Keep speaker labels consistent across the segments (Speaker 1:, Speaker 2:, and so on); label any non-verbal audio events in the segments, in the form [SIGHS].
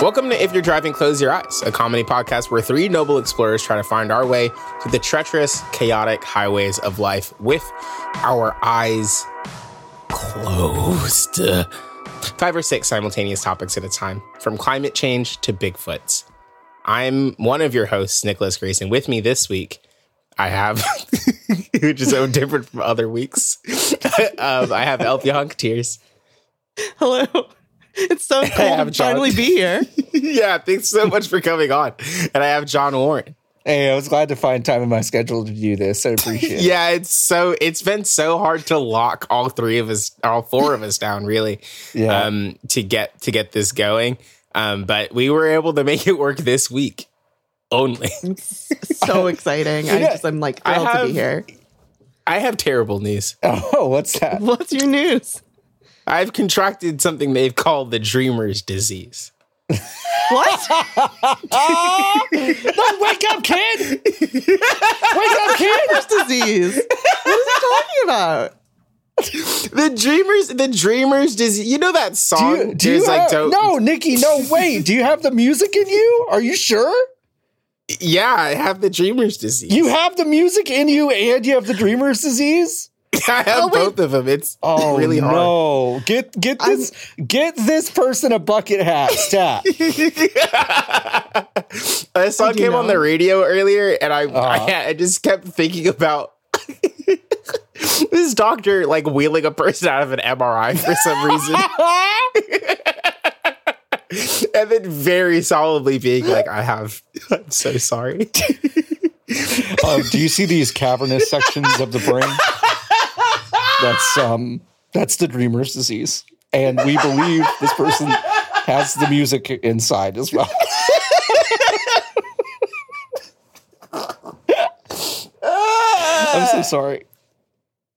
Speaker 1: Welcome to If You're Driving, Close Your Eyes, a comedy podcast where three noble explorers try to find our way to the treacherous, chaotic highways of life with our eyes closed. Five or six simultaneous topics at a time, from climate change to Bigfoots. I'm one of your hosts, Nicholas Grayson. With me this week, I have, [LAUGHS] which is so different from other weeks, [LAUGHS] um, I have Elfie Hunk Tears. [LAUGHS]
Speaker 2: Hello. It's so cool
Speaker 1: I'm
Speaker 2: to
Speaker 1: John.
Speaker 2: finally be here.
Speaker 1: yeah, thanks so much for coming on. And I have John Warren.
Speaker 3: Hey, I was glad to find time in my schedule to do this.
Speaker 1: [LAUGHS]
Speaker 3: I appreciate it.
Speaker 1: Yeah, it's so it's been so hard to lock all three of us, all four of us down, really,
Speaker 3: Yeah.
Speaker 1: um, to get to get this going. Um, but we were able to make it work this week only. [LAUGHS]
Speaker 2: It's so exciting. I
Speaker 3: Yeah.
Speaker 2: just I'm like
Speaker 1: I
Speaker 2: thrilled to
Speaker 1: have-
Speaker 2: be here.
Speaker 1: I have terrible news.
Speaker 3: Oh, what's that?
Speaker 2: What's your news?
Speaker 1: I've contracted something they've called the dreamer's disease. [LAUGHS]
Speaker 2: What?
Speaker 3: no, wake up, kid! [LAUGHS] wake up, kid!
Speaker 2: Alzheimer's disease. What is he talking about?
Speaker 1: The dreamers, the dreamers disease. You know that
Speaker 3: Do
Speaker 1: song?
Speaker 3: you, do you
Speaker 1: There's, like,
Speaker 3: have,
Speaker 1: don't-
Speaker 3: no, Nikki, no, wait. Do you have the music in you? Are you sure?
Speaker 1: Yeah, I have the dreamer's disease.
Speaker 3: You have the music in you and you have the dreamer's disease?
Speaker 1: [LAUGHS] I have both of them. It's
Speaker 3: Oh
Speaker 1: really hard.
Speaker 3: no. Get get this get this person a bucket hat. Stat.
Speaker 1: I saw
Speaker 2: Did you
Speaker 1: came on
Speaker 2: know?
Speaker 1: the radio earlier, and I, I
Speaker 3: Uh-huh.
Speaker 1: I just kept thinking about [LAUGHS] this doctor like wheeling a person out of an MRI for some reason, [LAUGHS] and then very solemnly being like, "I have, I'm so sorry."
Speaker 3: Oh, do you see these cavernous sections of the brain? That's um that's the dreamer's disease. And we believe this person has the music inside as well. I'm so sorry.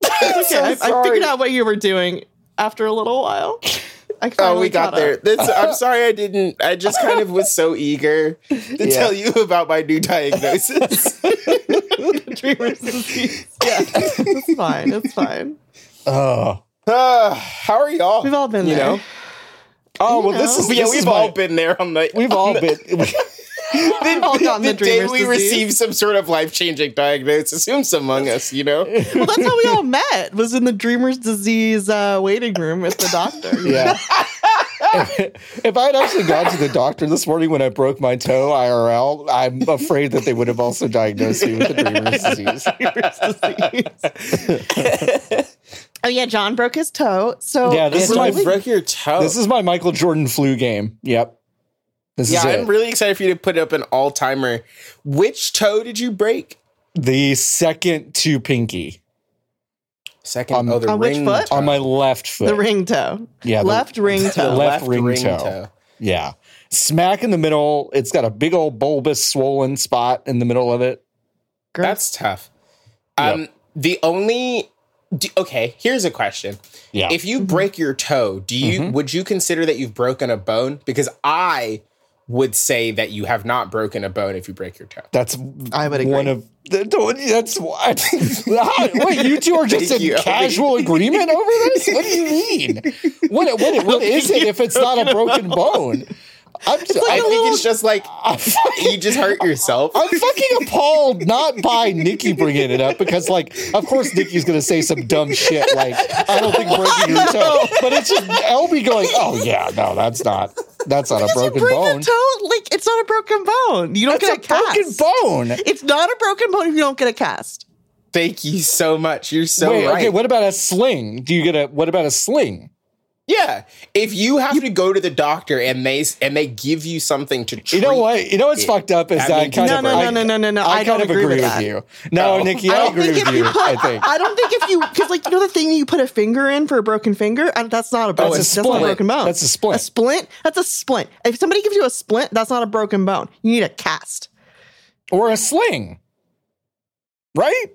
Speaker 2: It's okay. I, I
Speaker 1: sorry.
Speaker 2: figured out what you were doing after a little while. I
Speaker 1: Oh, we
Speaker 2: finally
Speaker 1: got
Speaker 2: up.
Speaker 1: there. This, I'm sorry I didn't. I just kind of was so eager to
Speaker 3: Yeah.
Speaker 1: tell you about my new diagnosis.
Speaker 2: [LAUGHS] Dreamer's disease. Yeah, it's fine. It's fine.
Speaker 3: Oh.
Speaker 1: Ah, how are y'all?
Speaker 2: We've all been
Speaker 1: You
Speaker 2: there.
Speaker 1: know?
Speaker 3: Oh well
Speaker 2: You
Speaker 3: this
Speaker 2: know.
Speaker 1: [LAUGHS]
Speaker 3: is
Speaker 1: Yeah,
Speaker 3: this
Speaker 1: we've
Speaker 3: is
Speaker 1: all
Speaker 3: my-
Speaker 1: been there on the.
Speaker 3: we've all
Speaker 1: [LAUGHS]
Speaker 3: been
Speaker 2: We've all gotten the,
Speaker 1: the day
Speaker 2: dreamer's
Speaker 1: we
Speaker 2: disease.
Speaker 1: receive some sort of life changing diagnosis, who's among us, you know?
Speaker 2: Well, that's
Speaker 1: [LAUGHS]
Speaker 2: how we all met. Was in the dreamer's disease uh, waiting room with the doctor.
Speaker 1: [LAUGHS]
Speaker 3: Yeah. if I had actually gone to the doctor this morning when I broke my toe IRL, I'm afraid that they would have also diagnosed me with the
Speaker 1: [LAUGHS]
Speaker 3: dreamer's disease.
Speaker 2: oh yeah, John broke his toe. So
Speaker 3: Yeah, this is my
Speaker 2: really-
Speaker 1: broke your toe.
Speaker 3: This is my Michael Jordan flu game. Yep. This
Speaker 1: yeah,
Speaker 3: is it.
Speaker 1: I'm really excited for you to put up an all timer. Which toe did you break?
Speaker 3: the second to pinky
Speaker 1: Second,
Speaker 3: On-
Speaker 1: oh, the
Speaker 2: On which
Speaker 1: ring
Speaker 2: foot?
Speaker 1: toe.
Speaker 3: on my left foot.
Speaker 2: the ring toe.
Speaker 3: Yeah, [LAUGHS] the-
Speaker 2: left ring toe.
Speaker 3: the left ring toe. Yeah. Smack in the middle. It's got a big old bulbous swollen spot in the middle of it.
Speaker 2: Gross.
Speaker 1: That's tough. Um, The only. d okay, here's a question.
Speaker 3: Yeah. Mm-hmm.
Speaker 1: If you break your toe, do you would you consider that you've broken a bone? Because I would say that you have not broken a bone if you break your toe.
Speaker 3: That's
Speaker 2: I would
Speaker 3: one
Speaker 2: agree.
Speaker 3: of the, the- that's why. [LAUGHS] Wait, you two are just
Speaker 1: Thank
Speaker 2: [LAUGHS]
Speaker 3: in
Speaker 1: you, Ellie.
Speaker 3: casual agreement over this? What do you mean?
Speaker 2: [LAUGHS]
Speaker 3: What what, what is it if it's not a broken bone? I'm just,
Speaker 1: I
Speaker 3: I,
Speaker 1: think it's just like
Speaker 2: [LAUGHS]
Speaker 3: I'm fucking,
Speaker 1: you just hurt yourself.
Speaker 3: I'm fucking appalled not by Nikki bringing it up because like of course Nikki's gonna say some dumb shit like I don't think
Speaker 2: [LAUGHS]
Speaker 3: breaking your toe, but it's just Elby going oh yeah no that's not that's not a
Speaker 2: you
Speaker 3: broken
Speaker 2: break
Speaker 3: bone.
Speaker 2: a toe, like it's not a broken bone. You don't
Speaker 3: That's
Speaker 2: get
Speaker 3: a
Speaker 2: a cast.
Speaker 3: broken bone.
Speaker 2: It's not a broken bone if you don't get a cast.
Speaker 1: Thank you so much. You're so
Speaker 3: Wait,
Speaker 1: right.
Speaker 3: okay, what about a sling? Do you get a what about a sling?
Speaker 1: yeah, if you have to go to the doctor and they and they give you something to treat,
Speaker 3: You know what? You know what's fucked up is
Speaker 1: I
Speaker 3: that I
Speaker 1: mean,
Speaker 3: kind
Speaker 2: No,
Speaker 3: of
Speaker 2: no,
Speaker 3: I,
Speaker 2: no, no, no, no, no.
Speaker 3: I,
Speaker 2: I don't
Speaker 3: kind of
Speaker 2: agree
Speaker 3: agree,
Speaker 2: with
Speaker 3: with,
Speaker 2: that.
Speaker 3: you. No,
Speaker 1: No.
Speaker 3: Nikki, I, agree with
Speaker 2: if
Speaker 3: you.
Speaker 2: put,
Speaker 3: I think
Speaker 2: I don't think if you because like you know the thing that you put a finger in for a broken finger, and that's not a broken.
Speaker 3: a
Speaker 2: That's not a
Speaker 3: splint.
Speaker 2: broken bone.
Speaker 3: That's a splint.
Speaker 2: A splint. That's a splint. If somebody gives you a splint, that's not a broken bone. You need a cast.
Speaker 3: or a sling,
Speaker 2: [LAUGHS]
Speaker 3: right?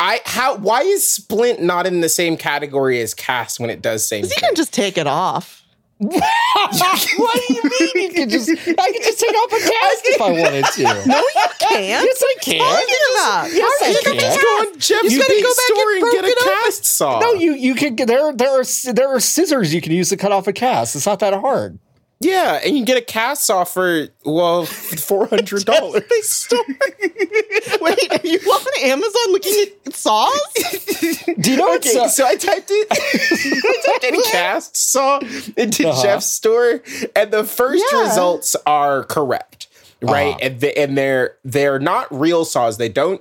Speaker 1: I how why is splint not in the same category as cast when it does same?
Speaker 2: You can just take it off.
Speaker 3: what do you mean? You can just I can just
Speaker 2: [LAUGHS]
Speaker 3: take off a cast if I wanted to.
Speaker 2: No, you can't. Oh,
Speaker 3: [LAUGHS] yes, I can.
Speaker 2: What are you talking about?
Speaker 3: Yes,
Speaker 2: How are
Speaker 3: I
Speaker 2: you
Speaker 3: can.
Speaker 2: gonna
Speaker 3: Just
Speaker 2: cast?
Speaker 1: go on Jeff's
Speaker 2: You just gotta
Speaker 1: big
Speaker 2: go back
Speaker 1: store
Speaker 2: and
Speaker 1: and,
Speaker 2: broke
Speaker 1: get a
Speaker 2: it open.
Speaker 1: cast saw.
Speaker 3: No, you you can there there are there are scissors you can use to cut off a cast. It's not that hard.
Speaker 1: Yeah, and you get a cast off for well [LAUGHS] four hundred dollars.
Speaker 2: Wait, are you on Amazon looking at
Speaker 3: [LAUGHS]
Speaker 2: saws?
Speaker 3: Do you know
Speaker 1: Okay,
Speaker 3: what's uh,
Speaker 1: so I typed it. I typed in cast saw into
Speaker 3: Uh-huh.
Speaker 1: Jeff's store, and the first
Speaker 2: Yeah.
Speaker 1: results are correct, right?
Speaker 3: Uh-huh.
Speaker 1: And the, and they're they're not real saws. They don't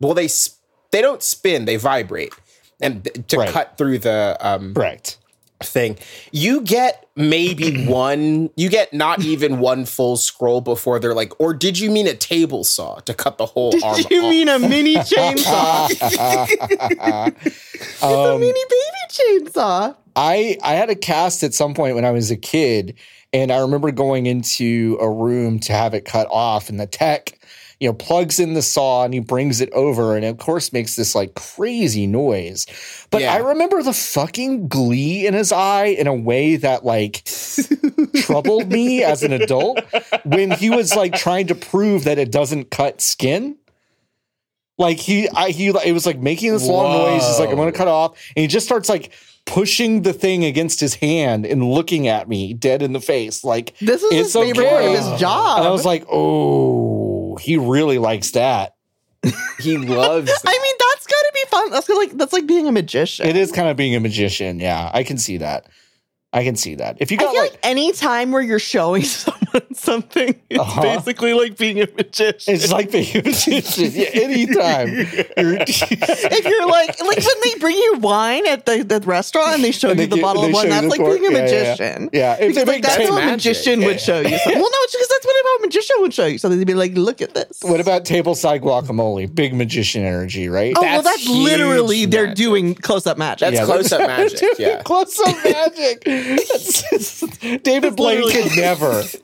Speaker 1: well they s- they don't spin. They vibrate, and th- to
Speaker 3: Right.
Speaker 1: cut through the um,
Speaker 3: correct?
Speaker 1: thing, you get maybe one. You get not even one full scroll before they're like, or did you mean a table saw to cut the whole arm?
Speaker 2: Did you
Speaker 1: off?"
Speaker 2: mean a mini chainsaw?
Speaker 3: [LAUGHS]
Speaker 2: a
Speaker 3: Um,
Speaker 2: mini baby chainsaw.
Speaker 3: I I had a cast at some point when I was a kid, and I remember going into a room to have it cut off, and the tech, you know, plugs in the saw and he brings it over, and of course makes this like crazy noise. But
Speaker 1: Yeah.
Speaker 3: I remember the fucking glee in his eye in a way that like
Speaker 1: [LAUGHS]
Speaker 3: troubled me as an adult when he was like trying to prove that it doesn't cut skin. Like he, I, he, it was like making this long noise. He's like, I'm gonna
Speaker 1: Whoa.
Speaker 3: cut off, and he just starts like pushing the thing against his hand and looking at me dead in the face. Like,
Speaker 2: This is his
Speaker 3: It's
Speaker 2: favorite part of
Speaker 3: okay.
Speaker 2: his job.
Speaker 3: and I was like, oh, he really likes that.
Speaker 1: He
Speaker 2: [LAUGHS]
Speaker 1: loves.
Speaker 2: I mean, that's gotta be fun. That's like that's like being a magician.
Speaker 3: It is kind of being a magician. Yeah, I can see that. I can see that. If you
Speaker 2: I
Speaker 3: got
Speaker 2: feel like,
Speaker 3: like,
Speaker 2: any time where you're showing [LAUGHS] someone something, it's
Speaker 3: Uh-huh.
Speaker 2: basically like being a magician.
Speaker 3: it's like being a [LAUGHS] magician. Yeah, anytime. You're-
Speaker 2: [LAUGHS] if you're like like when they bring you wine at the, the restaurant and they show
Speaker 3: And
Speaker 2: you
Speaker 3: they
Speaker 2: the
Speaker 3: gi-
Speaker 2: bottle
Speaker 3: they
Speaker 2: of wine,
Speaker 3: show you
Speaker 2: that's
Speaker 3: the
Speaker 2: like
Speaker 3: cork.
Speaker 2: being a
Speaker 3: Yeah, yeah, yeah.
Speaker 2: magician.
Speaker 3: Yeah, if they
Speaker 2: Because like
Speaker 3: make
Speaker 2: that's
Speaker 1: sense.
Speaker 2: what a
Speaker 1: Magic.
Speaker 2: magician
Speaker 1: Yeah.
Speaker 2: would show you. something. Well, no, it's because that's what a magician would show you. Something they'd be like, "Look at this."
Speaker 3: What about tableside guacamole? Big magician energy, right? [LAUGHS]
Speaker 2: oh well,
Speaker 1: That's
Speaker 2: that's
Speaker 1: huge
Speaker 2: literally they're
Speaker 1: magic.
Speaker 2: doing close-up magic.
Speaker 1: That's
Speaker 3: Yeah,
Speaker 1: close up magic.
Speaker 3: [LAUGHS]
Speaker 1: Yeah.
Speaker 3: Close up magic. [LAUGHS] David Blaine
Speaker 2: literally- [LAUGHS]
Speaker 3: could never.
Speaker 1: [LAUGHS]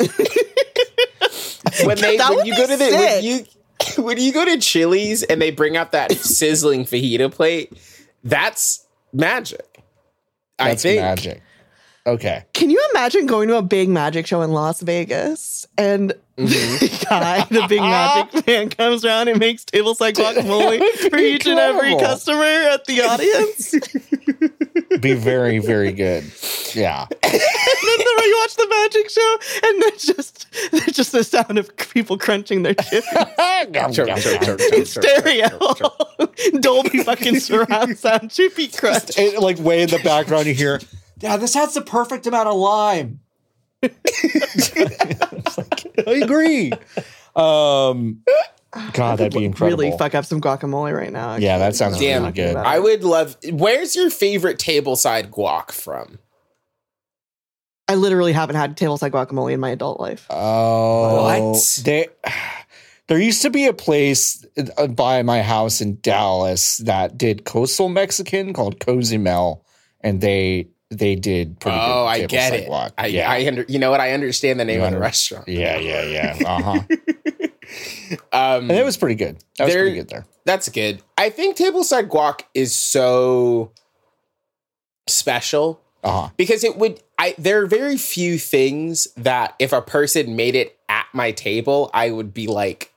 Speaker 1: when they
Speaker 2: That
Speaker 1: when
Speaker 2: would
Speaker 1: you
Speaker 2: be
Speaker 1: go to the when
Speaker 2: sick.
Speaker 1: you [LAUGHS] when you go to Chili's and they bring out that sizzling fajita plate, that's magic. I
Speaker 3: That's
Speaker 1: think
Speaker 3: magic. Okay.
Speaker 2: Can you imagine going to a big magic show in Las Vegas and
Speaker 3: Mm-hmm.
Speaker 2: [LAUGHS] the guy, the big
Speaker 3: [LAUGHS]
Speaker 2: magic man, comes around and makes tableside guacamole for each and every
Speaker 3: incredible.
Speaker 2: customer at the
Speaker 3: [LAUGHS]
Speaker 2: audience? and
Speaker 3: Be very, very good. Yeah.
Speaker 2: then the, you watch the magic show, and there's just there's just the sound of people crunching their
Speaker 3: [LAUGHS]
Speaker 2: chips
Speaker 1: Chirp, chirp, chirp, chirp,
Speaker 2: in
Speaker 1: chirp, chirp,
Speaker 2: stereo,
Speaker 1: chirp, chirp.
Speaker 2: [LAUGHS] Dolby fucking
Speaker 3: [LAUGHS]
Speaker 2: surround sound, chippy crunch.
Speaker 3: It, like way in the background, you hear, yeah, this has the perfect amount of lime. It's like, I agree. Um, God, that'd be incredible.
Speaker 2: Really fuck up some guacamole right now. actually.
Speaker 3: yeah, that sounds
Speaker 1: Damn.
Speaker 3: really
Speaker 1: [LAUGHS]
Speaker 3: good.
Speaker 1: I would love. Where's your favorite tableside guac from?
Speaker 2: I literally haven't had tableside guacamole in my adult life.
Speaker 3: Uh, Oh,
Speaker 1: What?
Speaker 3: There, there used to be a place uh, by my house in Dallas that did coastal Mexican called Cozumel, and they they did pretty good.
Speaker 1: Oh, I get
Speaker 3: tableside
Speaker 1: it.
Speaker 3: guac.
Speaker 1: I,
Speaker 3: yeah.
Speaker 1: I under, you know what? I understand the name of the
Speaker 3: Yeah.
Speaker 1: restaurant.
Speaker 3: yeah, yeah, yeah,
Speaker 1: [LAUGHS]
Speaker 3: Uh huh.
Speaker 1: Um,
Speaker 3: and it was pretty good. That was
Speaker 1: There-
Speaker 3: pretty good there.
Speaker 1: That's good. I think tableside guac is so special
Speaker 3: Uh huh.
Speaker 1: because it would i there are very few things that if a person made it at my table i would be like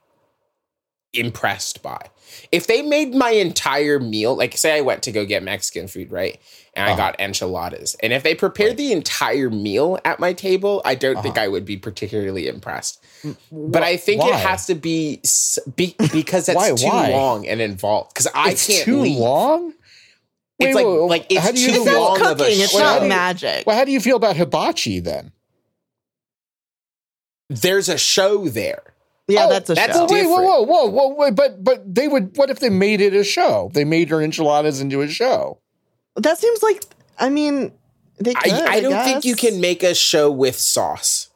Speaker 1: impressed by if they made my entire meal like say i went to go get mexican food right and i
Speaker 3: Uh-huh.
Speaker 1: got enchiladas and if they prepared the entire meal at my table i don't
Speaker 3: Uh-huh.
Speaker 1: think i would be particularly impressed but i think it
Speaker 3: Mm, why?
Speaker 1: has to be, s-
Speaker 3: [LAUGHS]
Speaker 1: be because that's
Speaker 3: Why-
Speaker 1: too
Speaker 3: why?
Speaker 1: long and involved because i
Speaker 3: It's
Speaker 1: can't
Speaker 3: too
Speaker 1: leave.
Speaker 3: long.
Speaker 1: it's
Speaker 3: Wait,
Speaker 1: like
Speaker 3: wait, wait,
Speaker 1: like it's
Speaker 3: how do you
Speaker 1: too
Speaker 3: do
Speaker 1: long
Speaker 2: It's not
Speaker 1: of a
Speaker 2: cooking. It's
Speaker 1: show.
Speaker 2: not
Speaker 3: Wait,
Speaker 2: magic.
Speaker 3: Well, how do you feel about hibachi then?
Speaker 1: there's a show there
Speaker 2: Yeah,
Speaker 3: Oh,
Speaker 2: that's a
Speaker 1: that's
Speaker 2: show.
Speaker 3: Oh, wait, whoa,
Speaker 1: different.
Speaker 3: whoa, whoa, whoa, wait, but but they would. What if they made it a show? They made her enchiladas into a show.
Speaker 2: that seems like. I mean, they. Could,
Speaker 1: I,
Speaker 2: I,
Speaker 1: I don't think you
Speaker 2: guess.
Speaker 1: can make a show with sauce.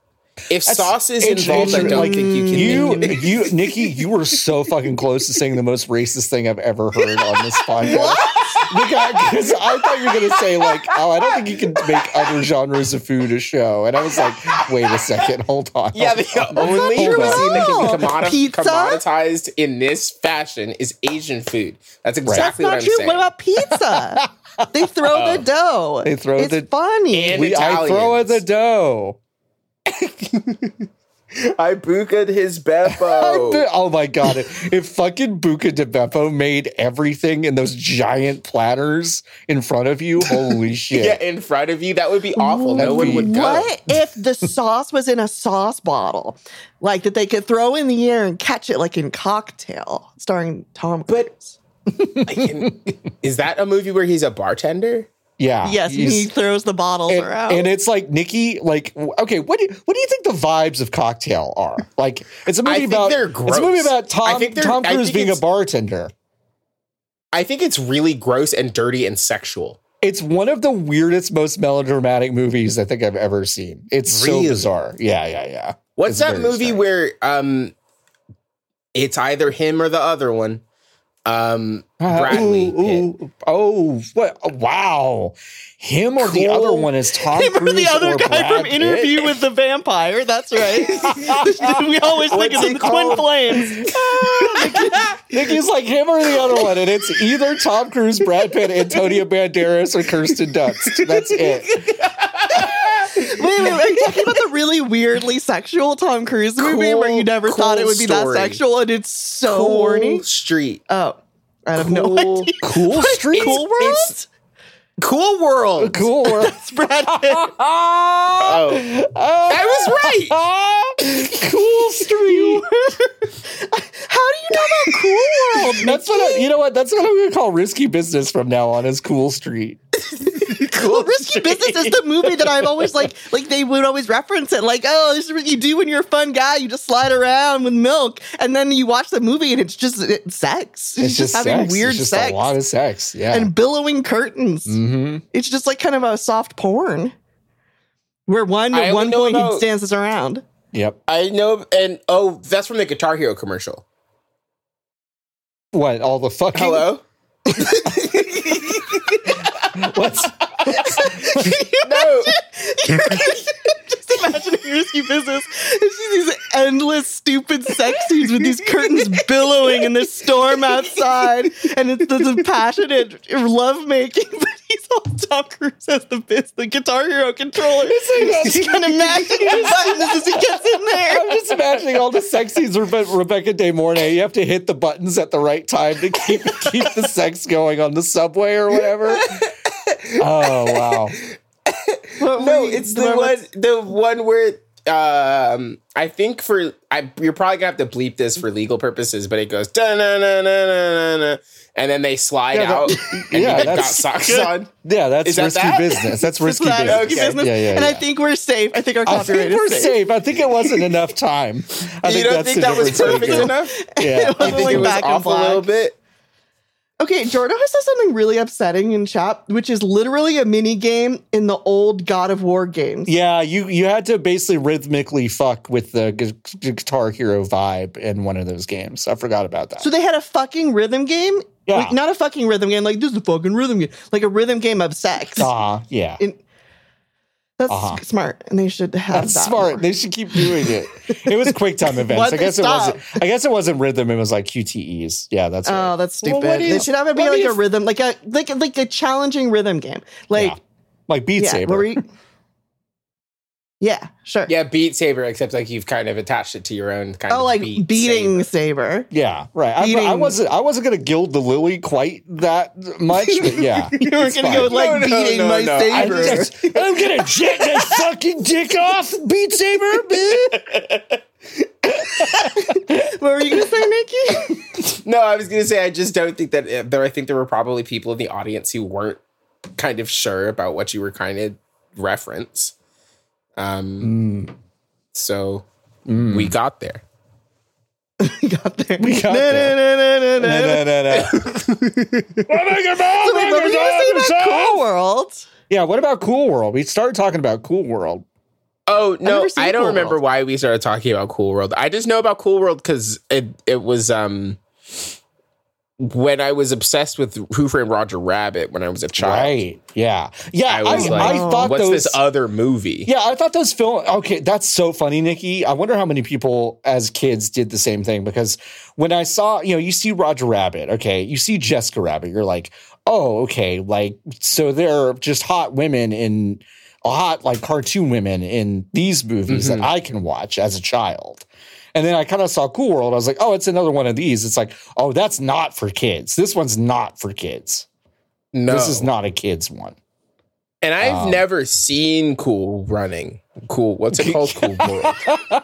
Speaker 1: If
Speaker 3: That's
Speaker 1: sauce is
Speaker 3: interesting.
Speaker 1: involved, I don't
Speaker 3: Like,
Speaker 1: think you can.
Speaker 3: You,
Speaker 1: make it.
Speaker 3: you, Nikki, you were so fucking close to saying the most racist thing I've ever heard on
Speaker 1: [LAUGHS]
Speaker 3: this podcast. Because I thought you were going to say like, oh, I don't think you can make other genres of food a show, and I was like, wait a second, hold on.
Speaker 1: [LAUGHS] Yeah,
Speaker 3: hold
Speaker 1: the
Speaker 3: on.
Speaker 1: only
Speaker 3: Hold on.
Speaker 1: cuisine that
Speaker 2: all.
Speaker 1: can be commodi-
Speaker 2: Oh, Pizza?
Speaker 1: commoditized in this fashion is Asian food. That's
Speaker 2: That's
Speaker 1: exactly what
Speaker 2: not
Speaker 1: I'm
Speaker 2: true.
Speaker 1: saying.
Speaker 2: What about pizza?
Speaker 1: [LAUGHS]
Speaker 2: they throw the dough.
Speaker 3: Oh. They throw
Speaker 2: it's
Speaker 3: the-
Speaker 2: funny.
Speaker 1: And-
Speaker 3: we, I throw in the dough.
Speaker 4: I bukaed his
Speaker 2: [LAUGHS]
Speaker 4: Beppo.
Speaker 3: Oh my god! If, if fucking Buca de Beppo made everything in those giant platters in front of you,
Speaker 1: [LAUGHS]
Speaker 3: holy shit!
Speaker 1: Yeah, in front of you, that would be awful. No
Speaker 3: That'd
Speaker 1: one
Speaker 3: be-
Speaker 1: would go.
Speaker 2: What if the sauce was in a sauce bottle, like that they could throw in the air and catch it, like in Cocktail, starring Tom Cruise?
Speaker 1: Is that a movie where he's a bartender?
Speaker 3: Yeah.
Speaker 2: yes, he
Speaker 3: he's-
Speaker 2: throws the bottles
Speaker 3: and,
Speaker 2: around. [LAUGHS]
Speaker 3: and it's like Nikki, like w- okay, what do you, what do you think the vibes of Cocktail are? Like it's a
Speaker 1: I
Speaker 3: movie
Speaker 1: think
Speaker 3: about
Speaker 1: they're
Speaker 3: it's a movie
Speaker 1: gross.
Speaker 3: about
Speaker 1: I
Speaker 3: Tom
Speaker 1: think they're-
Speaker 3: Tom
Speaker 1: I
Speaker 3: Cruise
Speaker 1: think
Speaker 3: being a
Speaker 1: it's-
Speaker 3: bartender.
Speaker 1: I think it's really gross and dirty and sexual.
Speaker 3: It's one of the weirdest, most melodramatic movies I think I've ever seen. It's
Speaker 1: Really?
Speaker 3: so bizarre. Yeah, yeah, yeah.
Speaker 1: What's
Speaker 3: It's
Speaker 1: that
Speaker 3: very
Speaker 1: movie
Speaker 3: strange.
Speaker 1: where um, it's either him or the other one? Um,
Speaker 3: Uh,
Speaker 1: Bradley.
Speaker 3: ooh,
Speaker 1: Pitt.
Speaker 3: ooh, oh, what? oh, Wow, him or the other
Speaker 1: Cool.
Speaker 3: one is Tom
Speaker 2: Remember
Speaker 3: Cruise
Speaker 2: the other
Speaker 3: or
Speaker 2: guy
Speaker 3: Brad
Speaker 2: from
Speaker 3: Pitt?
Speaker 2: Interview with the Vampire?
Speaker 1: [LAUGHS]
Speaker 2: That's right. [LAUGHS] we always think
Speaker 1: What's
Speaker 2: it's
Speaker 1: he
Speaker 2: the Twin
Speaker 1: called? [LAUGHS]
Speaker 2: Flames.
Speaker 3: Nikki's like him or the other one, and it's either Tom Cruise, Brad Pitt, Antonio Banderas, or Kirsten Dunst. That's it.
Speaker 2: Wait, wait, wait, are you talking about the really weirdly sexual Tom Cruise movie where you
Speaker 1: Cool-
Speaker 2: never
Speaker 1: cool
Speaker 2: thought it would be
Speaker 1: story.
Speaker 2: that sexual and it's so
Speaker 1: Cool
Speaker 2: horny?
Speaker 1: Street.
Speaker 2: Oh, I have no
Speaker 1: Cool-
Speaker 2: [LAUGHS] idea.
Speaker 3: Cool Street.
Speaker 2: Cool World?
Speaker 1: it's- Cool [LAUGHS] World.
Speaker 2: [LAUGHS]
Speaker 3: Cool World.
Speaker 2: It's Brad Pitt. Ah!
Speaker 1: Oh, I was right.
Speaker 3: Ah! cool Street.
Speaker 2: How do you know about Cool World?
Speaker 3: That's what I, you know. What that's what I'm going to call risky business from now on is Cool Street.
Speaker 2: Well, Risky Business is the movie that I've always like. Like they would always reference it, like, "Oh, this is what you do when you're a fun guy. You just slide around with milk." And then you watch the movie, and it's just it, sex. It's,
Speaker 3: It's,
Speaker 2: just,
Speaker 3: just,
Speaker 2: having
Speaker 3: sex.
Speaker 2: weird
Speaker 3: it's just
Speaker 2: sex
Speaker 3: A lot of sex. Yeah.
Speaker 2: and billowing curtains.
Speaker 3: hmm
Speaker 2: It's just like kind of a soft porn, where one
Speaker 1: I
Speaker 2: at
Speaker 1: only
Speaker 2: one
Speaker 1: know
Speaker 2: point
Speaker 1: about-
Speaker 2: he dances around.
Speaker 3: Yep.
Speaker 1: I know, and oh, that's from the Guitar Hero commercial.
Speaker 3: What all the
Speaker 1: [LAUGHS]
Speaker 3: fucking
Speaker 1: Hello.
Speaker 3: [LAUGHS] What's
Speaker 1: No,
Speaker 2: just imagine a risky business. It's just these endless stupid sex scenes with these curtains billowing and the storm outside, and it's this passionate lovemaking. But he's all Tom Cruise has the biz, the Guitar Hero controller. It's like kind of mashing his buttons as he gets in
Speaker 3: I'm
Speaker 2: there.
Speaker 3: just imagining all the sex scenes with Rebe- Rebecca De Mornay. You have to hit the buttons at the right time to keep [LAUGHS] keep the sex going on the subway or whatever.
Speaker 2: [LAUGHS]
Speaker 3: Oh wow!
Speaker 1: no, it's the one, the one where um, I think for I, you're probably gonna have to bleep this for legal purposes, but it goes da na na na na na, and then they slide
Speaker 3: Yeah, that- [LAUGHS]
Speaker 1: out and
Speaker 3: yeah,
Speaker 1: you got
Speaker 3: that's-
Speaker 1: socks on.
Speaker 3: Yeah, that's
Speaker 1: Is that
Speaker 3: risky
Speaker 1: that?
Speaker 3: business. That's risky
Speaker 2: Risky
Speaker 3: business.
Speaker 1: Okay.
Speaker 2: business.
Speaker 3: Yeah, yeah,
Speaker 2: and I
Speaker 3: yeah.
Speaker 2: think we're safe. I think our
Speaker 3: I
Speaker 2: copyright
Speaker 3: think we're
Speaker 2: is safe.
Speaker 3: safe. I think it wasn't enough time. I
Speaker 1: you don't think
Speaker 3: the
Speaker 1: that was
Speaker 3: difference
Speaker 1: perfect
Speaker 3: maker.
Speaker 1: enough?
Speaker 3: Yeah.
Speaker 2: It was
Speaker 1: You think [LAUGHS]
Speaker 2: like
Speaker 1: it was
Speaker 2: back in
Speaker 1: off a
Speaker 2: black.
Speaker 1: little bit?
Speaker 2: Okay, Jordan has said something really upsetting in chat, which is literally a mini game in the old God of War games.
Speaker 3: Yeah, you you had to basically rhythmically fuck with the gu- Guitar Hero vibe in one of those games. I forgot about that.
Speaker 2: So they had a fucking rhythm game?
Speaker 3: Yeah.
Speaker 2: Like, not a fucking rhythm game, like this is a fucking rhythm game. Like a rhythm game of sex.
Speaker 3: Ah, yeah.
Speaker 2: And that's
Speaker 3: Uh-huh.
Speaker 2: smart. And they should have
Speaker 3: That's
Speaker 2: that
Speaker 3: smart.
Speaker 2: more.
Speaker 3: They should keep doing it. It was
Speaker 1: [LAUGHS]
Speaker 3: quick time
Speaker 2: Why'd
Speaker 3: events. I
Speaker 2: they
Speaker 3: guess
Speaker 2: stop?
Speaker 3: it wasn't. I guess it wasn't rhythm. It was like QTEs. Yeah, that's
Speaker 2: Oh,
Speaker 1: Um,
Speaker 3: right.
Speaker 2: that's stupid.
Speaker 3: what
Speaker 2: they
Speaker 3: is-
Speaker 2: should have it be
Speaker 3: what
Speaker 2: like a
Speaker 3: is-
Speaker 2: rhythm, like a like a- like a challenging rhythm game. Like
Speaker 3: yeah. like Beat
Speaker 2: yeah,
Speaker 3: Saber.
Speaker 2: where we- yeah, sure.
Speaker 1: Yeah, Beat Saber, except like you've kind of attached it to your own kind
Speaker 2: oh,
Speaker 1: of
Speaker 2: like
Speaker 1: Beat
Speaker 2: beating saber.
Speaker 3: yeah, right. I, I
Speaker 2: Beating-
Speaker 3: wasn't. I wasn't gonna gild the lily quite that much,
Speaker 1: [LAUGHS]
Speaker 3: but yeah.
Speaker 2: You were
Speaker 3: It's
Speaker 2: gonna
Speaker 3: fine.
Speaker 2: go with like
Speaker 1: No, no,
Speaker 2: beating
Speaker 1: no,
Speaker 2: my
Speaker 1: no. I
Speaker 3: I
Speaker 2: saber.
Speaker 3: just, I'm gonna jet my fucking dick off, Beat Saber. bitch.
Speaker 2: what were you gonna say, Nikki?
Speaker 1: No, I was gonna say I just don't think that uh, though I think there were probably people in the audience who weren't kind of sure about what you were kind of reference. Um
Speaker 3: Mm.
Speaker 1: so we got there.
Speaker 2: [LAUGHS] we got there.
Speaker 3: We got there.
Speaker 2: there.
Speaker 3: No, no, no, no.
Speaker 2: Wait, what were you gonna say about Cool World?
Speaker 3: Yeah, what about Cool World? We started talking about Cool World.
Speaker 1: Oh no,
Speaker 2: never seen
Speaker 1: I don't
Speaker 2: Cool
Speaker 1: remember
Speaker 2: World.
Speaker 1: why we started talking about Cool World. I just know about Cool World because it it was um when I was obsessed with Who Framed Roger Rabbit when I was a child.
Speaker 3: Right. Yeah. Yeah.
Speaker 1: I was like,
Speaker 3: I thought
Speaker 1: what's
Speaker 3: those,
Speaker 1: this other movie?
Speaker 3: Yeah, I thought those film. Okay, that's so funny, Nikki. I wonder how many people as kids did the same thing because when I saw, you know, you see Roger Rabbit, okay, you see Jessica Rabbit, you're like, oh, okay, like so they're just hot women in hot like cartoon women in these movies that I can watch as a child. And then I kind of saw Cool World. I was like, oh, it's another one of these. It's like, oh, that's not for kids. This one's not for kids.
Speaker 1: No,
Speaker 3: This is not a kids one.
Speaker 1: And I've never seen Cool running. Cool. What's
Speaker 3: [LAUGHS]
Speaker 1: it called? Cool World.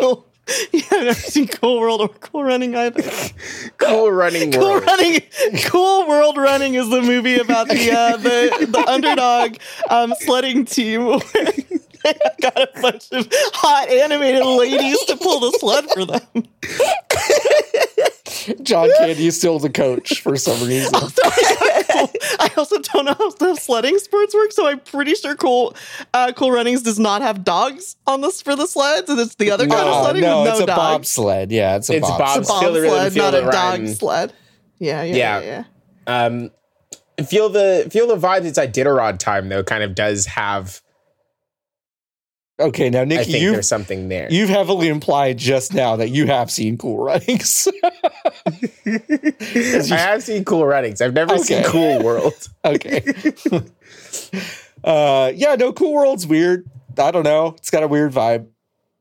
Speaker 2: Cool. [LAUGHS] Yeah, I've never seen Cool World or Cool Running either.
Speaker 1: Cool Running
Speaker 2: Cool
Speaker 1: World.
Speaker 2: Running, Cool World Running is the movie about the uh, the, the underdog um, sledding team. [LAUGHS] Where they got a bunch of hot animated ladies to pull the sled for them.
Speaker 3: John Candy is still the coach for some reason.
Speaker 2: I also don't know how the sledding sports work, so I'm pretty sure Cool uh, Cool Runnings does not have dogs on this for the sleds, and it's the other kind of
Speaker 3: No,
Speaker 2: sledding
Speaker 3: Oh, no,
Speaker 2: with no
Speaker 3: it's a
Speaker 2: dogs.
Speaker 3: bobsled. Yeah, it's a
Speaker 1: It's
Speaker 3: bobsled.
Speaker 1: bob- Still really
Speaker 2: sled,
Speaker 1: feel
Speaker 2: not a
Speaker 1: the
Speaker 2: dog
Speaker 1: rhyme.
Speaker 2: sled. Yeah, yeah, yeah.
Speaker 1: Yeah.
Speaker 2: yeah.
Speaker 1: Um, feel the feel the vibe. It's Iditarod time though. Kind of does have.
Speaker 3: Okay, now
Speaker 1: I
Speaker 3: Nikki,
Speaker 1: think
Speaker 3: you
Speaker 1: there's something there.
Speaker 3: You've heavily implied just now that you have seen Cool [LAUGHS] Runnings.
Speaker 1: I have seen Cool Runnings. I've never seen
Speaker 3: Okay.
Speaker 1: Cool World.
Speaker 3: [LAUGHS] okay. [LAUGHS] uh, yeah, no, Cool World's weird. I don't know. It's got a weird vibe.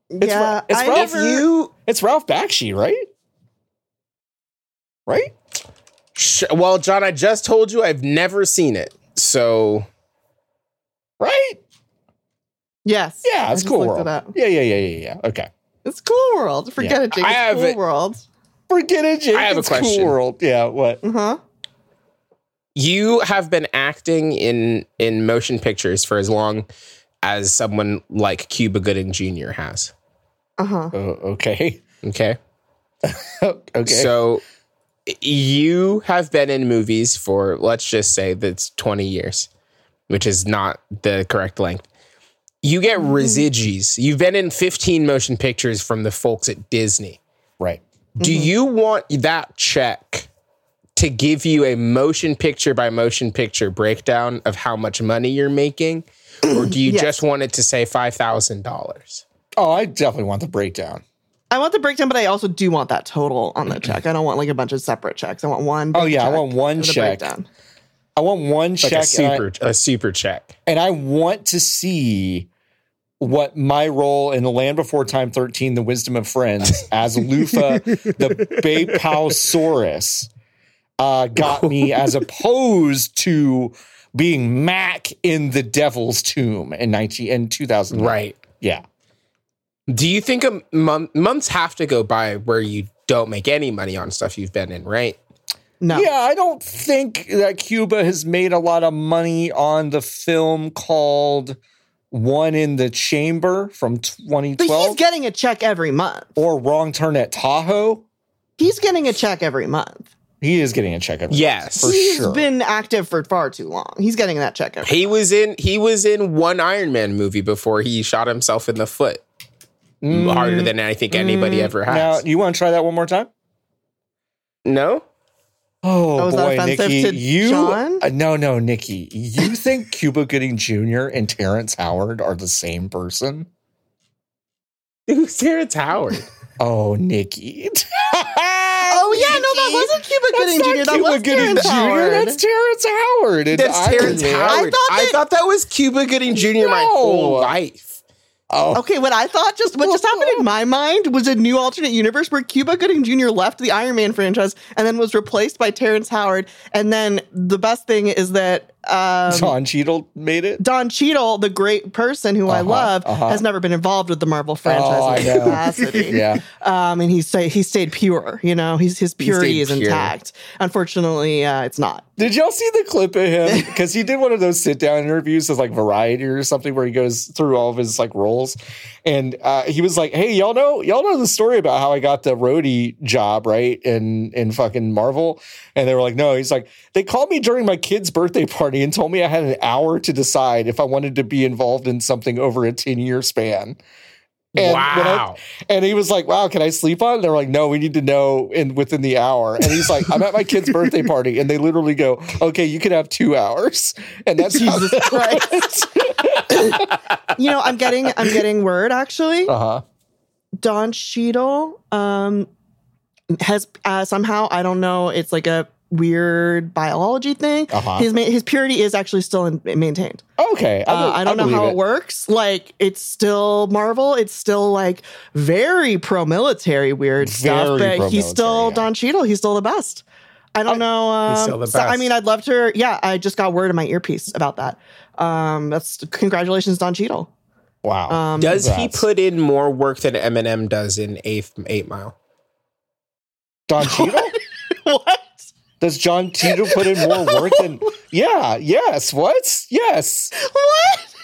Speaker 3: It's, Ra- it's
Speaker 2: I
Speaker 3: Ralph.
Speaker 2: never-
Speaker 3: It's Ralph Bakshi, right? Right?
Speaker 1: Sh- Well, John, I just told you I've never seen it. So
Speaker 3: Right?
Speaker 2: Yes.
Speaker 3: Yeah,
Speaker 2: I
Speaker 3: it's
Speaker 2: just
Speaker 3: Cool
Speaker 2: looked
Speaker 3: World.
Speaker 2: it up.
Speaker 3: Yeah, yeah, yeah, yeah, yeah. Okay.
Speaker 2: It's Cool World. Forget
Speaker 3: Yeah.
Speaker 2: it, Jake.
Speaker 1: I
Speaker 2: It's
Speaker 1: have
Speaker 2: Cool
Speaker 1: it.
Speaker 2: World.
Speaker 3: Forget it, Jake.
Speaker 1: I have a
Speaker 3: it's
Speaker 1: question.
Speaker 3: Cool World. Yeah, what?
Speaker 2: Uh huh.
Speaker 1: you have been acting in in motion pictures for as long as someone like Cuba Gooding Jr. has.
Speaker 2: Uh huh.
Speaker 3: Oh, okay. [LAUGHS]
Speaker 1: Okay.
Speaker 3: okay.
Speaker 1: So you have been in movies for let's just say that's 20 years, which is not the correct length. You get residues. You've been in 15 motion pictures from the folks at Disney.
Speaker 3: right.
Speaker 1: Do you want that check to give you a motion picture by motion picture breakdown of how much money you're making? Or do you
Speaker 2: Yes.
Speaker 1: just want it to say $5,000?
Speaker 3: Oh, I definitely want the breakdown.
Speaker 2: I want the breakdown, but I also do want that total on the check. I don't want like a bunch of separate checks. I want one.
Speaker 3: Oh,
Speaker 2: big
Speaker 3: yeah, I
Speaker 2: check
Speaker 3: want one
Speaker 2: with a
Speaker 3: check.
Speaker 2: breakdown.
Speaker 3: I want one
Speaker 1: Like
Speaker 3: check.
Speaker 1: a
Speaker 3: and I-
Speaker 1: super a super check.
Speaker 3: and I want to see what my role in the Land Before Time 13, The Wisdom
Speaker 1: [LAUGHS]
Speaker 3: of Friends, as Lufa, the Bapausaurus, uh, got me as opposed to being Mac in the Devil's Tomb in 19 in 2000.
Speaker 1: Right.
Speaker 3: Yeah.
Speaker 1: Do you think a mon- months have to go by where you don't make any money on stuff you've been in, right?
Speaker 2: No.
Speaker 3: Yeah, I don't think that Cuba has made a lot of money on the film called One in the Chamber from
Speaker 2: But
Speaker 3: 2012
Speaker 2: he's getting a check every month.
Speaker 3: or Wrong Turn at Tahoe.
Speaker 2: He's getting a check every month.
Speaker 3: He is getting a checkup.
Speaker 1: Yes.
Speaker 3: for
Speaker 2: He's
Speaker 3: sure.
Speaker 2: been active for far too long. He's getting that check every
Speaker 1: He was in he was in one Iron Man movie before he shot himself in the foot. Harder than I think anybody ever
Speaker 3: Mm-hmm. Mm. now,
Speaker 1: has.
Speaker 3: you want to try that one more time?
Speaker 1: no? [LAUGHS]
Speaker 3: Oh,
Speaker 2: Oh, is that
Speaker 3: boy,
Speaker 2: offensive
Speaker 3: Nikki,
Speaker 2: to
Speaker 3: you
Speaker 2: John?
Speaker 3: Uh, no, no, Nikki, [LAUGHS] you think Cuba Gooding Jr. and Terrence Howard are the same person?
Speaker 1: Who's Terrence Howard?
Speaker 3: Oh, Nikki. [LAUGHS]
Speaker 2: Oh yeah, no, that wasn't Cuba Gooding Jr. That was Terrence Howard.
Speaker 3: That's Terrence Howard. in
Speaker 1: That's
Speaker 3: Iron
Speaker 1: Terrence
Speaker 3: Man.
Speaker 1: Howard. I thought,
Speaker 2: thought
Speaker 1: that,
Speaker 2: that-
Speaker 1: was Cuba Gooding Jr. my
Speaker 3: No.
Speaker 1: whole life.
Speaker 3: Oh,
Speaker 2: Okay, what I thought just what just happened in my mind was a new alternate universe where Cuba Gooding Jr. left the Iron Man franchise and then was replaced by Terrence Howard. And then the best thing is that um,
Speaker 3: John Cheadle made
Speaker 2: [LAUGHS]
Speaker 3: it.
Speaker 2: Don Cheadle, the great person who I
Speaker 3: Uh-huh,
Speaker 2: love,
Speaker 3: uh-huh.
Speaker 2: has never been involved with the Marvel franchise
Speaker 3: Oh, I
Speaker 2: in any
Speaker 3: know.
Speaker 2: capacity.
Speaker 3: [LAUGHS] Yeah.
Speaker 2: um, and he stayed he stayed pure. You know, he's, his purity is
Speaker 1: pure.
Speaker 2: intact. Unfortunately, uh, it's not.
Speaker 3: Did y'all see the clip of him? Because he did one of those sit down interviews with like Variety or something where he goes through all of his like roles. And uh, he was like, Hey, y'all know, y'all know the story about how I got the roadie job, right? In in fucking Marvel. And they were like, No, he's like, they called me during my kid's birthday party and told me I had an hour to decide if I wanted to be involved in something over a 10 year span. And when I-
Speaker 1: wow.
Speaker 3: and he was like, "Wow, can I sleep on?" it? They're like, "No, we need to know in within the hour." And he's like, "I'm at
Speaker 2: [LAUGHS]
Speaker 3: my kid's birthday party," and they literally go, "Okay, you can have two hours," and that's
Speaker 2: Jesus Christ. you know, I'm getting I'm getting word actually.
Speaker 3: Uh huh.
Speaker 2: Don Cheadle um, has uh, somehow I don't know. It's like a weird biology thing.
Speaker 3: Uh-huh.
Speaker 2: His ma- his purity is actually still in, maintained.
Speaker 3: Okay. I,
Speaker 2: Uh,
Speaker 3: be-
Speaker 2: I don't know
Speaker 3: believe
Speaker 2: how it. works. Like it's still Marvel. It's still like very pro military weird stuff.
Speaker 3: Very
Speaker 2: But he's still
Speaker 3: pro-military, yeah.
Speaker 2: Don Cheadle. He's still the best. I don't know. Um,
Speaker 1: He's still the
Speaker 2: so, I
Speaker 1: best.
Speaker 2: mean, I'd love to. Yeah, I just got word in my earpiece about that. Um, that's congratulations, Don Cheadle.
Speaker 3: Wow.
Speaker 2: Um,
Speaker 1: Does he
Speaker 3: Congrats.
Speaker 1: put in more work than Eminem does in Eight, eight Mile?
Speaker 2: [LAUGHS]
Speaker 3: Don Cheadle?
Speaker 2: [LAUGHS] what?
Speaker 3: Does John Cheadle put in more work
Speaker 2: [LAUGHS]
Speaker 3: than? Yeah. Yes. What? Yes.
Speaker 2: What?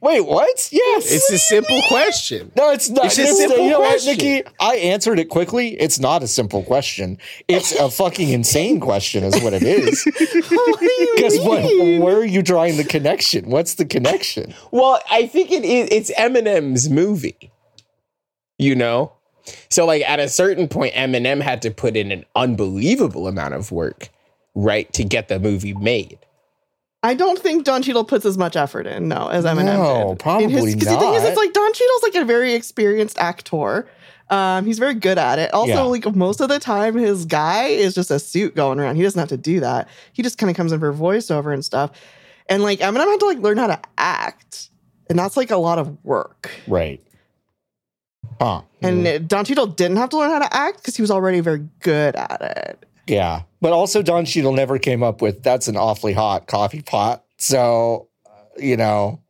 Speaker 3: Wait. What? Yes.
Speaker 1: It's a simple question.
Speaker 3: no, it's not.
Speaker 1: it's a simple
Speaker 3: you know what,
Speaker 1: question.
Speaker 3: Nikki? I answered it quickly. It's not a simple question. It's a fucking insane question, is what it is.
Speaker 2: What do you
Speaker 3: Because [LAUGHS] what?
Speaker 2: mean?
Speaker 3: Where are you drawing the connection? What's the connection?
Speaker 1: Well, I think it is. It's Eminem's movie. You know, so like at a certain point, Eminem had to put in an unbelievable amount of work, right, to get the movie made.
Speaker 2: I don't think Don Cheadle puts as much effort in, no, as Eminem
Speaker 3: No,
Speaker 2: did.
Speaker 3: probably
Speaker 2: Because the thing is,
Speaker 3: not.
Speaker 2: it's like Don Cheadle's like a very experienced actor. Um, he's very good at it. Also,
Speaker 3: Yeah.
Speaker 2: like most of the time, his guy is just a suit going around. He doesn't have to do that. He just kind of comes in for voiceover and stuff. And like Eminem had to like learn how to act, and that's like a lot of work.
Speaker 3: Right. Huh.
Speaker 2: And
Speaker 3: Mm.
Speaker 2: uh, Don Cheadle didn't have to learn how to act because he was already very good at it.
Speaker 3: Yeah. But also, Don Cheadle never came up with that's an awfully hot coffee pot. So, uh, you know,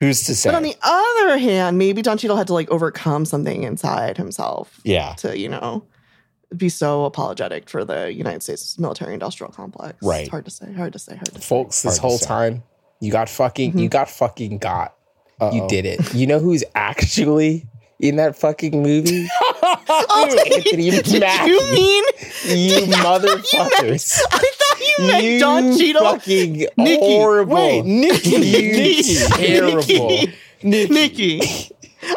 Speaker 3: who's to say?
Speaker 2: But on the other hand, maybe Don Cheadle had to like overcome something inside himself
Speaker 3: yeah.
Speaker 2: to you know be so apologetic for the United States military industrial complex.
Speaker 3: Right.
Speaker 2: It's hard to say. Hard to say. Hard to say.
Speaker 1: Folks, this
Speaker 3: Hard to
Speaker 1: whole
Speaker 3: say.
Speaker 1: time, you got fucking, you got fucking got. You
Speaker 3: Uh-oh.
Speaker 1: did it. You know who's actually in that fucking
Speaker 3: [LAUGHS]
Speaker 1: movie?
Speaker 2: Oh,
Speaker 1: Anthony
Speaker 2: [LAUGHS] did you
Speaker 1: Mackie.
Speaker 2: mean?
Speaker 1: [LAUGHS] You motherfuckers.
Speaker 2: I thought you meant
Speaker 1: You
Speaker 2: Don Cheadle. [LAUGHS]
Speaker 1: fucking
Speaker 2: Nikki,
Speaker 1: horrible.
Speaker 3: Wait, Nikki.
Speaker 1: you
Speaker 3: Nikki.
Speaker 1: [LAUGHS] terrible.
Speaker 3: Nikki.
Speaker 2: Nikki.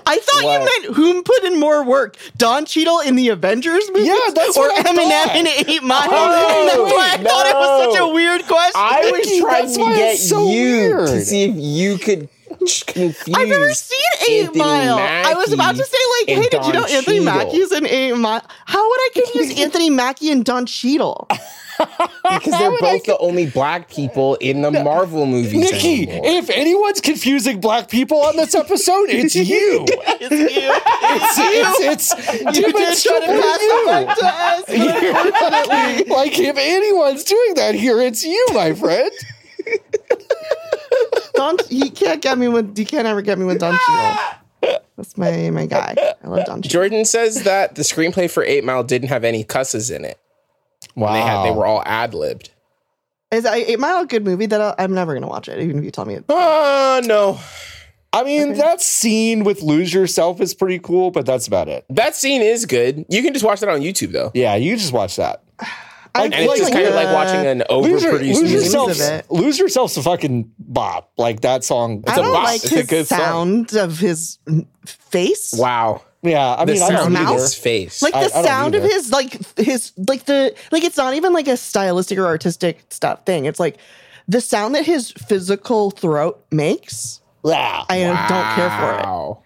Speaker 2: I thought you
Speaker 3: What?
Speaker 2: meant whom put in more work, Don Cheadle in the Avengers movie,
Speaker 3: Yeah, that's
Speaker 2: or
Speaker 3: what I
Speaker 2: Eminem
Speaker 3: thought.
Speaker 2: in Eight [LAUGHS] Mile.
Speaker 1: Oh,
Speaker 2: that's why I
Speaker 1: wait,
Speaker 2: thought it was such a
Speaker 1: no.
Speaker 2: weird question.
Speaker 1: I was
Speaker 3: Nikki,
Speaker 1: trying
Speaker 3: that's
Speaker 1: to
Speaker 3: why it's
Speaker 1: get
Speaker 3: so
Speaker 1: you to
Speaker 3: weird.
Speaker 1: see if you could
Speaker 3: [LAUGHS]
Speaker 1: confuse.
Speaker 2: I've never seen Eight
Speaker 1: Anthony
Speaker 2: Mile. I was about to
Speaker 1: Mackie
Speaker 2: say, like,
Speaker 1: and
Speaker 2: hey, did you
Speaker 1: Don
Speaker 2: know Anthony
Speaker 1: Cheadle.
Speaker 2: Mackie's in Eight Mile? How would I
Speaker 1: [LAUGHS]
Speaker 2: confuse Anthony Mackie and Don Cheadle?
Speaker 1: because
Speaker 3: How
Speaker 1: they're
Speaker 3: would
Speaker 1: both
Speaker 3: I
Speaker 1: the only black people in the Marvel movies.
Speaker 3: Nikki,
Speaker 1: anymore.
Speaker 3: if anyone's confusing black people on this episode, it's you. It's it's it's, it's
Speaker 2: You did try [LAUGHS] to
Speaker 3: demonstrably
Speaker 2: pass it
Speaker 3: you.
Speaker 2: back to us. but [LAUGHS]
Speaker 3: [LAUGHS] Unfortunately, like if anyone's doing that here, it's you, my friend.
Speaker 2: Don, he can't get me with. He can't ever get me with Don Cheadle.
Speaker 1: [LAUGHS]
Speaker 2: That's my my guy. I love Don Cheadle.
Speaker 1: Jordan says that the screenplay for Eight Mile didn't have any cusses in it.
Speaker 3: Wow,
Speaker 1: They had they were all ad libbed.
Speaker 2: Is I, Eight Mile a good movie that i I'm never gonna watch it, even if you tell me it.
Speaker 3: Ah,
Speaker 1: Uh no.
Speaker 3: I mean, that scene with lose yourself is pretty cool, but that's about it.
Speaker 1: That scene is good. You can just watch that on YouTube though.
Speaker 3: Yeah, you just watch that.
Speaker 2: I
Speaker 1: And it's
Speaker 3: Like,
Speaker 1: just kind of like watching an
Speaker 3: Lose, Your-
Speaker 1: overproduced
Speaker 3: Lose
Speaker 1: music.
Speaker 2: Yourself.
Speaker 3: yourself's,
Speaker 2: Of it.
Speaker 3: lose yourself's a fucking bop. Like that song.
Speaker 2: I
Speaker 1: a
Speaker 2: don't
Speaker 1: bop.
Speaker 2: like
Speaker 1: It's a
Speaker 2: his
Speaker 1: good song.
Speaker 2: sound of his face.
Speaker 1: Wow.
Speaker 3: yeah, I
Speaker 1: The
Speaker 3: mean, I don't
Speaker 1: sound of
Speaker 3: either.
Speaker 1: his face.
Speaker 2: like
Speaker 3: I- I
Speaker 2: the
Speaker 3: don't
Speaker 2: sound of
Speaker 3: either.
Speaker 2: his like his like the like it's not even like a stylistic or artistic stuff thing it's like the sound that his physical throat makes
Speaker 3: Yeah,
Speaker 2: i don't care for
Speaker 1: Wow.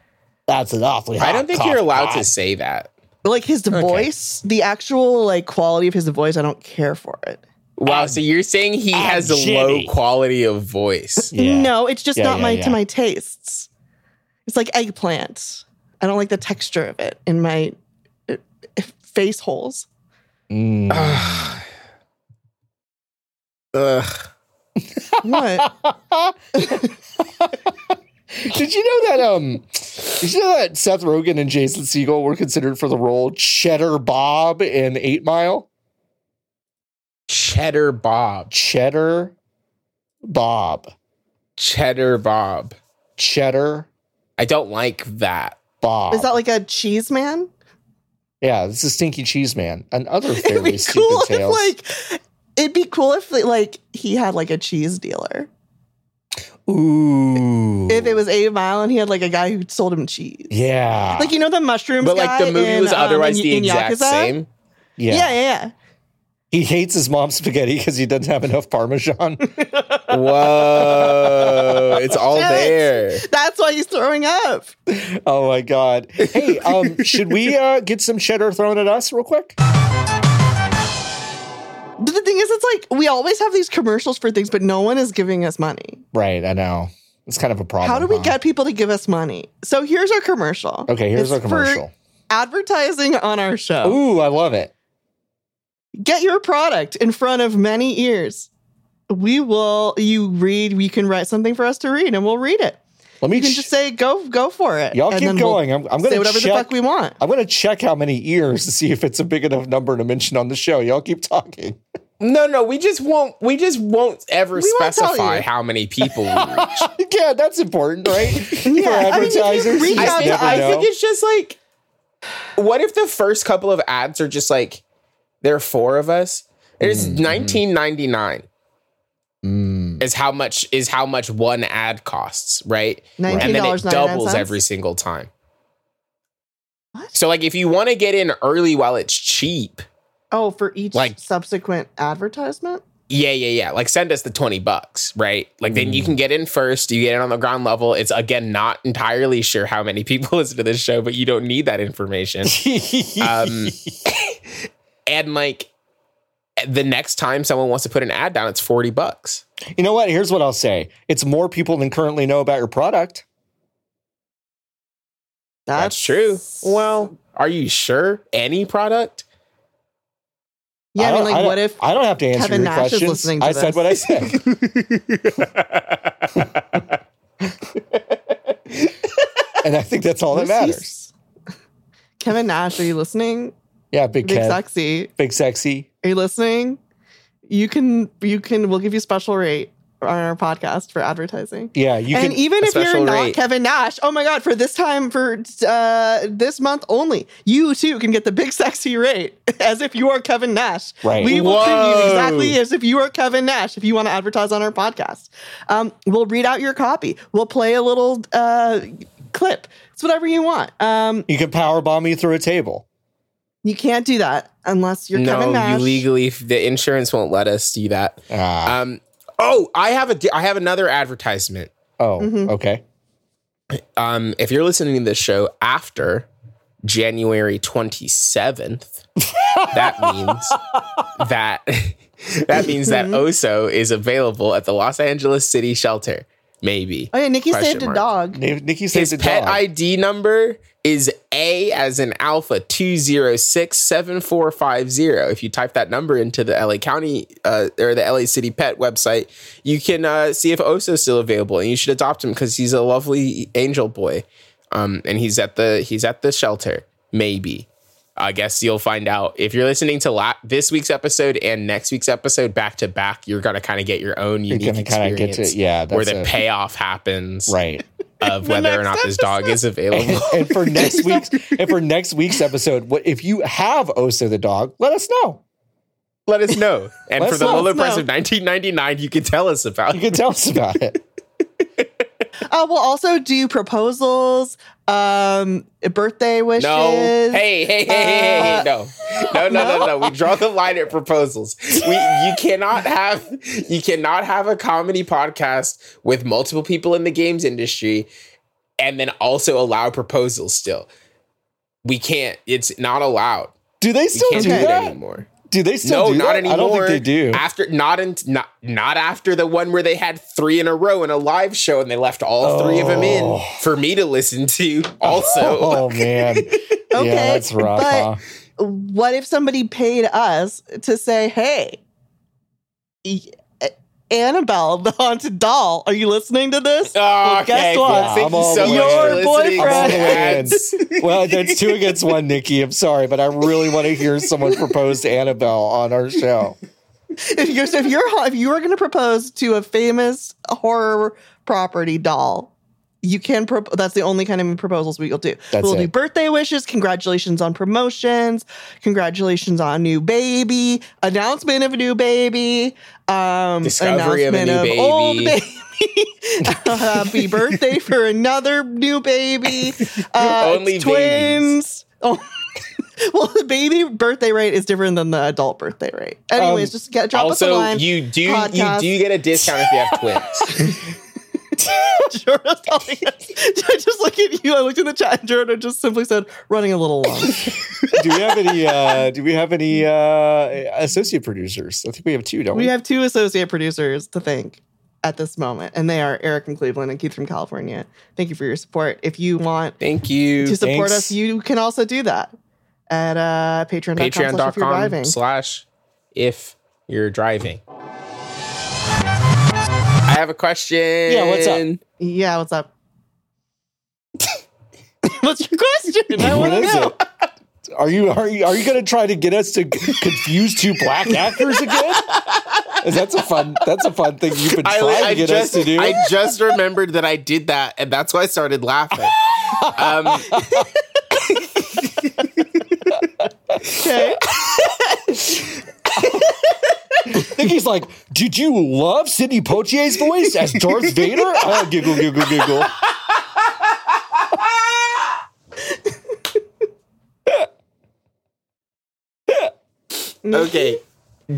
Speaker 3: that's an awfully.
Speaker 1: I
Speaker 3: hot
Speaker 1: don't think
Speaker 3: cough.
Speaker 1: you're allowed
Speaker 3: God.
Speaker 1: to say that.
Speaker 2: it like his voice the actual like quality of his voice i don't care for it
Speaker 3: Um,
Speaker 1: Wow, so you're saying he has a low
Speaker 3: Jenny.
Speaker 1: quality of
Speaker 3: [LAUGHS]
Speaker 1: voice. [SIGHS]
Speaker 3: Yeah.
Speaker 2: no it's just
Speaker 3: Yeah,
Speaker 2: not
Speaker 3: yeah,
Speaker 2: my
Speaker 3: yeah.
Speaker 2: to my tastes it's like eggplant i don't like the texture of it in my uh, face holes
Speaker 3: Mm.
Speaker 2: [LAUGHS]
Speaker 3: [LAUGHS]
Speaker 1: Ugh.
Speaker 3: [LAUGHS]
Speaker 2: what
Speaker 3: Did you know that um did you know that Seth Rogen and Jason Segel were considered for the role Cheddar Bob in Eight Mile?
Speaker 1: Cheddar Bob.
Speaker 3: Cheddar Bob.
Speaker 1: Cheddar Bob.
Speaker 3: Cheddar
Speaker 1: I don't like that.
Speaker 3: Bob.
Speaker 2: is that like a cheese man
Speaker 3: yeah, this is Stinky Cheese Man and
Speaker 2: [LAUGHS]
Speaker 3: other
Speaker 2: It'd
Speaker 3: fairly
Speaker 2: be
Speaker 3: stupid
Speaker 2: cool
Speaker 3: tales.
Speaker 2: if like it'd be cool if like he had like a cheese dealer.
Speaker 3: Ooh.
Speaker 2: If it was eight mile and he had like a guy who sold him cheese.
Speaker 3: Yeah.
Speaker 2: Like you know the mushrooms.
Speaker 1: But like
Speaker 2: guy
Speaker 1: the movie
Speaker 2: in,
Speaker 1: was
Speaker 2: um,
Speaker 1: otherwise
Speaker 2: in-
Speaker 1: the
Speaker 2: in
Speaker 1: exact
Speaker 2: Yakuza?
Speaker 1: same.
Speaker 3: yeah.
Speaker 2: Yeah, yeah, yeah.
Speaker 3: He hates his mom's spaghetti because he doesn't have enough parmesan. [LAUGHS]
Speaker 1: Whoa.
Speaker 2: [LAUGHS]
Speaker 1: It's all
Speaker 2: Shit.
Speaker 1: there.
Speaker 2: That's why he's throwing up.
Speaker 3: oh my god. Hey,
Speaker 2: [LAUGHS]
Speaker 3: um, should we uh, get some cheddar thrown at us real quick?
Speaker 2: But the thing thing is, it's like we always have these commercials for things, but no one is giving us money.
Speaker 3: Right, I know. It's kind of a problem.
Speaker 2: How do we
Speaker 3: huh?
Speaker 2: get people to give us money? So here's our commercial.
Speaker 3: Okay, here's
Speaker 2: It's
Speaker 3: our
Speaker 2: for
Speaker 3: commercial.
Speaker 2: advertising on our show.
Speaker 3: Ooh, I love it.
Speaker 2: Get your product in front of many ears. We will. You read. You can write something for us to read, and we'll read it.
Speaker 3: Let me
Speaker 2: You can
Speaker 3: ch-
Speaker 2: just say, "Go, go for it."
Speaker 3: y'all
Speaker 2: and
Speaker 3: keep
Speaker 2: we'll
Speaker 3: going. I'm, I'm
Speaker 2: say
Speaker 3: gonna
Speaker 2: whatever
Speaker 3: check.
Speaker 2: the fuck we want.
Speaker 3: I'm gonna check how many ears to see if it's a big enough number to mention on the show. Y'all keep talking.
Speaker 1: No, no, we just won't. We just won't ever
Speaker 2: We won't tell
Speaker 1: specify
Speaker 2: you.
Speaker 1: how many
Speaker 2: [LAUGHS]
Speaker 1: people. we reach.
Speaker 3: yeah, that's important, right? For
Speaker 2: I mean, if you
Speaker 3: advertisers,
Speaker 2: reach
Speaker 3: you
Speaker 1: I
Speaker 2: out
Speaker 3: just
Speaker 1: think,
Speaker 3: never
Speaker 1: I
Speaker 3: know.
Speaker 1: think it's just like, what if the first couple of ads are just like, there are four of us. It's nineteen ninety nine. Is how much is how much one ad costs, right? And then it
Speaker 2: $19.99.
Speaker 1: doubles every single time.
Speaker 2: What?
Speaker 1: So like, if you want to get in early while it's cheap,
Speaker 2: Oh, for each
Speaker 1: Like-
Speaker 2: subsequent advertisement.
Speaker 1: yeah, yeah, yeah. Like send us the 20 bucks, right? Like then you can get in first. You get in on the ground level. It's again not entirely sure how many people [LAUGHS] listen to this show, but you don't need that information.
Speaker 3: Mm. [LAUGHS]
Speaker 1: um, and like the next time someone wants to put an ad down, it's 40 bucks.
Speaker 3: you know what? Here's what I'll say: it's more people than currently know about your product.
Speaker 1: That's, true. Well, are you sure? Any product?
Speaker 2: yeah. I mean,
Speaker 3: don't-
Speaker 2: like,
Speaker 3: don't-
Speaker 2: what if
Speaker 3: I don't have to answer
Speaker 2: Kevin
Speaker 3: your
Speaker 2: Nash is listening
Speaker 3: questions?
Speaker 2: to
Speaker 3: I said
Speaker 2: this?
Speaker 3: what I
Speaker 2: [LAUGHS]
Speaker 3: said. and I think that's all that
Speaker 2: Who's he-
Speaker 3: matters.
Speaker 2: [LAUGHS] Kevin Nash, are you listening?
Speaker 3: Yeah, big,
Speaker 2: Big
Speaker 3: Kev,
Speaker 2: sexy,
Speaker 3: big sexy.
Speaker 2: are you listening? You can, you can. We'll give you special rate on our podcast for advertising.
Speaker 3: Yeah, you
Speaker 2: and
Speaker 3: can.
Speaker 2: even
Speaker 1: a
Speaker 2: if you're
Speaker 1: special
Speaker 2: not
Speaker 1: rate.
Speaker 2: Kevin Nash, oh my God, for this time, for uh, this month only, you too can get the big sexy rate [LAUGHS] as if you are Kevin Nash.
Speaker 3: Right.
Speaker 2: We will treat you
Speaker 1: Whoa.
Speaker 2: exactly as if you are Kevin Nash if you want to advertise on our podcast. Um, we'll read out your copy, we'll play a little uh, clip. It's whatever you want. Um,
Speaker 3: you can power bomb me through a table.
Speaker 2: you can't do that unless you're Kevin
Speaker 1: no, you
Speaker 2: Nash.
Speaker 1: legally, the insurance won't let us do that.
Speaker 3: Ah,
Speaker 1: Um, oh, I have a, di- I have another advertisement.
Speaker 3: oh,
Speaker 2: Mm-hmm.
Speaker 3: okay.
Speaker 1: Um, if you're listening to this show after January 27th, that means that [LAUGHS] that means that Oso is available at the Los Angeles City shelter. Maybe.
Speaker 2: oh yeah, Nikki
Speaker 1: Question
Speaker 2: saved a
Speaker 1: mark.
Speaker 2: dog.
Speaker 3: Ni- Nikki says
Speaker 1: His
Speaker 3: a
Speaker 1: pet
Speaker 3: dog.
Speaker 1: ID number is A as in alpha 2067450. If you type that number into the LA County uh, or the LA City Pet website, you can uh, see if Oso's still available and you should adopt him because he's a lovely angel boy. Um, and he's at the he's at the shelter, maybe. I guess you'll find out if you're listening to la- this week's episode and next week's episode back to back. You're gonna kind of get your own unique
Speaker 3: gonna kinda get to-
Speaker 1: experience,
Speaker 3: yeah,
Speaker 1: where
Speaker 3: that's
Speaker 1: the
Speaker 3: a-
Speaker 1: payoff happens, [LAUGHS]
Speaker 3: Right. [LAUGHS]
Speaker 1: of whether or not this dog is
Speaker 3: and, [LAUGHS]
Speaker 1: available. [LAUGHS]
Speaker 3: and for next week's and for next week's episode, what if you have Oso the dog? Let us know.
Speaker 1: Let us know. And
Speaker 3: Let
Speaker 1: for
Speaker 3: us
Speaker 1: the
Speaker 3: know.
Speaker 1: low
Speaker 2: Let us
Speaker 1: price
Speaker 2: know.
Speaker 1: of 19.99, you can tell us about.
Speaker 3: You
Speaker 1: it.
Speaker 3: can tell us about it.
Speaker 2: Uh, we'll also do proposals, um, birthday wishes.
Speaker 1: No. Hey, hey, hey, hey, hey, hey, no. No,
Speaker 3: Uh,
Speaker 1: no, no, no. We draw the line at proposals. We you
Speaker 3: [LAUGHS]
Speaker 1: cannot have you cannot have a comedy podcast with multiple people in the games industry and then also allow proposals still. We can't. It's not allowed.
Speaker 3: Do they
Speaker 1: You
Speaker 3: still
Speaker 1: can't
Speaker 3: do
Speaker 1: do it
Speaker 3: that?
Speaker 1: anymore.
Speaker 3: Do they still
Speaker 1: no,
Speaker 3: do
Speaker 1: not
Speaker 3: that?
Speaker 1: anymore.
Speaker 3: I don't think they do.
Speaker 1: After not in, not not after the one where they had three in a row in a live show and they left all three of them in
Speaker 3: Oh.
Speaker 1: for me to listen to.
Speaker 2: [LAUGHS]
Speaker 1: Also,
Speaker 3: [LAUGHS] Oh man.
Speaker 2: Okay,
Speaker 3: yeah, that's rough.
Speaker 2: but-
Speaker 3: huh?
Speaker 2: what if somebody paid us to say, hey, E- Annabelle, the haunted doll, are you listening to this?
Speaker 1: [LAUGHS] Oh,
Speaker 2: Well, guess what?
Speaker 1: Thank
Speaker 3: I'm all
Speaker 1: you so
Speaker 3: the way
Speaker 1: much for
Speaker 2: in. Your
Speaker 1: listening to
Speaker 2: boyfriend.
Speaker 1: the ads.
Speaker 3: Well, that's two against one, Nikki. I'm sorry, but I really want to hear someone propose to Annabelle on our show.
Speaker 2: If you're, if you're if you are going to propose to a famous horror property doll, you can prop that's the only kind of proposals we'll do.
Speaker 3: That's
Speaker 2: we'll
Speaker 3: it.
Speaker 2: do birthday wishes, congratulations on promotions, congratulations on new baby, announcement of a new baby, um
Speaker 1: Discovery of a
Speaker 2: announcement
Speaker 1: new
Speaker 2: old [LAUGHS]
Speaker 1: baby.
Speaker 2: baby. Happy birthday for another
Speaker 1: [LAUGHS]
Speaker 2: new baby. Uh,
Speaker 1: Only
Speaker 2: it's twins. [LAUGHS] Oh, well, the baby birthday rate is different than the adult birthday rate. Anyways,
Speaker 1: [LAUGHS]
Speaker 3: Um,
Speaker 2: just get drop us a [LAUGHS]
Speaker 1: Also,
Speaker 2: line.
Speaker 1: you do
Speaker 2: podcast. [LAUGHS]
Speaker 1: you do get a discount if you have twins.
Speaker 2: Jordan telling us. I just look at you. I looked in the chat, and Jordan just simply said, "Running a little
Speaker 3: [LAUGHS]
Speaker 2: long."
Speaker 3: do we have any? Uh, do we have any uh, associate producers? I think we have two, don't we?
Speaker 2: we have two associate producers to thank at this moment, and they are Eric from Cleveland and Keith from California. Thank you for your support. If you want
Speaker 1: Thank you.
Speaker 2: to support
Speaker 3: thanks.
Speaker 2: us, you can also do that at uh, patreon.com. slash if you're
Speaker 1: Patreon.com
Speaker 2: driving.
Speaker 1: slash if you're driving. I have a question. Yeah,
Speaker 3: what's up?
Speaker 2: Yeah, what's up? [LAUGHS] what's your question? I
Speaker 3: what
Speaker 2: want to
Speaker 3: is
Speaker 2: know.
Speaker 3: it? Are you are you are you going to try to get us to c- confuse two black actors again? 'Cause That's a fun. That's a fun thing you've been
Speaker 1: I,
Speaker 3: trying
Speaker 1: I
Speaker 3: to get
Speaker 1: just,
Speaker 3: us to do.
Speaker 1: I just remembered that I did that, and that's why I started laughing. um, [LAUGHS]
Speaker 2: Okay.
Speaker 3: I think he's like, did you love Sidney Poitier's voice as Darth Vader? Oh, giggle, giggle, giggle.
Speaker 1: okay.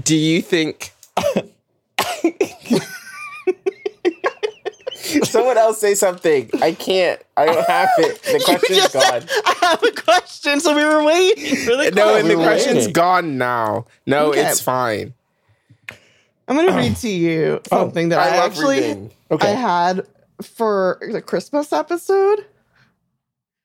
Speaker 1: Do you think. Someone else say something. I can't. I don't have it. [LAUGHS] The
Speaker 2: [LAUGHS]
Speaker 1: question's
Speaker 2: just
Speaker 1: gone.
Speaker 2: said, I have a question, so we were waiting for the
Speaker 1: No,
Speaker 2: question.
Speaker 1: and the
Speaker 3: We're
Speaker 1: question's
Speaker 3: waiting.
Speaker 1: gone now. No,
Speaker 2: Okay.
Speaker 1: it's fine.
Speaker 2: I'm going to read to you something that I,
Speaker 1: Oh. I love
Speaker 2: actually
Speaker 1: reading.
Speaker 3: Okay.
Speaker 2: I had for the Christmas episode. [LAUGHS]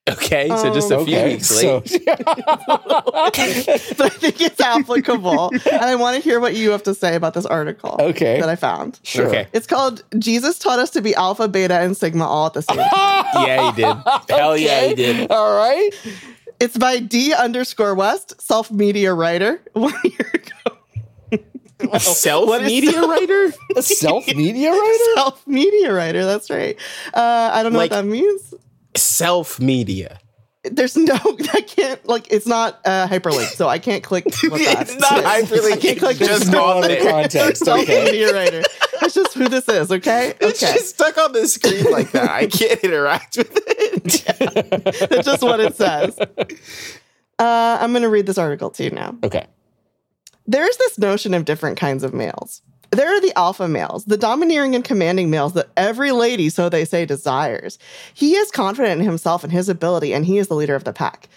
Speaker 1: Um, Okay, so just a few
Speaker 3: Okay.
Speaker 1: weeks later.
Speaker 3: So,
Speaker 2: But I
Speaker 1: [LAUGHS]
Speaker 2: think it's applicable, and I want to hear what you have to say about this article.
Speaker 3: Okay.
Speaker 2: that I found.
Speaker 3: [LAUGHS] sure.
Speaker 1: Okay.
Speaker 2: It's called "Jesus Taught Us to Be Alpha, Beta, and Sigma All at the Same."
Speaker 1: [LAUGHS]
Speaker 2: Time.
Speaker 1: Yeah, he did. Hell yeah, he did. [LAUGHS]
Speaker 3: All right.
Speaker 2: it's by D underscore West, self media writer. [LAUGHS] One
Speaker 1: [LAUGHS]
Speaker 2: year ago,
Speaker 1: Self
Speaker 2: is
Speaker 1: media writer? [LAUGHS]
Speaker 3: A self media writer?
Speaker 2: self media writer. That's right. Uh, I don't know
Speaker 1: Like-
Speaker 2: what that means.
Speaker 1: Self media.
Speaker 2: There's no, [LAUGHS] I can't like. It's not uh, hyperlink, so I
Speaker 1: [LAUGHS]
Speaker 2: can't click. What that [LAUGHS]
Speaker 1: It's not
Speaker 2: is. I
Speaker 1: hyperlink.
Speaker 2: can't click
Speaker 1: It's
Speaker 2: just
Speaker 1: just
Speaker 3: No
Speaker 1: on
Speaker 3: other
Speaker 1: there.
Speaker 3: context.
Speaker 2: self
Speaker 3: Okay.
Speaker 2: media writer. That's just who this is.
Speaker 3: [LAUGHS]
Speaker 2: Okay.
Speaker 1: [LAUGHS] It's
Speaker 2: okay.
Speaker 1: just stuck on the screen like that. I can't interact with it.
Speaker 2: That's just what it
Speaker 3: [LAUGHS]
Speaker 2: says. Uh, I'm going to read this article to you now.
Speaker 3: Okay.
Speaker 2: There's this notion of different kinds of males. There are the alpha males, the domineering and commanding males that every lady, so they say, desires. He is confident in himself and his ability, and he is the leader of the pack.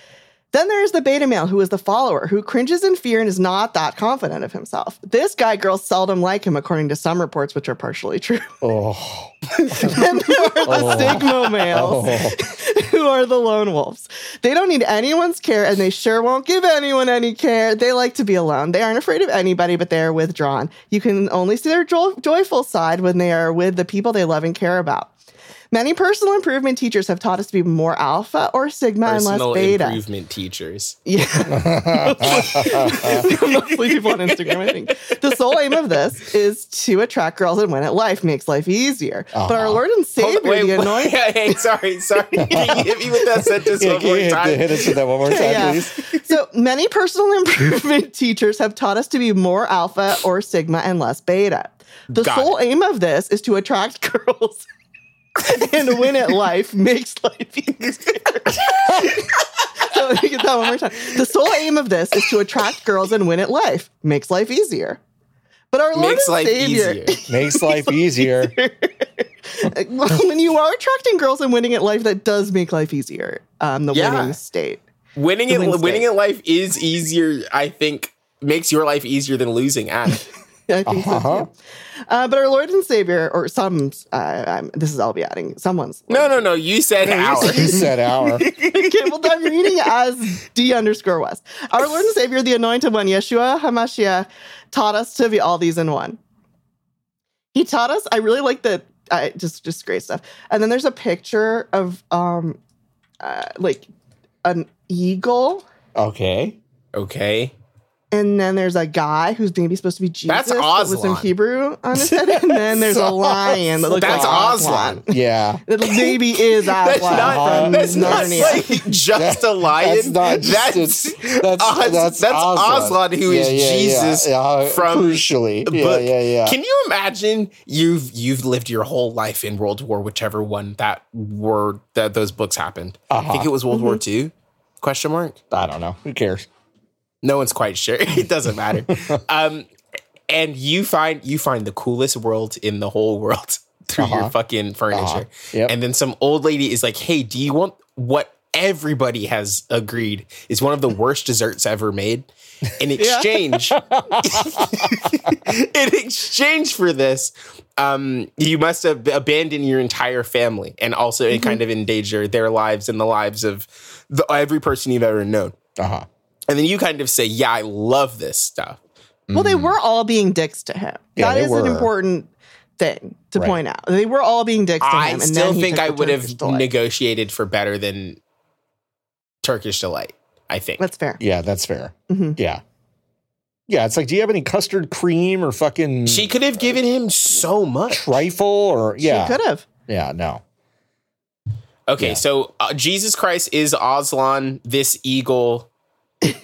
Speaker 2: Then there is the beta male who is the follower, who cringes in fear and is not that confident of himself. This guy, girls seldom like him, according to some reports, which are partially true. [LAUGHS]
Speaker 1: [LAUGHS]
Speaker 3: Oh.
Speaker 2: then there are the
Speaker 3: [LAUGHS] Oh.
Speaker 2: sigma males
Speaker 3: Oh.
Speaker 2: [LAUGHS] who are the lone wolves. They don't need anyone's care and they sure won't give anyone any care. They like to be alone. They aren't afraid of anybody, but they are withdrawn. You can only see their jo- joyful side when they are with the people they love and care about. Many personal improvement teachers have taught us to be more alpha or sigma and
Speaker 1: Personal
Speaker 2: less beta.
Speaker 1: improvement teachers.
Speaker 2: [LAUGHS] Yeah. [LAUGHS] Mostly people on Instagram, I think. The sole aim of this is to attract girls and win at life, makes life easier. But our Lord and
Speaker 1: Uh-huh. Hold
Speaker 2: Savior,
Speaker 1: on, wait,
Speaker 2: the
Speaker 1: wait,
Speaker 2: anointing.
Speaker 1: [LAUGHS] hey, sorry, sorry. Can you hit me with that sentence
Speaker 3: Yeah,
Speaker 1: one
Speaker 3: can you
Speaker 1: more
Speaker 3: hit,
Speaker 1: time?
Speaker 3: hit us with that one
Speaker 2: [LAUGHS]
Speaker 3: more time, please?
Speaker 2: So
Speaker 1: [LAUGHS]
Speaker 2: many personal improvement teachers have taught us to be more alpha or sigma and less beta. The
Speaker 1: Got
Speaker 2: sole aim of this is to attract [LAUGHS] girls and win at life makes life easier. [LAUGHS] so [LAUGHS] let me get that one more time. The sole aim of this is to attract girls and win at life makes life easier. But our Lord
Speaker 1: Makes
Speaker 2: and
Speaker 1: life
Speaker 2: Savior,
Speaker 1: easier.
Speaker 3: [LAUGHS] Makes
Speaker 1: [LAUGHS]
Speaker 3: life easier.
Speaker 2: [LAUGHS] when you are attracting girls and winning at life, that does make life easier. Um, the
Speaker 1: Yeah.
Speaker 2: winning state.
Speaker 1: Winning
Speaker 2: The
Speaker 1: it,
Speaker 2: Wednesday.
Speaker 1: winning at life is easier. I think makes your life easier than losing at it.
Speaker 2: I think
Speaker 3: Uh-huh.
Speaker 2: so too. Uh, but our Lord and Savior, or some, uh, um, this is I'll be adding
Speaker 1: [LAUGHS]
Speaker 2: someone's.
Speaker 1: No, no, no. You said our.
Speaker 3: You said hour.
Speaker 2: okay, well, I'm reading as D underscore West. Our Lord and Savior, the Anointed One, Yeshua Hamashiach, taught us to be all these in one. He taught us. I really like the I just just great stuff. And then there's a picture of um, uh, like an eagle.
Speaker 3: Okay.
Speaker 1: Okay.
Speaker 2: And then there's a guy who's maybe supposed to be Jesus,
Speaker 1: That's
Speaker 2: but with some
Speaker 1: Aslan.
Speaker 2: Hebrew on
Speaker 1: [LAUGHS]
Speaker 2: his head. And then there's a lion that looks
Speaker 1: That's
Speaker 2: like
Speaker 1: Aslan.
Speaker 3: Yeah.
Speaker 2: It maybe
Speaker 1: [LAUGHS]
Speaker 2: is Uh-huh.
Speaker 1: That's
Speaker 2: Aslan
Speaker 1: not.
Speaker 2: from
Speaker 1: that's not
Speaker 2: Narnia.
Speaker 1: like just a lion.
Speaker 3: That's not just
Speaker 1: That's- [LAUGHS]
Speaker 3: it's- that's
Speaker 1: Oz-
Speaker 3: that's,
Speaker 1: that's
Speaker 3: Aslan.
Speaker 1: Aslan, who is Jesus from
Speaker 3: uh, crucially.
Speaker 1: the
Speaker 3: yeah,
Speaker 1: book.
Speaker 3: yeah, yeah.
Speaker 1: Can you imagine you've you've lived your whole life in World War, whichever one that were that those books happened. I
Speaker 3: Uh-huh.
Speaker 1: think it was World War
Speaker 3: Mm-hmm.
Speaker 1: Two? Question mark.
Speaker 3: I don't know. Who cares?
Speaker 1: No one's quite sure. [LAUGHS] It doesn't
Speaker 3: [LAUGHS]
Speaker 1: matter. um, and you find you find the coolest world [LAUGHS] in the whole world. through your
Speaker 3: Uh-huh.
Speaker 1: fucking furniture.
Speaker 3: Yep.
Speaker 1: And then some old lady is like, hey, do you want what everybody has agreed is one of the worst desserts ever made?
Speaker 3: [LAUGHS]
Speaker 1: In exchange, [LAUGHS] in exchange for this, um, you must have abandoned your entire family and also
Speaker 3: Mm-hmm.
Speaker 1: it kind of endanger their lives and the lives of the, every person you've ever known.
Speaker 3: Uh-huh.
Speaker 1: And then you kind of say, yeah, I love this stuff.
Speaker 2: Well, they were all being dicks to him.
Speaker 3: Hmm. Yeah,
Speaker 2: that
Speaker 3: they
Speaker 2: is an
Speaker 3: were.
Speaker 2: important thing to
Speaker 3: Right.
Speaker 2: point out. They were all being dicks to
Speaker 1: I
Speaker 2: him.
Speaker 1: still
Speaker 2: and then he
Speaker 1: think
Speaker 2: took
Speaker 1: I
Speaker 2: the
Speaker 1: would have
Speaker 2: Turkish delight.
Speaker 1: negotiated for better than Turkish delight. I think.
Speaker 2: That's fair.
Speaker 3: Yeah, that's fair.
Speaker 2: Mhm.
Speaker 3: Yeah. Yeah, it's like, do you have any custard cream or fucking
Speaker 1: she could have given him so much.
Speaker 3: trifle or yeah.
Speaker 2: She could have.
Speaker 3: Yeah, no.
Speaker 1: Okay,
Speaker 3: Yeah.
Speaker 1: so uh, Jesus Christ is Aslan, this eagle,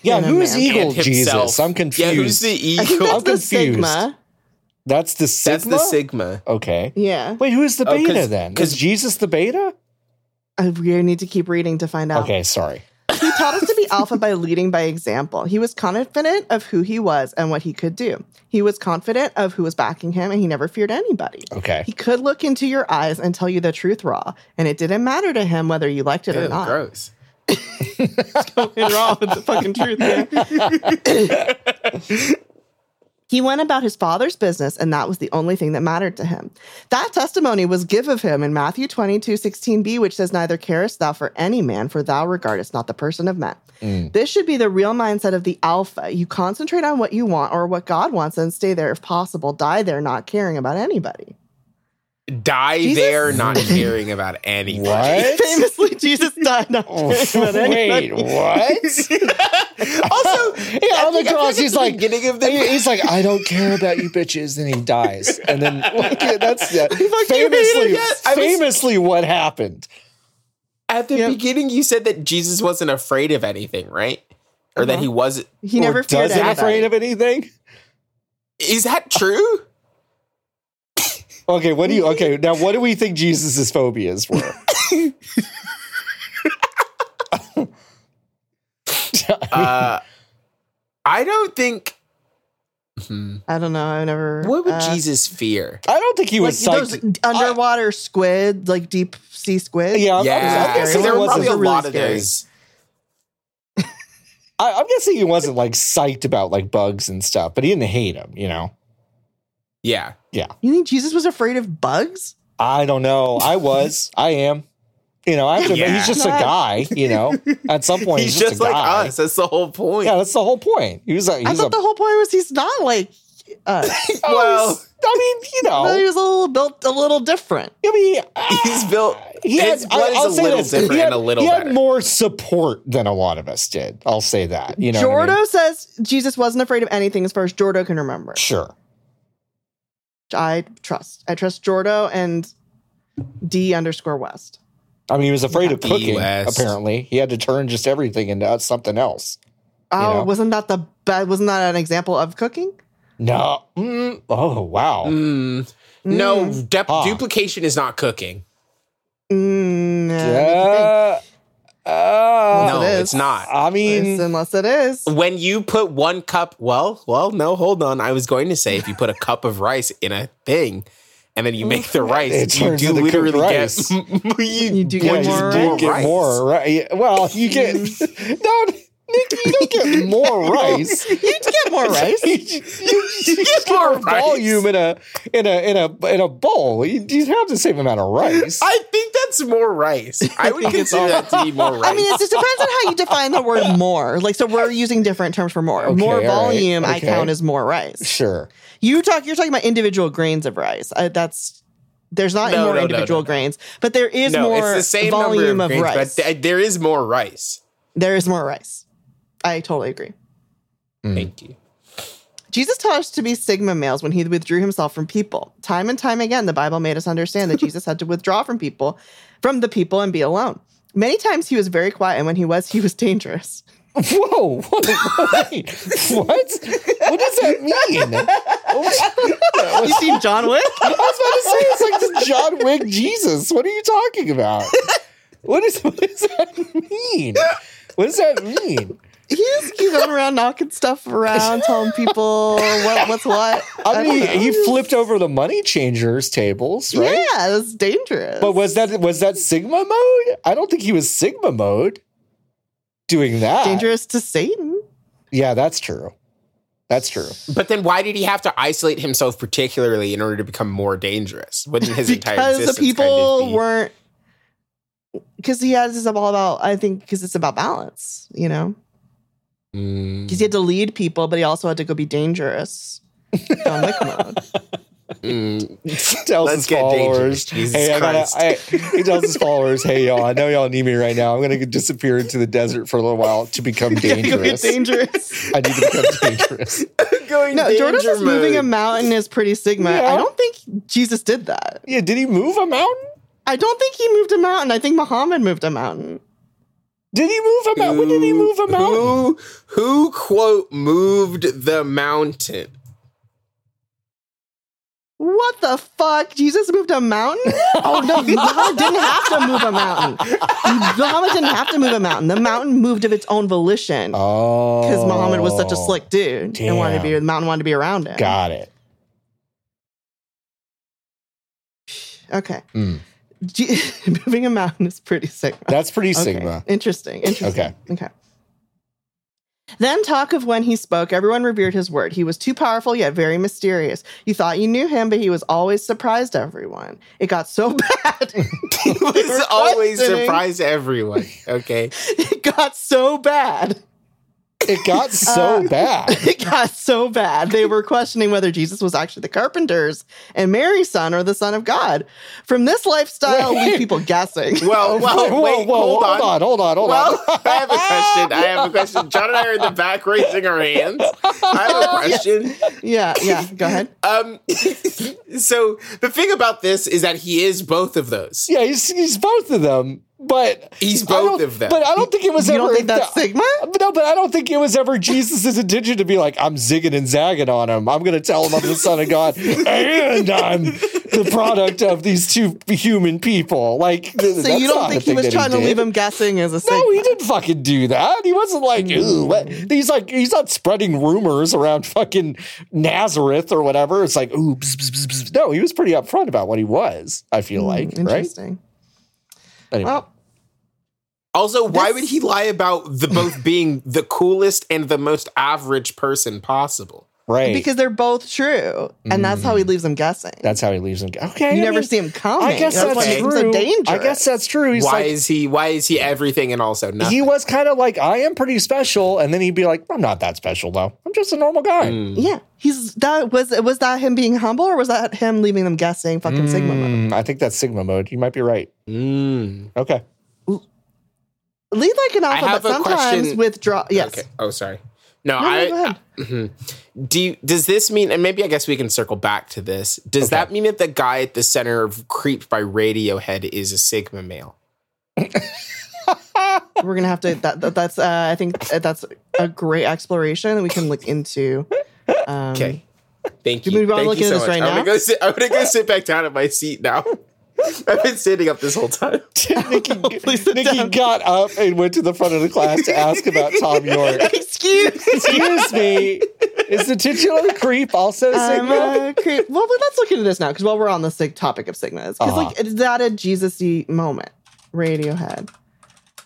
Speaker 3: Yeah,
Speaker 2: no,
Speaker 3: who is
Speaker 2: ma'am.
Speaker 3: Eagle
Speaker 1: and himself.
Speaker 3: Jesus? I'm confused.
Speaker 1: Yeah, who's
Speaker 3: [LAUGHS]
Speaker 1: the
Speaker 2: I think
Speaker 1: eagle?
Speaker 2: that's
Speaker 3: I'm
Speaker 2: the
Speaker 3: confused.
Speaker 2: Sigma.
Speaker 3: That's the
Speaker 1: that's
Speaker 3: Sigma.
Speaker 1: the Sigma.
Speaker 3: Okay.
Speaker 2: Yeah.
Speaker 3: Wait, who is the
Speaker 1: Oh, 'cause-
Speaker 3: beta then? Is
Speaker 1: 'cause-
Speaker 3: Jesus the beta?
Speaker 2: Uh, We need to keep reading to find out.
Speaker 3: Okay, sorry.
Speaker 2: He taught us to
Speaker 1: [LAUGHS]
Speaker 2: be alpha by leading by example. He was confident of who he was and what he could do. He was confident of who was backing him and he never feared anybody.
Speaker 3: Okay.
Speaker 2: He could look into your eyes and tell you the truth raw, and it didn't matter to him whether you liked it or
Speaker 1: Ew,
Speaker 2: not.
Speaker 1: gross.
Speaker 2: [LAUGHS] Nothing wrong with the fucking truth there. he went about his father's business, and that was the only thing that mattered to him. That testimony was give of him in Matthew 22, 16b, which says, Neither carest thou for any man, for thou regardest not the person of men. This should be the real mindset of the alpha. You concentrate on what you want or what God wants and stay there if possible. Die there not caring about anybody.
Speaker 1: Die
Speaker 2: Jesus?
Speaker 1: there,
Speaker 2: [LAUGHS]
Speaker 1: not caring about anything.
Speaker 3: What?
Speaker 2: Famously, Jesus died not [LAUGHS] caring about anybody.
Speaker 3: Oh,
Speaker 2: [LAUGHS]
Speaker 3: Wait,
Speaker 1: [LAUGHS]
Speaker 3: what? [LAUGHS]
Speaker 1: Also,
Speaker 3: Yeah, on the cross,
Speaker 2: [LAUGHS]
Speaker 3: he's like,
Speaker 1: beginning of the
Speaker 3: he- he's like, I don't care about you bitches, and he dies. And then like, yeah,
Speaker 2: [LAUGHS]
Speaker 3: that's yeah,
Speaker 1: you,
Speaker 3: famously,
Speaker 1: Hayden, yes, I was-
Speaker 3: famously what happened.
Speaker 1: at the
Speaker 2: Yep.
Speaker 1: beginning, you said that Jesus wasn't afraid of anything, right? Or that he wasn't.
Speaker 2: He
Speaker 3: Or
Speaker 2: never feared
Speaker 3: doesn't
Speaker 2: anybody.
Speaker 3: afraid of anything.
Speaker 1: Is that true?
Speaker 3: Okay, what do you? Okay, now what do we think Jesus's phobias were? [LAUGHS]
Speaker 1: uh, I don't think. Hmm.
Speaker 2: I don't know. I never.
Speaker 1: What would
Speaker 2: uh,
Speaker 1: Jesus fear?
Speaker 3: I don't think he
Speaker 2: like
Speaker 3: was
Speaker 2: those
Speaker 3: psyched.
Speaker 2: underwater squid, like deep sea squid?
Speaker 3: yeah, I'm,
Speaker 1: yeah,
Speaker 3: I'm,
Speaker 2: that's
Speaker 1: because
Speaker 3: guessing
Speaker 2: scary.
Speaker 3: he
Speaker 1: there were
Speaker 2: Those
Speaker 1: probably
Speaker 3: wasn't,
Speaker 1: a
Speaker 2: are really
Speaker 1: lot of
Speaker 2: scary.
Speaker 1: those.
Speaker 3: I, I'm guessing he wasn't like psyched about like bugs and stuff, but he didn't hate them. You know,
Speaker 1: Yeah,
Speaker 2: You think Jesus was afraid of bugs?
Speaker 3: I don't know. I was. I am. You know, I have to,
Speaker 1: Yeah.
Speaker 3: he's just a guy. You know, at some point he's,
Speaker 1: he's just,
Speaker 3: a
Speaker 1: like
Speaker 3: guy.
Speaker 1: us. That's the whole point.
Speaker 3: Yeah, that's the whole point. He was. A, he
Speaker 2: I
Speaker 3: was a,
Speaker 2: thought the whole point was he's not like us.
Speaker 1: well-
Speaker 3: he's- I mean, you know,
Speaker 2: Well, he was a little built a little different.
Speaker 3: I mean, ah,
Speaker 1: [LAUGHS] He's built.
Speaker 3: he had,
Speaker 1: his blood
Speaker 3: I, I'll
Speaker 1: is a
Speaker 3: say
Speaker 1: little
Speaker 3: this,
Speaker 1: different
Speaker 3: he had,
Speaker 1: and a little
Speaker 3: he had
Speaker 1: better.
Speaker 3: more support than a lot of us did. I'll say that. You know, what I
Speaker 2: Jordo
Speaker 3: mean?
Speaker 2: says Jesus wasn't afraid of anything as far as Jordo can remember.
Speaker 3: sure.
Speaker 2: I trust. I trust Jordo and D underscore West.
Speaker 3: I mean, he was afraid of
Speaker 1: Yeah.
Speaker 3: cooking.
Speaker 1: West.
Speaker 3: Apparently, he had to turn just everything into something else.
Speaker 2: Oh,
Speaker 3: know?
Speaker 2: wasn't that the bad? Wasn't that an example of cooking?
Speaker 3: No. Mm. Oh wow.
Speaker 1: Mm. No,
Speaker 2: Mm.
Speaker 1: dep-
Speaker 3: Ah.
Speaker 1: duplication is not cooking.
Speaker 2: Mm, no,
Speaker 3: Yeah. Uh,
Speaker 1: no,
Speaker 2: it is.
Speaker 1: it's not.
Speaker 3: I
Speaker 2: make you think.
Speaker 3: mean,
Speaker 2: unless it [LAUGHS] is.
Speaker 1: When you put one cup, well, well, no, hold on. I was going to say if you put a cup of rice in a thing, and then you make
Speaker 2: [LAUGHS]
Speaker 1: the rice,
Speaker 3: It
Speaker 1: you
Speaker 3: turns
Speaker 1: do
Speaker 3: into cooked
Speaker 1: literally [LAUGHS]
Speaker 3: rice.
Speaker 1: get you,
Speaker 2: You do
Speaker 1: would
Speaker 2: get
Speaker 1: just
Speaker 2: more
Speaker 1: do
Speaker 2: rice.
Speaker 3: get
Speaker 1: rice.
Speaker 3: more right. Well,
Speaker 2: [LAUGHS]
Speaker 3: you get [LAUGHS] no, Nick. You don't get more rice.
Speaker 2: [LAUGHS] You get more rice.
Speaker 3: [LAUGHS] you, you- you
Speaker 1: Get
Speaker 3: get
Speaker 1: more
Speaker 3: more
Speaker 1: rice.
Speaker 3: volume in a in a in a in a bowl. You, you have the same amount of rice.
Speaker 1: I think that's more
Speaker 2: [LAUGHS]
Speaker 1: rice. I would consider that to be more rice.
Speaker 2: I mean, it just depends on how you define the word more. Like, so we're using different terms for more.
Speaker 3: Okay,
Speaker 2: more
Speaker 3: all right,
Speaker 2: volume, I
Speaker 3: okay.
Speaker 2: count as more rice.
Speaker 3: sure.
Speaker 2: You talk, you're talking about individual grains of rice. I, that's there's not
Speaker 1: No,
Speaker 2: more
Speaker 1: no, no,
Speaker 2: individual
Speaker 1: no, no.
Speaker 2: grains, but there is
Speaker 1: no,
Speaker 2: more
Speaker 1: it's the same
Speaker 2: volume
Speaker 1: number
Speaker 2: of,
Speaker 1: of, grains,
Speaker 2: rice.
Speaker 1: but th- there is more rice.
Speaker 2: there is more rice. I totally agree. Hmm.
Speaker 1: Thank you.
Speaker 2: Jesus taught us to be sigma males when he withdrew himself from people. Time and time again, the Bible made us understand that Jesus had to withdraw from people, from the people, and be alone. Many times he was very quiet, and when he was, he was dangerous.
Speaker 3: Whoa! whoa wait, what? What does that mean?
Speaker 2: You seen John Wick?
Speaker 3: I was about to say it's like the John Wick Jesus. What are you talking about? What is what does that mean? What does that mean?
Speaker 2: [LAUGHS] He's he's going around knocking stuff around, telling people what what's what.
Speaker 3: I
Speaker 2: don't
Speaker 3: mean,
Speaker 2: know.
Speaker 3: he flipped over the money changers tables, right?
Speaker 2: yeah, that's dangerous.
Speaker 3: But was that was that Sigma mode? I don't think he was Sigma mode doing that.
Speaker 2: dangerous to Satan?
Speaker 3: Yeah, that's true. That's [LAUGHS] true.
Speaker 1: But then why did he have to isolate himself particularly in order to become more dangerous? Wouldn't
Speaker 2: [LAUGHS]
Speaker 1: his entire
Speaker 2: because the
Speaker 1: existence
Speaker 2: people
Speaker 1: kind of be-
Speaker 2: weren't because he has this all about i think because it's about balance you know [LAUGHS]
Speaker 1: Mm,
Speaker 2: because he had to lead people but he also had to go be [LAUGHS] dangerous on Wick mode. [LAUGHS]
Speaker 1: mm.
Speaker 3: tells
Speaker 1: Let's
Speaker 3: his
Speaker 1: get dangerous,
Speaker 3: followers,
Speaker 1: Jesus
Speaker 3: "Hey, I gotta,
Speaker 1: Christ."
Speaker 3: I, he tells his followers, "Hey, y'all, I know y'all need me right now. I'm gonna disappear into the desert for a little while to [LAUGHS]
Speaker 2: [LAUGHS]
Speaker 3: become
Speaker 2: He had to go be
Speaker 3: [LAUGHS] dangerous.
Speaker 2: dangerous
Speaker 3: I need to become dangerous."
Speaker 4: Going
Speaker 2: [LAUGHS] no
Speaker 4: danger
Speaker 2: jordan is moving a
Speaker 4: mode.
Speaker 2: mountain is pretty sigma
Speaker 3: Yeah.
Speaker 2: i don't think jesus did that
Speaker 3: [LAUGHS] Yeah, did he move a mountain?
Speaker 2: i don't think he moved a mountain i think muhammad moved a mountain
Speaker 3: Did he move a mountain? When did he move a mountain?
Speaker 1: Who, who quote moved the mountain? [LAUGHS]
Speaker 2: what the fuck? Jesus moved a [LAUGHS] mountain? Oh no, Muhammad didn't have to move a mountain. Muhammad didn't have to move a mountain. The mountain moved of its own volition.
Speaker 3: Oh,
Speaker 2: because Muhammad was such a slick dude and wanted to be
Speaker 3: damn.
Speaker 2: the mountain wanted to be around him.
Speaker 3: Got it.
Speaker 2: Okay.
Speaker 3: Mm.
Speaker 2: G- [LAUGHS] moving a mountain is pretty sick.
Speaker 3: That's pretty
Speaker 2: Okay.
Speaker 3: Sigma.
Speaker 2: Interesting. Interesting.
Speaker 3: Okay.
Speaker 2: Okay. Then talk of when he spoke, everyone revered his word. He was too powerful yet very mysterious. You thought you knew him, but he was always surprised everyone. It got so [LAUGHS] bad.
Speaker 1: He was always
Speaker 2: questioning.
Speaker 1: surprised everyone. Okay.
Speaker 2: it got so bad.
Speaker 3: It got
Speaker 2: Uh,
Speaker 3: so
Speaker 2: [LAUGHS]
Speaker 3: bad.
Speaker 2: It got so bad. They were questioning whether Jesus was actually the carpenter's and Mary's son or the son of God. From this lifestyle, leave people guessing.
Speaker 1: Well, well,
Speaker 3: Oh, whoa,
Speaker 1: wait,
Speaker 3: whoa,
Speaker 1: hold, on.
Speaker 3: hold on, hold on.
Speaker 1: Well, I have a question. I have a question. John and I are in the back raising our hands. I have a
Speaker 3: [LAUGHS]
Speaker 1: question.
Speaker 2: Yeah, yeah. Go ahead.
Speaker 1: Um, so the thing about this is that he is both of those.
Speaker 3: Yeah, he's, he's both of them, but
Speaker 1: He's
Speaker 3: I don't-
Speaker 1: both of them.
Speaker 3: But I don't think it was
Speaker 2: You
Speaker 3: ever.
Speaker 2: don't think that's Sigma?
Speaker 3: But no, but I don't think it was ever Jesus' intention to be like, I'm zigging and zagging on him. I'm going to tell him I'm the son of God and I'm the product of these two human people. Like, th-
Speaker 2: So
Speaker 3: that's
Speaker 2: you
Speaker 3: not
Speaker 2: don't
Speaker 3: a
Speaker 2: think he
Speaker 3: thing
Speaker 2: was
Speaker 3: that
Speaker 2: trying to
Speaker 3: did.
Speaker 2: leave him guessing as a Sigma?
Speaker 3: No, he didn't fucking do that. He wasn't like,
Speaker 2: Hmm.
Speaker 3: ooh, what? He's like, he's not spreading rumors around fucking Nazareth or whatever. It's like, ooh, bzz, bzz, bzz, bzz. no, he was pretty upfront about what he was, I feel like, right?
Speaker 2: Hmm, Mm, Interesting.
Speaker 3: Anyway.
Speaker 2: Well,
Speaker 1: Also, why
Speaker 2: This-
Speaker 1: would he lie about the both being the coolest and the most average person possible?
Speaker 3: right.
Speaker 2: because they're both true, and that's how he leaves them guessing.
Speaker 3: Mm. that's how he leaves him. Okay.
Speaker 2: you
Speaker 3: I
Speaker 2: never
Speaker 3: mean,
Speaker 2: see him coming.
Speaker 3: I guess that's,
Speaker 2: what makes
Speaker 1: okay.
Speaker 2: him
Speaker 3: true.
Speaker 2: so dangerous.
Speaker 3: I guess that's true. He's
Speaker 1: why
Speaker 3: like,
Speaker 1: is he? Why is he everything and also nothing?
Speaker 3: he was kind of like, I am pretty special. And then he'd be like, I'm not that special, though. I'm just a normal guy.
Speaker 1: Mm.
Speaker 2: yeah. He's that was was that him being humble or was that him leaving them guessing? Fucking Sigma. mode?
Speaker 3: Mm, I think that's Sigma mode. You might be right.
Speaker 1: Mm. [LAUGHS]
Speaker 3: Okay. [LAUGHS]
Speaker 2: lead like an alpha,
Speaker 1: have
Speaker 2: but
Speaker 1: a
Speaker 2: sometimes
Speaker 1: question.
Speaker 2: withdraw. Yes.
Speaker 1: Okay. Oh, sorry. No,
Speaker 2: No, no,
Speaker 1: I.
Speaker 2: go
Speaker 1: [LAUGHS]
Speaker 2: ahead.
Speaker 1: Do you, does this mean? And maybe I guess we can circle back to this. Does that mean that the guy at the center of "Creep" by Radiohead is a Sigma male?
Speaker 2: We're gonna have to. That, that- that's. Uh, I think that's a great exploration that we can look into. Um,
Speaker 1: Okay. Thank you.
Speaker 2: Do you want to
Speaker 1: Thank
Speaker 2: look
Speaker 1: you
Speaker 2: at
Speaker 1: so
Speaker 2: this
Speaker 1: much.
Speaker 2: right
Speaker 1: I'm
Speaker 2: now?
Speaker 1: Gonna go sit, I'm gonna
Speaker 2: [LAUGHS]
Speaker 1: go sit back down at my seat now. [LAUGHS] I've been standing up this whole time.
Speaker 3: Nikki, Nikki
Speaker 2: down.
Speaker 3: got up and went to the front of the class to
Speaker 1: [LAUGHS]
Speaker 3: ask about Tom York.
Speaker 2: [LAUGHS] Excuse.
Speaker 3: Excuse me. Is the titular creep also
Speaker 2: I'm
Speaker 3: Sigma?
Speaker 2: [LAUGHS] a creep. Um, Well, but let's look into this now because while we're on the sig- topic of sigmas, because like is that a Jesus-y moment? Radiohead,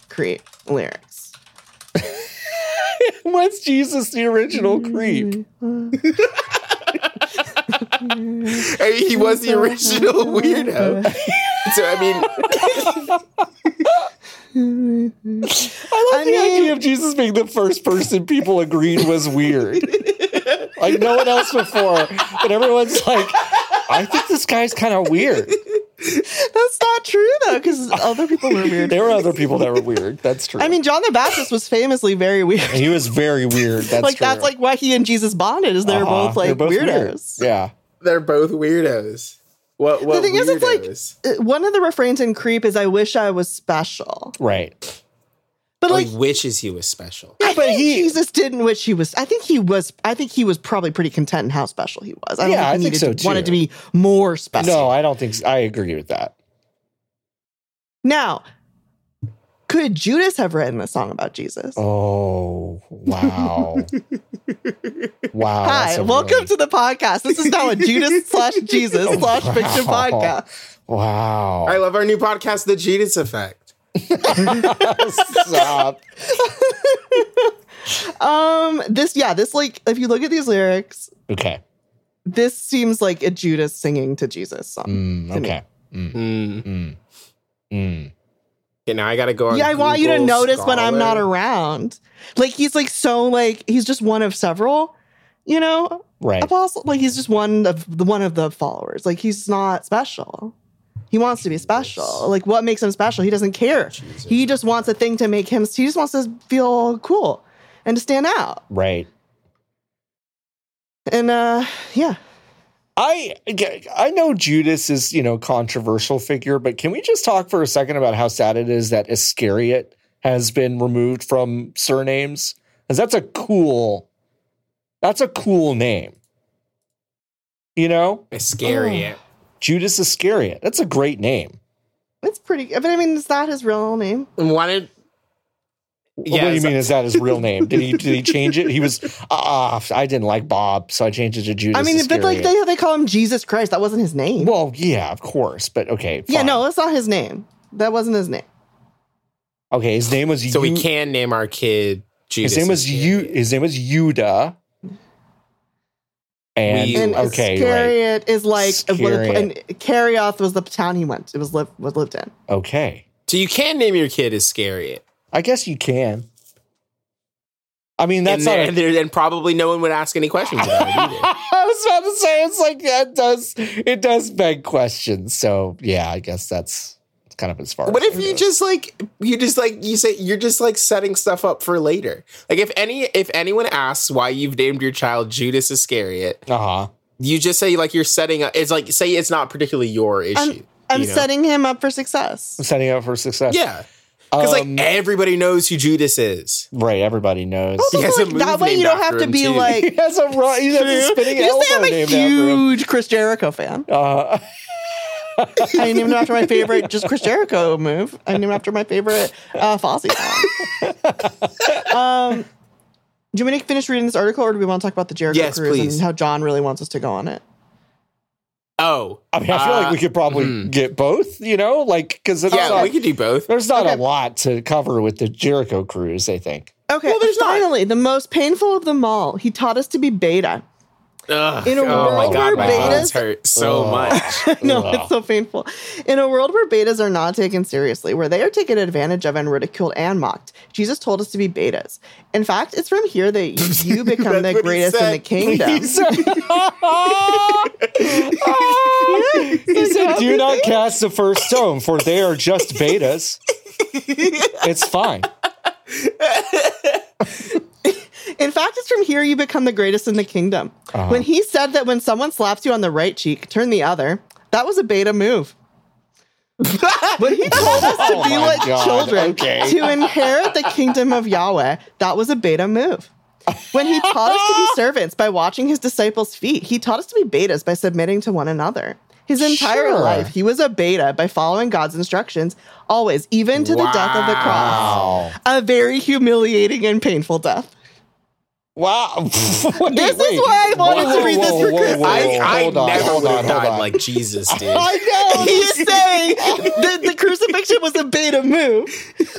Speaker 2: creep lyrics.
Speaker 3: [LAUGHS] What's Jesus the original
Speaker 2: Mm.
Speaker 3: creep?
Speaker 1: I mean, he was the
Speaker 2: [LAUGHS]
Speaker 1: original weirdo. [LAUGHS] So I mean,
Speaker 3: I love
Speaker 2: I
Speaker 3: the
Speaker 2: mean-
Speaker 3: idea of Jesus being the first person people agreed
Speaker 2: [LAUGHS]
Speaker 3: was weird. like no one else before, but everyone's like, I think this guy's kind of weird.
Speaker 2: That's not true though, because other people were weird.
Speaker 3: There were other people that were weird. That's true.
Speaker 2: I mean, John the Baptist was famously very
Speaker 3: [LAUGHS]
Speaker 2: weird.
Speaker 3: he was very weird. That's
Speaker 2: like
Speaker 3: true.
Speaker 2: that's like why he and Jesus bonded is they're
Speaker 3: Uh-huh.
Speaker 2: both like
Speaker 3: They're weird.
Speaker 2: weirdos.
Speaker 3: Yeah.
Speaker 1: they're both weirdos. What? What?
Speaker 2: The thing
Speaker 1: weirdos?
Speaker 2: is, it's like- Uh, One of the refrains in Creep is "I wish I was special,"
Speaker 3: Right.
Speaker 2: but
Speaker 1: Oh,
Speaker 2: like
Speaker 1: he wishes he was special.
Speaker 2: I
Speaker 3: but
Speaker 2: think
Speaker 3: he-
Speaker 2: Jesus didn't wish he was. I think he was. I think he was probably pretty content in how special he was. I don't
Speaker 3: Yeah,
Speaker 2: think
Speaker 3: I
Speaker 2: he
Speaker 3: think
Speaker 2: needed
Speaker 3: so,
Speaker 2: to, wanted to
Speaker 3: too.
Speaker 2: be more special.
Speaker 3: No, I don't think so. I agree with that.
Speaker 2: Now, Could Judas have written a song about Jesus?
Speaker 3: Oh,
Speaker 2: [LAUGHS]
Speaker 3: wow. wow. that's
Speaker 2: Hi,
Speaker 3: a
Speaker 2: welcome
Speaker 3: really-
Speaker 2: to the podcast. This is now a Judas
Speaker 3: [LAUGHS]
Speaker 2: slash Jesus slash fiction
Speaker 3: Oh, Wow.
Speaker 2: podcast. Oh.
Speaker 3: Wow.
Speaker 1: I love our new podcast, The Judas Effect. [LAUGHS]
Speaker 3: Stop.
Speaker 2: Um, this yeah, this like if you look at these lyrics,
Speaker 3: Okay.
Speaker 2: this seems like a Judas singing to Jesus song.
Speaker 3: Mm,
Speaker 2: To me.
Speaker 3: okay. Mm,
Speaker 1: Mm.
Speaker 3: mm, mm.
Speaker 1: Okay, now I gotta go on.
Speaker 2: yeah, I want you to
Speaker 1: Google
Speaker 2: notice when I'm not
Speaker 1: Scholar.
Speaker 2: around. Like he's like so like he's just one of several, you know,
Speaker 3: Right.
Speaker 2: apostle. Like he's just one of the one of the followers. Like he's not special. He wants to be special. Like what makes him special? He doesn't care. He just wants a thing to make him. He just wants to feel cool and to stand out.
Speaker 3: Right.
Speaker 2: And uh, yeah.
Speaker 3: I I know Judas is, you know, controversial figure, but can we just talk for a second about how sad it is that Iscariot has been removed from surnames? Cuz that's a cool That's a cool name. You know?
Speaker 1: Iscariot.
Speaker 3: Judas Iscariot. That's a great name.
Speaker 2: It's pretty. But I mean, it's not his real name.
Speaker 1: Wanted.
Speaker 3: what do you
Speaker 1: it's-
Speaker 3: mean? Is that his
Speaker 2: [LAUGHS]
Speaker 3: real name? Did he did he change it? He was ah, I didn't like Bob, so I changed it to Judas.
Speaker 2: I mean, but like
Speaker 3: Iscariot.
Speaker 2: they they call him Jesus Christ. That wasn't his name.
Speaker 3: well, yeah, of course, but okay,
Speaker 2: yeah,
Speaker 3: fine.
Speaker 2: no, that's not his name. That wasn't his name.
Speaker 3: okay. His name was
Speaker 1: So we
Speaker 3: Yu-
Speaker 1: can name our kid Judas.
Speaker 3: His name was Yu.
Speaker 1: Iscariot.
Speaker 3: His name was Yuda. And,
Speaker 1: We-
Speaker 2: And
Speaker 3: okay, right.
Speaker 2: Iscariot is like
Speaker 3: Iscariot.
Speaker 2: and Carioth was the town he went. It was lived was lived in.
Speaker 3: okay.
Speaker 1: So you can name your kid Iscariot.
Speaker 3: I guess you can. I mean,
Speaker 1: and,
Speaker 3: that's
Speaker 1: there-
Speaker 3: not.
Speaker 1: and
Speaker 3: A,
Speaker 1: there- and probably no one would ask any questions about it either.
Speaker 3: [LAUGHS] I was about to say it's like that does it does beg questions. So yeah, I guess that's kind of as far.
Speaker 1: What
Speaker 3: as
Speaker 1: if
Speaker 3: it
Speaker 1: you
Speaker 3: goes.
Speaker 1: just like you just like you say you're just like setting stuff up for later? Like if any if anyone asks why you've named your child Judas Iscariot,
Speaker 3: uh huh?
Speaker 1: you just say like you're setting up. It's like say it's not particularly your issue.
Speaker 2: I'm I'm
Speaker 1: you know?
Speaker 2: setting him up for success.
Speaker 3: Setting up for success.
Speaker 1: Yeah, because
Speaker 3: Um,
Speaker 1: like everybody knows who Judas is.
Speaker 3: right. Everybody knows.
Speaker 1: He has a
Speaker 2: Like, that
Speaker 1: move
Speaker 2: way you
Speaker 1: named
Speaker 2: don't
Speaker 1: after
Speaker 2: have to
Speaker 1: him,
Speaker 2: be
Speaker 1: too.
Speaker 3: [LAUGHS]
Speaker 1: [LAUGHS]
Speaker 3: He
Speaker 2: like.
Speaker 3: has a ro- he has a spinning
Speaker 2: You just have
Speaker 3: elbow
Speaker 2: a
Speaker 3: named after him.
Speaker 2: huge Chris Jericho fan.
Speaker 3: Uh, [LAUGHS]
Speaker 2: I named him after my favorite just Chris Jericho move. I named him after my favorite uh, Fosse
Speaker 1: [LAUGHS]
Speaker 2: song. um, do you want me to finish reading this article, or do we want to talk about the Jericho
Speaker 1: Yes,
Speaker 2: cruise
Speaker 1: please.
Speaker 2: and how John really wants us to go on it?
Speaker 1: oh
Speaker 3: I mean, I feel like
Speaker 1: Uh,
Speaker 3: we could probably
Speaker 1: mhm.
Speaker 3: get both. You know, like because
Speaker 1: yeah, we could do both.
Speaker 3: There's not
Speaker 2: Okay.
Speaker 3: a lot to cover with the Jericho cruise,
Speaker 2: [LAUGHS]
Speaker 3: I think.
Speaker 2: Okay.
Speaker 1: Well, there's not.
Speaker 2: finally, the most painful of them all. He taught us to be beta.
Speaker 1: Ugh,
Speaker 2: In a
Speaker 1: oh my
Speaker 2: world
Speaker 1: god,
Speaker 2: where
Speaker 1: my hands
Speaker 2: betas-
Speaker 1: hurt so
Speaker 3: Ugh.
Speaker 1: much.
Speaker 2: [LAUGHS] no,
Speaker 3: Ugh.
Speaker 2: it's so painful. In a world where betas are not taken seriously, where they are taken advantage of and ridiculed and mocked, Jesus told us to be betas. In fact, it's from
Speaker 1: [LAUGHS]
Speaker 2: here that you
Speaker 1: That's what
Speaker 2: become the
Speaker 1: he
Speaker 2: greatest in the
Speaker 1: [LAUGHS] said.
Speaker 2: kingdom.
Speaker 3: [LAUGHS] He said, he said, Do not cast the first stone, for they are just betas.
Speaker 2: [LAUGHS]
Speaker 3: It's fine.
Speaker 2: In fact, it's from here you become the greatest in the kingdom.
Speaker 1: Uh-huh.
Speaker 2: When he said that when someone slaps you on the right cheek, turn the other, that was a beta
Speaker 1: [LAUGHS]
Speaker 2: move. when he told us to
Speaker 3: Oh
Speaker 2: be
Speaker 3: my
Speaker 2: like
Speaker 3: God,
Speaker 2: children,
Speaker 3: okay.
Speaker 2: to inherit the kingdom of Yahweh, that was a beta move. When he taught us to
Speaker 3: [LAUGHS]
Speaker 2: be servants by watching his disciples' feet, he taught us to be betas by submitting to one another. His entire
Speaker 3: Sure.
Speaker 2: life, he was a beta by following God's instructions, always, even to the death of the cross.
Speaker 3: Wow.
Speaker 2: A very humiliating and painful death.
Speaker 3: Wow. [LAUGHS] Wait,
Speaker 2: This is why I wanted to read this for Chris.
Speaker 1: I, I
Speaker 3: hold on,
Speaker 1: never
Speaker 3: hold
Speaker 1: would
Speaker 3: on,
Speaker 1: have
Speaker 3: hold
Speaker 1: died
Speaker 3: on.
Speaker 1: like Jesus
Speaker 3: [LAUGHS]
Speaker 1: did.
Speaker 3: I know.
Speaker 2: he is saying that the crucifixion was a beta move,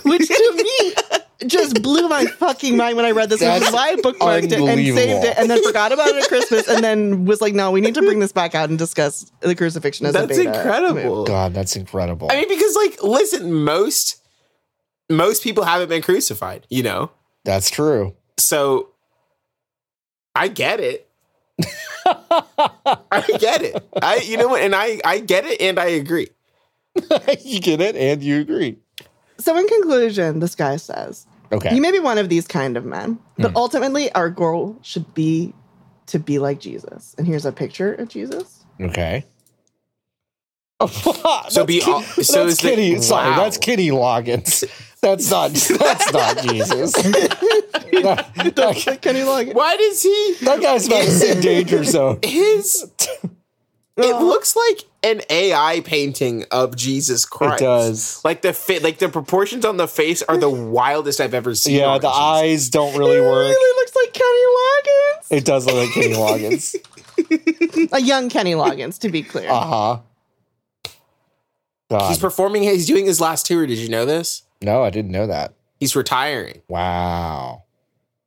Speaker 2: which to me just blew my fucking mind when I read this. Which is
Speaker 3: That's
Speaker 2: why I bookmarked it and saved it, and then forgot about it at Christmas, and then was like, "No, we need to bring this back out and discuss the crucifixion as a
Speaker 1: That's
Speaker 2: beta." move.
Speaker 1: incredible.
Speaker 3: God, that's incredible.
Speaker 1: I mean, because like, listen, most most people haven't been crucified, you know.
Speaker 3: that's true. [LAUGHS]
Speaker 1: So I get it. I get it. I, you know, what? and I, I get it, and I agree.
Speaker 3: you get it and you agree.
Speaker 2: So, in conclusion, this guy says,
Speaker 3: Okay.
Speaker 2: "You may be one of these kind of men, but ultimately, our goal should be to be like Jesus." And here's a picture of Jesus.
Speaker 3: [LAUGHS] Okay. so
Speaker 1: be all- so
Speaker 3: that's
Speaker 1: is the-
Speaker 3: Kitty. sorry,
Speaker 1: wow.
Speaker 3: that's Kitty Loggins. That's not. That's
Speaker 1: [LAUGHS]
Speaker 3: not Jesus. that,
Speaker 2: Kenny Loggins.
Speaker 1: Why does he [LAUGHS]
Speaker 3: that guy's about to say danger zone.
Speaker 1: his It
Speaker 3: Uh-huh.
Speaker 1: looks like an AI painting of Jesus Christ.
Speaker 3: does.
Speaker 1: Like the fa- like the proportions on the face are
Speaker 3: [LAUGHS]
Speaker 1: the wildest I've ever seen.
Speaker 3: Yeah, the
Speaker 1: Origins.
Speaker 3: eyes don't
Speaker 1: [LAUGHS]
Speaker 3: really work.
Speaker 2: looks like Kenny
Speaker 3: It does look like Kenny Loggins.
Speaker 2: Loggins. A young Kenny Loggins, to be
Speaker 3: [LAUGHS]
Speaker 2: clear.
Speaker 3: Uh huh.
Speaker 1: He's
Speaker 3: God,
Speaker 1: performing. He's doing his last tour. Did you know this?
Speaker 3: no, I didn't know that.
Speaker 1: He's retiring.
Speaker 3: Wow.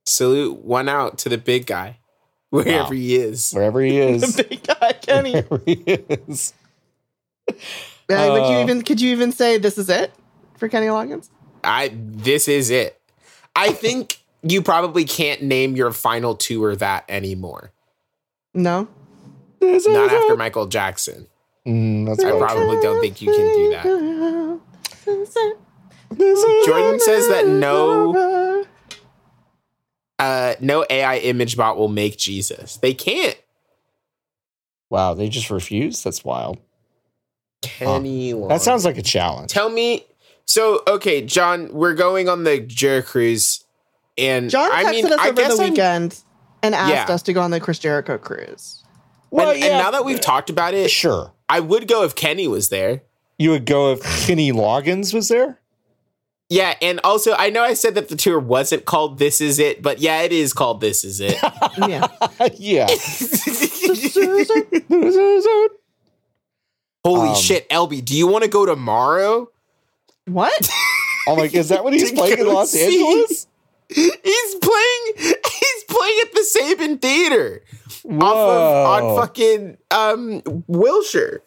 Speaker 1: Salute one out to the big guy, [LAUGHS] wherever
Speaker 3: Wow.
Speaker 1: he is.
Speaker 3: Wherever he
Speaker 1: [LAUGHS]
Speaker 3: is, [LAUGHS]
Speaker 2: the [LAUGHS] big guy, [LAUGHS] Kenny. Uh,
Speaker 3: wherever he is.
Speaker 2: would you
Speaker 3: Uh,
Speaker 2: even? Could you even say this is it for Kenny Loggins?
Speaker 1: I. This is it. I think you probably can't name your final tour that anymore.
Speaker 2: No.
Speaker 1: Not
Speaker 2: Mm-hmm.
Speaker 1: after Michael Jackson.
Speaker 3: Mm, that's
Speaker 1: I
Speaker 3: probably
Speaker 1: probably don't think you can do that.
Speaker 3: true.
Speaker 1: Jordan says that no uh no AI image bot will make Jesus. They can't.
Speaker 3: Wow, they just refuse. That's wild.
Speaker 1: Kenny Loggins.
Speaker 3: That sounds like a challenge.
Speaker 1: Tell me so okay, John, we're going on the Jer cruise and
Speaker 2: John texted
Speaker 1: I mean
Speaker 2: us
Speaker 1: I
Speaker 2: over
Speaker 1: guess
Speaker 2: the
Speaker 1: I'm-
Speaker 2: weekend and asked
Speaker 1: Yeah.
Speaker 2: us to go on the Chris
Speaker 1: [LAUGHS]
Speaker 2: Jericho cruise.
Speaker 1: and,
Speaker 3: Well,
Speaker 1: and now that we've talked about it,
Speaker 3: sure,
Speaker 1: I would go if Kenny was there.
Speaker 3: you would go if Kenny Loggins was there. [LAUGHS]
Speaker 1: Yeah, and also I know I said that the tour wasn't called This Is It, but yeah, it is called This Is
Speaker 2: [LAUGHS]
Speaker 1: It. [LAUGHS]
Speaker 2: Yeah.
Speaker 3: yeah.
Speaker 1: Holy
Speaker 3: Um,
Speaker 1: shit, LB, do you want to go tomorrow?
Speaker 2: what?
Speaker 3: I'm like, is that what he's
Speaker 1: to
Speaker 3: playing in
Speaker 1: go
Speaker 3: Los
Speaker 1: see.
Speaker 3: Angeles?
Speaker 1: He's playing. He's playing at the Saban Theater [LAUGHS] off of
Speaker 3: Whoa.
Speaker 1: on fucking um Wilshire.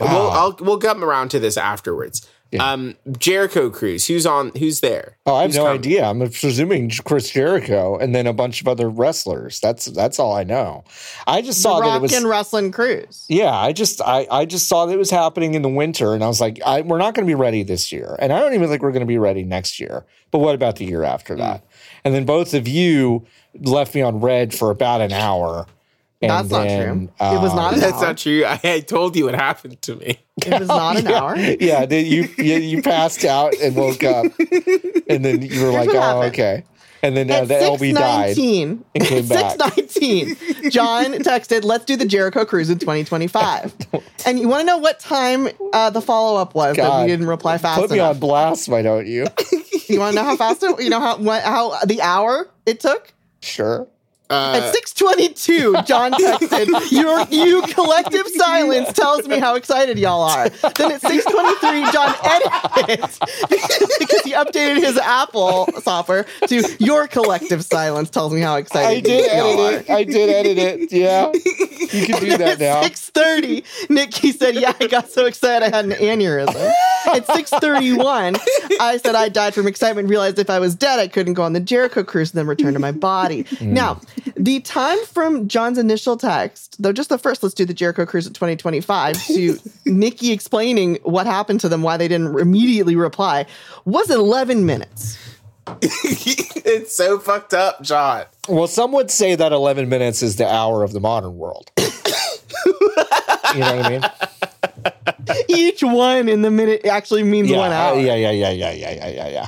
Speaker 1: We'll
Speaker 3: Wow.
Speaker 1: I'll, we'll come around to this afterwards.
Speaker 3: Yeah.
Speaker 1: Um, Jericho Cruz, who's on? Who's there?
Speaker 3: Oh, I have
Speaker 1: Who's
Speaker 3: no
Speaker 1: coming?
Speaker 3: idea. I'm presuming Chris Jericho and then a bunch of other wrestlers. That's that's all I know. I just
Speaker 2: The
Speaker 3: saw that it
Speaker 2: Rock
Speaker 3: was
Speaker 2: and wrestling cruise.
Speaker 3: Yeah, I just I, I just saw that it was happening in the winter and I was like, I, we're not gonna be ready this year. And I don't even think we're gonna be ready next year. But what about the year after
Speaker 2: Hmm.
Speaker 3: that? And then both of you left me on red for about an hour. And
Speaker 2: That's not
Speaker 3: then,
Speaker 2: true. It was not
Speaker 3: um,
Speaker 2: an
Speaker 1: That's
Speaker 2: hour.
Speaker 1: not true. I, I told you what happened to me. [LAUGHS]
Speaker 2: It was not an
Speaker 3: yeah,
Speaker 2: hour.
Speaker 3: [LAUGHS] Yeah, then you, you you passed out and
Speaker 2: [LAUGHS]
Speaker 3: woke up, and then you were like,
Speaker 2: what
Speaker 3: "Oh,
Speaker 2: happened.
Speaker 3: okay." And then uh,
Speaker 2: At
Speaker 3: the LB died.
Speaker 2: 619,
Speaker 3: and
Speaker 2: [LAUGHS]
Speaker 3: came back.
Speaker 2: 619,
Speaker 3: [LAUGHS]
Speaker 2: John texted, let's do the Jericho Cruise in 2025. and you want to know what time uh, the follow-up was that
Speaker 3: God.
Speaker 2: we didn't reply fast
Speaker 3: Put me
Speaker 2: enough.
Speaker 3: on blast, why
Speaker 2: [LAUGHS]
Speaker 3: don't you?
Speaker 2: You want to know how fast it, you know how, what, how the hour it took?
Speaker 3: Sure.
Speaker 1: Uh,
Speaker 2: [LAUGHS] At 622, John texted, your you collective silence tells me how excited y'all are. Then at 623, John edited [LAUGHS] because he updated his Apple software to your collective silence tells me how excited
Speaker 3: I did
Speaker 2: y'all are.
Speaker 3: edit it. I did edit it. Yeah, you
Speaker 2: [LAUGHS]
Speaker 3: can do that now.
Speaker 2: At six thirty, Nikki said, "Yeah, I got so excited I had an aneurysm." At six thirty-one, I said I died from excitement. Realized if I was dead, I couldn't go on the Jericho cruise, and then return to my body.
Speaker 3: Mm.
Speaker 2: Now, the time from John's initial text, though, just the first, let's do the Jericho cruise in twenty twenty-five,
Speaker 3: [LAUGHS]
Speaker 2: to Nikki explaining what happened to them, why they didn't immediately reply, was eleven minutes.
Speaker 1: [LAUGHS] it's so fucked up, John.
Speaker 3: Well, some would say that 11 minutes is the hour of the modern world. [COUGHS] you know what
Speaker 2: [LAUGHS]
Speaker 3: I mean?
Speaker 2: Each one in the minute actually means
Speaker 3: Yeah,
Speaker 2: one hour.
Speaker 3: yeah, yeah, yeah, yeah, yeah, yeah, yeah, yeah.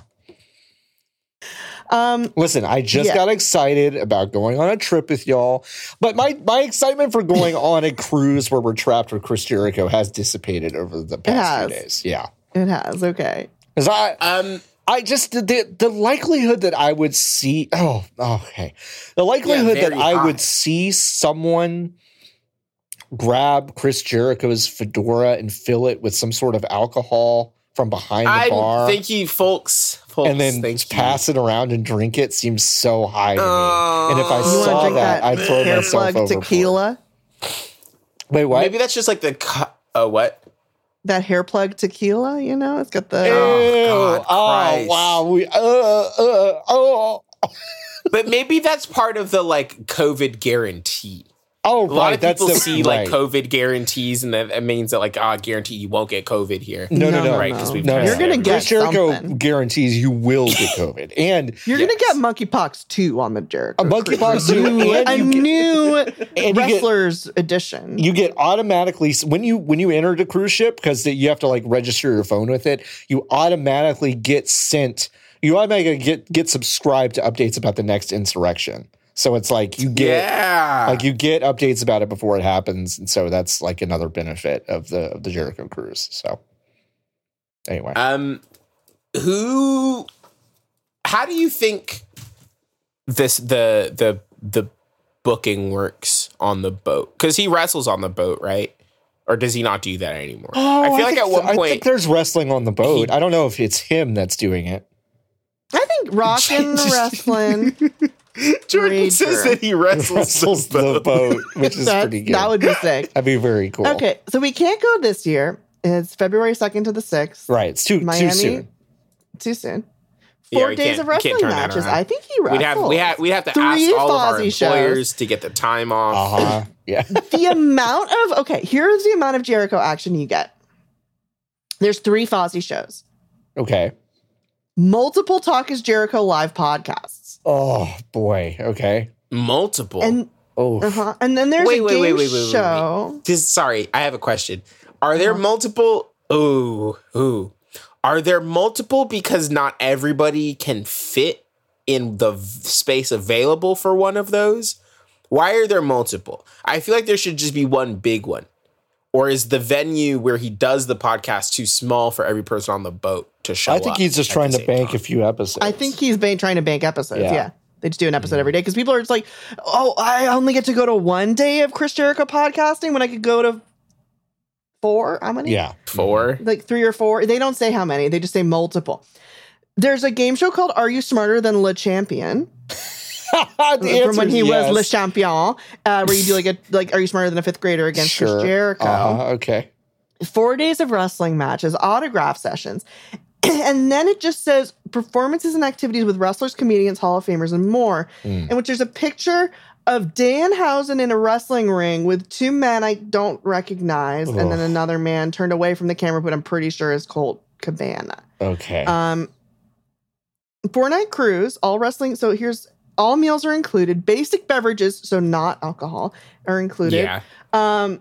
Speaker 2: Um,
Speaker 3: Listen, I just
Speaker 2: Yeah.
Speaker 3: got excited about going on a trip with y'all, but my my excitement for
Speaker 2: [LAUGHS]
Speaker 3: going on a cruise where we're trapped with Chris Jericho has dissipated over the past few
Speaker 2: has.
Speaker 3: days. Yeah,
Speaker 2: it has okay.
Speaker 3: because I
Speaker 1: Um,
Speaker 3: I just the the likelihood that I would see oh okay the likelihood that
Speaker 1: very
Speaker 3: I
Speaker 1: high.
Speaker 3: would see someone grab Chris Jericho's fedora and fill it with some sort of alcohol from behind the
Speaker 1: I
Speaker 3: bar
Speaker 1: thank you, folks. folks
Speaker 3: and then
Speaker 1: thank you.
Speaker 3: pass it around and drink it seems so high to
Speaker 1: Oh.
Speaker 3: me. And if I
Speaker 1: You
Speaker 2: wanna
Speaker 3: saw
Speaker 2: drink
Speaker 3: that,
Speaker 2: that
Speaker 3: I'd throw
Speaker 2: Hair
Speaker 3: myself
Speaker 2: plug
Speaker 3: over.
Speaker 2: tequila.
Speaker 3: Wait, what?
Speaker 1: Maybe that's just like the. Cu- oh, what?
Speaker 2: that hair plug tequila, you know? It's got the
Speaker 1: Oh,
Speaker 3: Ew.
Speaker 1: God,
Speaker 3: oh
Speaker 1: Christ.
Speaker 3: wow! We uh, uh, oh
Speaker 1: But maybe that's part of the like COVID guarantee.
Speaker 3: oh
Speaker 1: A lot
Speaker 3: right.
Speaker 1: of
Speaker 3: That's
Speaker 1: people
Speaker 3: the,
Speaker 1: see
Speaker 3: right.
Speaker 1: like COVID guarantees, and that it means that like ah, guarantee you won't get COVID here.
Speaker 3: No, no,
Speaker 2: No,
Speaker 3: no,
Speaker 2: no,
Speaker 1: Right, 'cause we've
Speaker 3: no,
Speaker 1: tested
Speaker 3: no.
Speaker 2: You're gonna
Speaker 1: everyone.
Speaker 2: get
Speaker 3: Chris Jericho
Speaker 2: something.
Speaker 3: guarantees you will get
Speaker 1: [LAUGHS]
Speaker 3: COVID, and
Speaker 2: You're
Speaker 1: Yes.
Speaker 2: gonna get monkeypox too on the Jericho.
Speaker 1: [LAUGHS]
Speaker 3: A monkeypox
Speaker 2: cruise.
Speaker 3: too,
Speaker 2: A new-
Speaker 3: and
Speaker 2: a
Speaker 3: you
Speaker 2: new
Speaker 3: [LAUGHS] and you get-
Speaker 2: wrestlers edition.
Speaker 3: you get automatically when you when you enter the cruise ship because you have to like register your phone with it. You automatically get sent. You automatically get get subscribed to updates about the next insurrection. So it's like you get
Speaker 1: yeah.
Speaker 3: like you get updates about it before it happens, and so that's like another benefit of the of the Jericho cruise. So anyway,
Speaker 1: Um, who? How do you think this the the the booking works on the boat? Because he wrestles on the boat, right? Or does he not do that anymore? Oh, I feel like
Speaker 3: think
Speaker 1: at one
Speaker 3: th- Oh, I think
Speaker 1: point
Speaker 3: there's wrestling on the boat. I don't know if it's him that's doing it.
Speaker 2: I think rocking the wrestling.
Speaker 1: Jordan says
Speaker 2: Reacher.
Speaker 1: that he [LAUGHS]
Speaker 3: [LAUGHS]
Speaker 1: wrestles,
Speaker 3: Wrestles the boat, [LAUGHS] which is
Speaker 2: That,
Speaker 3: pretty good.
Speaker 2: that would be sick.
Speaker 3: That'd be very [LAUGHS] cool.
Speaker 2: Okay, so we can't go this year. It's February 2nd to the 6th.
Speaker 3: Right. It's too
Speaker 2: Miami.
Speaker 3: too soon.
Speaker 2: Too soon.
Speaker 1: Yeah,
Speaker 2: Four
Speaker 1: we
Speaker 2: days
Speaker 1: can't-
Speaker 2: of
Speaker 1: we can't
Speaker 2: wrestling
Speaker 1: turn that
Speaker 2: matches.
Speaker 1: around.
Speaker 2: I think he wrestled.
Speaker 1: We'd have we have we have to ask
Speaker 2: Three
Speaker 1: all of our
Speaker 2: Fozzie shows.
Speaker 1: employers to get the time off.
Speaker 2: [LAUGHS]
Speaker 3: Uh huh. Yeah.
Speaker 1: [LAUGHS]
Speaker 2: the amount of okay, here's the amount of Jericho action you get. There's three Fozzy shows,
Speaker 3: Okay.
Speaker 2: multiple Talk is Jericho live podcasts,
Speaker 3: Oh boy. Okay.
Speaker 1: Multiple.
Speaker 2: and
Speaker 3: Oh.
Speaker 2: uh-huh, and then there's
Speaker 1: Wait,
Speaker 2: a
Speaker 1: wait,
Speaker 2: game
Speaker 1: wait, wait, wait, wait, wait.
Speaker 2: show.
Speaker 1: This, sorry, I have a question. Are there
Speaker 2: Uh-huh.
Speaker 1: multiple? Ooh, ooh. Are there multiple because not everybody can fit in the v- space available for one of those? Why are there multiple? I feel like there should just be one big one. Or is the venue where he does the podcast too small for every person on the boat to show
Speaker 3: I
Speaker 1: up?
Speaker 3: think he's just
Speaker 1: at
Speaker 3: trying
Speaker 1: the
Speaker 3: to
Speaker 1: same
Speaker 3: bank
Speaker 1: time?
Speaker 3: a few episodes.
Speaker 2: I think he's been trying to bank episodes.
Speaker 3: Yeah.
Speaker 2: Yeah. They just do an episode every day because people are just like, oh, I only get to go to one day of Chris Jericho podcasting when I could go to four. How many?
Speaker 3: Yeah.
Speaker 1: four.
Speaker 2: Like three or four. They don't say how many, they just say multiple. There's a game show called Are You Smarter Than Le Champion?
Speaker 3: [LAUGHS] The
Speaker 2: from when
Speaker 3: answer's
Speaker 2: he
Speaker 3: yes.
Speaker 2: was Le Champion, uh, where you do like a like Are You Smarter Than a Fifth Grader against
Speaker 3: Sure.
Speaker 2: Chris Jericho?
Speaker 3: Uh-huh. Okay.
Speaker 2: four days of wrestling matches, autograph sessions. [CLEARS THROAT] And then it just says performances and activities with wrestlers, comedians, Hall of Famers, and more.
Speaker 1: Hmm.
Speaker 2: In which there's a picture of Dan Housen in a wrestling ring with two men I don't recognize, and then
Speaker 3: Ugh.
Speaker 2: another man turned away from the camera, but I'm pretty sure is Colt Cabana.
Speaker 3: Okay.
Speaker 2: Um, four night cruise, all wrestling. So here's all meals are included, basic beverages, so not alcohol, are included.
Speaker 1: Yeah.
Speaker 2: Um,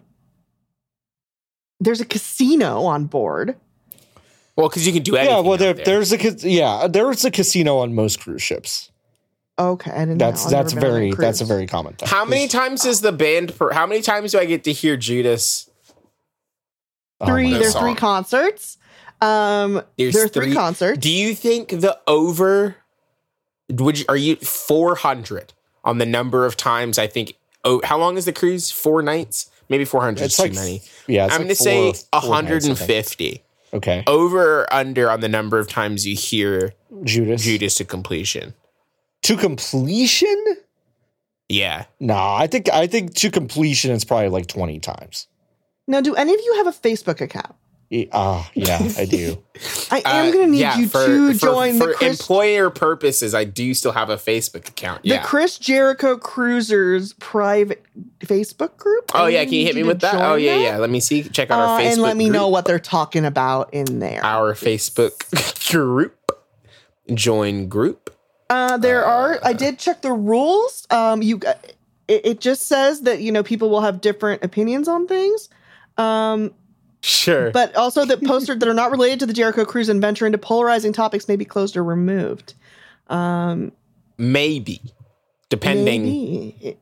Speaker 2: there's a casino on board.
Speaker 1: Well, because you can do anything.
Speaker 3: yeah. Well,
Speaker 1: out
Speaker 3: there,
Speaker 1: there.
Speaker 3: there's a ca- yeah. There's a casino on most cruise ships.
Speaker 2: Okay, I didn't.
Speaker 3: That's
Speaker 2: know. I've
Speaker 3: that's
Speaker 2: never been on
Speaker 3: very that's a
Speaker 2: cruise.
Speaker 3: very common thing.
Speaker 1: How many times is the band? Per, how many times do I get to hear Judas?
Speaker 3: Oh my
Speaker 2: three.
Speaker 1: my
Speaker 2: there's
Speaker 1: God.
Speaker 2: three concerts. Um,
Speaker 1: There's
Speaker 2: there are three,
Speaker 1: three-
Speaker 2: concerts.
Speaker 1: Do you think the over would you, are you 400 on the number of times I think oh how long is the cruise? 4 nights? Maybe 400
Speaker 3: It's
Speaker 1: is
Speaker 3: like-
Speaker 1: too many.
Speaker 3: Yeah, it's
Speaker 1: I'm
Speaker 3: like
Speaker 1: going to say
Speaker 3: four- four nights, I think.
Speaker 1: 150.
Speaker 3: Okay,
Speaker 1: Over or under on the number of times you hear
Speaker 3: Judas.
Speaker 1: Judas to completion.
Speaker 3: to completion.
Speaker 1: Yeah.
Speaker 3: Nah, I think I think to completion it's probably like twenty times.
Speaker 2: Now, do any of you have a Facebook account?
Speaker 3: E- Ah, yeah, I
Speaker 2: [LAUGHS]
Speaker 3: do.
Speaker 2: I am
Speaker 1: Uh,
Speaker 2: going to need
Speaker 1: yeah,
Speaker 2: you
Speaker 1: for-
Speaker 2: to
Speaker 1: for-
Speaker 2: join
Speaker 1: for
Speaker 2: the Chris,
Speaker 1: employer purposes. I do still have a Facebook account.
Speaker 2: the
Speaker 1: Yeah.
Speaker 2: Chris Jericho Cruisers private Facebook group.
Speaker 1: oh
Speaker 2: I
Speaker 1: yeah,
Speaker 2: need
Speaker 1: can you hit me
Speaker 2: to
Speaker 1: with that? Oh
Speaker 2: join
Speaker 1: yeah,
Speaker 2: that.
Speaker 1: yeah. Let me see. Check out our
Speaker 2: Uh,
Speaker 1: Facebook
Speaker 2: and let me
Speaker 1: group.
Speaker 2: know what they're talking about in there.
Speaker 1: our Facebook [LAUGHS] group. Join group.
Speaker 2: Uh, there
Speaker 1: Oh,
Speaker 2: are. I did check the rules. Um, you, it, it just says that you know people will have different opinions on things. Um,
Speaker 1: Sure.
Speaker 2: but also that posters that are not related to the Jericho Cruise and venture into polarizing topics may be closed or removed. Um,
Speaker 1: maybe depending
Speaker 2: maybe. It-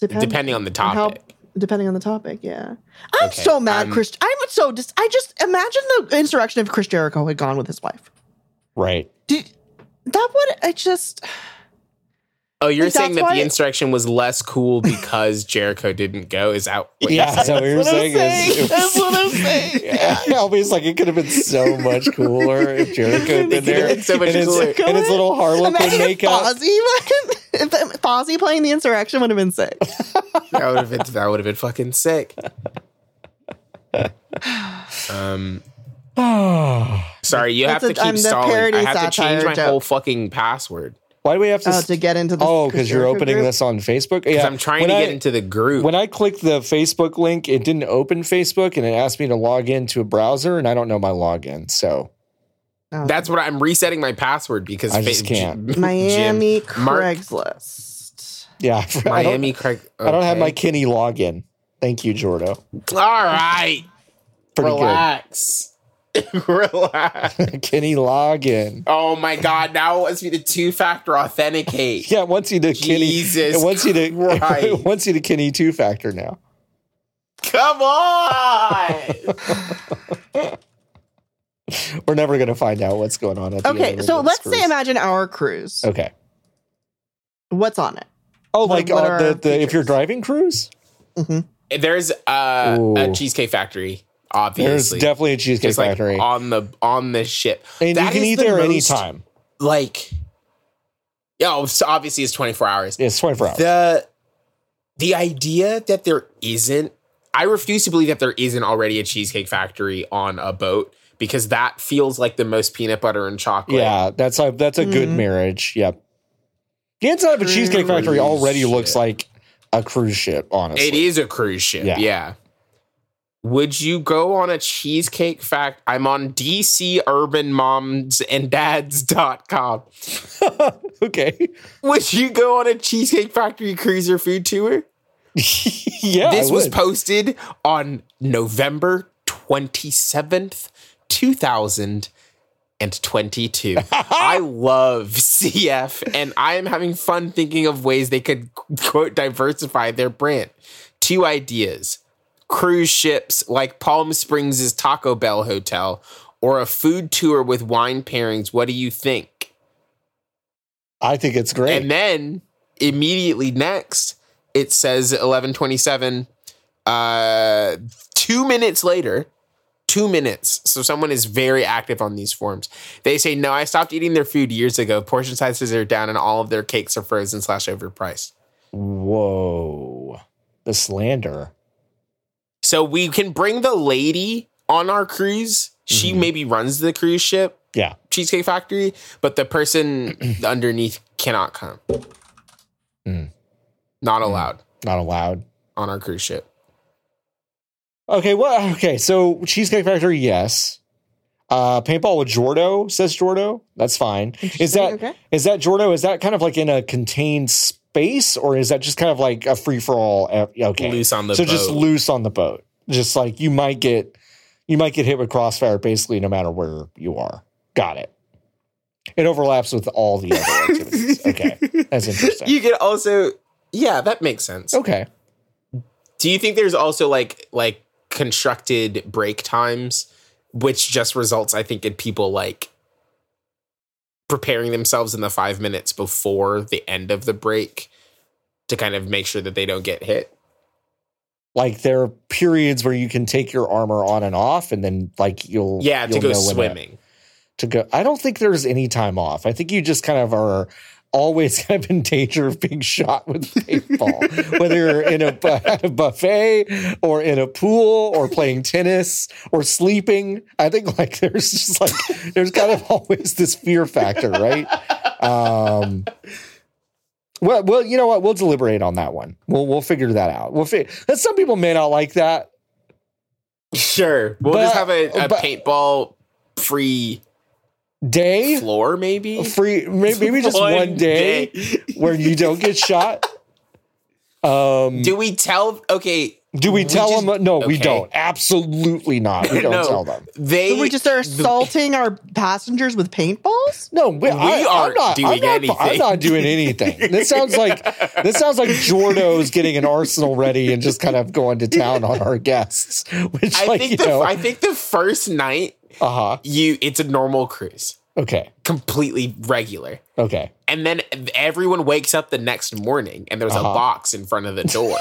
Speaker 2: depend-
Speaker 1: depending on the
Speaker 2: on how-
Speaker 1: topic
Speaker 2: depending on the topic, yeah. I'm
Speaker 1: Okay,
Speaker 2: so mad,
Speaker 1: um,
Speaker 2: Chris. I'm so just. I just imagine the insurrection if Chris Jericho had gone with his wife.
Speaker 3: Right.
Speaker 2: Did that would I just?
Speaker 1: oh you're
Speaker 2: Like,
Speaker 1: saying
Speaker 2: that's
Speaker 1: that the
Speaker 2: why-
Speaker 1: insurrection was less cool
Speaker 2: [LAUGHS]
Speaker 1: because jericho didn't go is that what
Speaker 3: [LAUGHS]
Speaker 1: you're
Speaker 3: Yeah.
Speaker 1: saying?
Speaker 3: So what you're
Speaker 2: That's what I'm
Speaker 3: saying,
Speaker 2: saying.
Speaker 3: is.
Speaker 2: That's what I'm saying.
Speaker 3: [LAUGHS] Yeah, Albie's like it could have been so much cooler if Jericho had been there
Speaker 1: It's so much
Speaker 3: in, his,
Speaker 1: cooler.
Speaker 3: in his little Harlequin
Speaker 2: Imagine if
Speaker 3: makeup.
Speaker 2: Fozzie, if Fozzie playing the insurrection would have been
Speaker 3: [LAUGHS]
Speaker 2: sick.
Speaker 1: that would have been that would have been fucking
Speaker 2: [LAUGHS]
Speaker 1: sick um sorry you have
Speaker 2: That's
Speaker 1: to
Speaker 2: a-
Speaker 1: keep
Speaker 2: I'm the
Speaker 1: stalling
Speaker 2: parody
Speaker 1: i have to change
Speaker 2: satire
Speaker 1: my
Speaker 2: joke.
Speaker 1: whole fucking password
Speaker 3: [SIGHS] Why do we have to?
Speaker 2: Oh,
Speaker 3: s-
Speaker 2: to get into this.
Speaker 3: oh, because you're
Speaker 2: Christopher
Speaker 3: opening
Speaker 2: group.
Speaker 3: this on Facebook.
Speaker 1: because
Speaker 3: Yeah,
Speaker 1: i'm trying
Speaker 3: When
Speaker 1: to
Speaker 3: I-
Speaker 1: get into the group
Speaker 3: When I clicked the Facebook link, it didn't open Facebook, and it asked me to log into a browser, and I don't know my login. So
Speaker 2: Oh.
Speaker 1: that's what i'm resetting my password because
Speaker 3: I just
Speaker 1: fa-
Speaker 3: can't.
Speaker 1: Jim-
Speaker 2: Miami
Speaker 1: Mark-
Speaker 2: Craigslist.
Speaker 3: yeah, [LAUGHS] I don't,
Speaker 1: miami craig
Speaker 3: I don't have my
Speaker 1: okay.
Speaker 3: Kenny login. Thank you, Jordo.
Speaker 1: all right
Speaker 3: Pretty
Speaker 1: Relax. [LAUGHS] Relax.
Speaker 3: [LAUGHS] Kenny Loggin.
Speaker 1: Oh my god, now it wants me to two factor authenticate.
Speaker 3: [LAUGHS] Yeah, once you did Kenny.
Speaker 1: Jesus
Speaker 3: it wants you to
Speaker 1: Christ.
Speaker 3: [LAUGHS] it wants you to Kenny two factor now.
Speaker 1: Come on.
Speaker 3: [LAUGHS] We're never gonna find out what's going on at the end
Speaker 2: Okay,
Speaker 3: of
Speaker 2: so
Speaker 3: this
Speaker 2: let's
Speaker 3: cruise.
Speaker 2: say imagine our cruise.
Speaker 3: Okay.
Speaker 2: What's on it?
Speaker 3: Oh,
Speaker 2: What-
Speaker 3: like
Speaker 2: what
Speaker 3: on
Speaker 2: are
Speaker 3: the,
Speaker 2: our
Speaker 3: the if you're
Speaker 2: features?
Speaker 3: driving cruise,
Speaker 2: Mm-hmm.
Speaker 1: There's uh, a
Speaker 3: Ooh.
Speaker 1: cheesecake factory,
Speaker 3: there's
Speaker 1: obviously.
Speaker 3: definitely a cheesecake
Speaker 1: It's like
Speaker 3: factory,
Speaker 1: on the on the ship.
Speaker 3: and you
Speaker 1: That
Speaker 3: can
Speaker 1: is
Speaker 3: eat
Speaker 1: the
Speaker 3: there
Speaker 1: most,
Speaker 3: anytime.
Speaker 1: Like, yo, so obviously it's 24 hours.
Speaker 3: It's 24 hours.
Speaker 1: The the idea that there isn't, I refuse to believe that there isn't already a cheesecake factory on a boat because that feels like the most peanut butter and chocolate.
Speaker 3: yeah, that's a that's a good
Speaker 1: Mm-hmm.
Speaker 2: Mhm.
Speaker 3: marriage. Yep. The inside of a cheesecake factory
Speaker 1: Cruise
Speaker 3: already looks
Speaker 1: ship.
Speaker 3: like a cruise ship. Honestly,
Speaker 1: It is a cruise ship. Yeah.
Speaker 3: Yeah.
Speaker 1: Would you go on a cheesecake fact? I'm on DCUrbanMomsAndDads.com.
Speaker 3: [LAUGHS] okay.
Speaker 1: Would you go on a Cheesecake Factory cruiser food tour?
Speaker 3: yeah,
Speaker 1: this
Speaker 3: I
Speaker 1: was
Speaker 3: would.
Speaker 1: posted on November 27th, 2022.
Speaker 3: [LAUGHS]
Speaker 1: I love CF and I am having fun thinking of ways they could quote diversify their brand. Two ideas cruise ships like Palm Springs' Taco Bell Hotel or a food tour with wine pairings. What do you think?
Speaker 3: I think it's great.
Speaker 1: And then immediately next, it says 1127. Uh, two minutes later, two minutes. So someone is very active on these forms. They say, no, I stopped eating their food years ago. Portion sizes are down and all of their cakes are frozen slash overpriced.
Speaker 3: Whoa, the slander.
Speaker 1: So we can bring the lady on our cruise. She
Speaker 3: Mhm.
Speaker 1: maybe runs the cruise ship,
Speaker 3: Yeah.
Speaker 1: Cheesecake Factory, but the person underneath cannot come.
Speaker 3: Mm.
Speaker 1: Not allowed
Speaker 3: Not allowed.
Speaker 1: on our cruise ship.
Speaker 3: Okay, well, okay. So Cheesecake Factory, yes. Uh, paintball with Jordo says Jordo. That's fine. Is that is
Speaker 2: okay?
Speaker 3: that Jordo? Is that kind of like in a contained space, or is that just kind of like a free for all? Okay,
Speaker 1: loose on the
Speaker 3: so
Speaker 1: boat.
Speaker 3: just loose on the boat. Just like you might get, you might get hit with crossfire basically no matter where you are. Got it. It overlaps with all the
Speaker 1: [LAUGHS]
Speaker 3: other activities. Okay, that's interesting.
Speaker 1: you could also yeah that makes sense
Speaker 3: okay,
Speaker 1: do you think there's also like like constructed break times which just results i think in people like preparing themselves in the five minutes before the end of the break to kind of make sure that they don't get hit
Speaker 3: like there are periods where you can take your armor on and off, and then like you'll
Speaker 1: yeah to
Speaker 3: you'll
Speaker 1: go
Speaker 3: know when that-
Speaker 1: swimming [LAUGHS]
Speaker 3: to go. I don't think there's any time off. I think you just kind of are always [LAUGHS] kind of in danger of being shot with paintball, whether you're in a, bu- at a buffet or in a pool or playing tennis or sleeping. I think like there's just like there's kind of always this fear factor, right? Um, well, well, you know what? We'll deliberate on that one. We'll we'll figure that out. We'll fi- that some people may not like that.
Speaker 1: sure we'll
Speaker 3: But-
Speaker 1: just have a, a
Speaker 3: but-
Speaker 1: paintball free
Speaker 3: Day
Speaker 1: floor maybe
Speaker 3: free, may- maybe
Speaker 1: [LAUGHS]
Speaker 3: just one day. where you don't get shot. Um, do,
Speaker 1: do we tell okay
Speaker 3: we,
Speaker 1: we
Speaker 3: tell
Speaker 1: just-
Speaker 3: them? No, we
Speaker 1: okay.
Speaker 3: don't. Absolutely not.
Speaker 1: [LAUGHS]
Speaker 3: We don't
Speaker 1: No.
Speaker 3: tell them.
Speaker 1: they
Speaker 2: So we just are assaulting our passengers with paintballs?
Speaker 3: No, we, I,
Speaker 1: aren't
Speaker 3: I'm not
Speaker 1: doing
Speaker 3: I'm not, I'm
Speaker 1: anything.
Speaker 3: not doing
Speaker 1: [LAUGHS]
Speaker 3: anything. this sounds like this sounds like Jordo's getting an arsenal ready and just kind of going to town on our guests. [LAUGHS] Which,
Speaker 1: I
Speaker 3: like you
Speaker 1: think the
Speaker 3: know,
Speaker 1: I think the first night
Speaker 3: uh huh.
Speaker 1: you it's a normal cruise,
Speaker 3: Okay,
Speaker 1: completely regular.
Speaker 3: okay.
Speaker 1: And then everyone wakes up the next morning and there's a
Speaker 3: Uh-huh.
Speaker 1: box in front of the door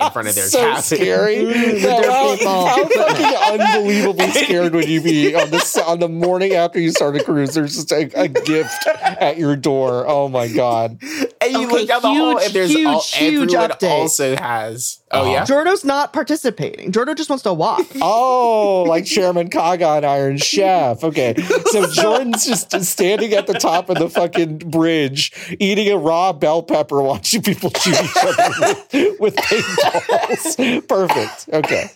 Speaker 1: in front
Speaker 2: [LAUGHS]
Speaker 1: of their
Speaker 3: so
Speaker 1: cabin. [LAUGHS]
Speaker 3: scary.
Speaker 2: Mm,
Speaker 3: No,
Speaker 2: with their
Speaker 3: how,
Speaker 2: paintball.
Speaker 3: how fucking unbelievably scared would you be on this on the morning after you start a cruise? There's just a, a gift at your door. Oh my god.
Speaker 1: And you
Speaker 2: Okay,
Speaker 1: look down the hall
Speaker 2: huge,
Speaker 1: and there's all,
Speaker 2: huge, huge
Speaker 1: everyone
Speaker 2: update.
Speaker 1: also has. Oh
Speaker 3: Uh-huh.
Speaker 1: yeah.
Speaker 2: Jordo's not participating. Jordo just wants to
Speaker 3: [LAUGHS]
Speaker 2: watch.
Speaker 3: Oh, like Chairman Kaga and Iron Chef. Okay. So Jordan's just standing at the top of the fucking bridge, eating a raw bell pepper, watching people shoot each other with, with paintballs. Perfect. Okay.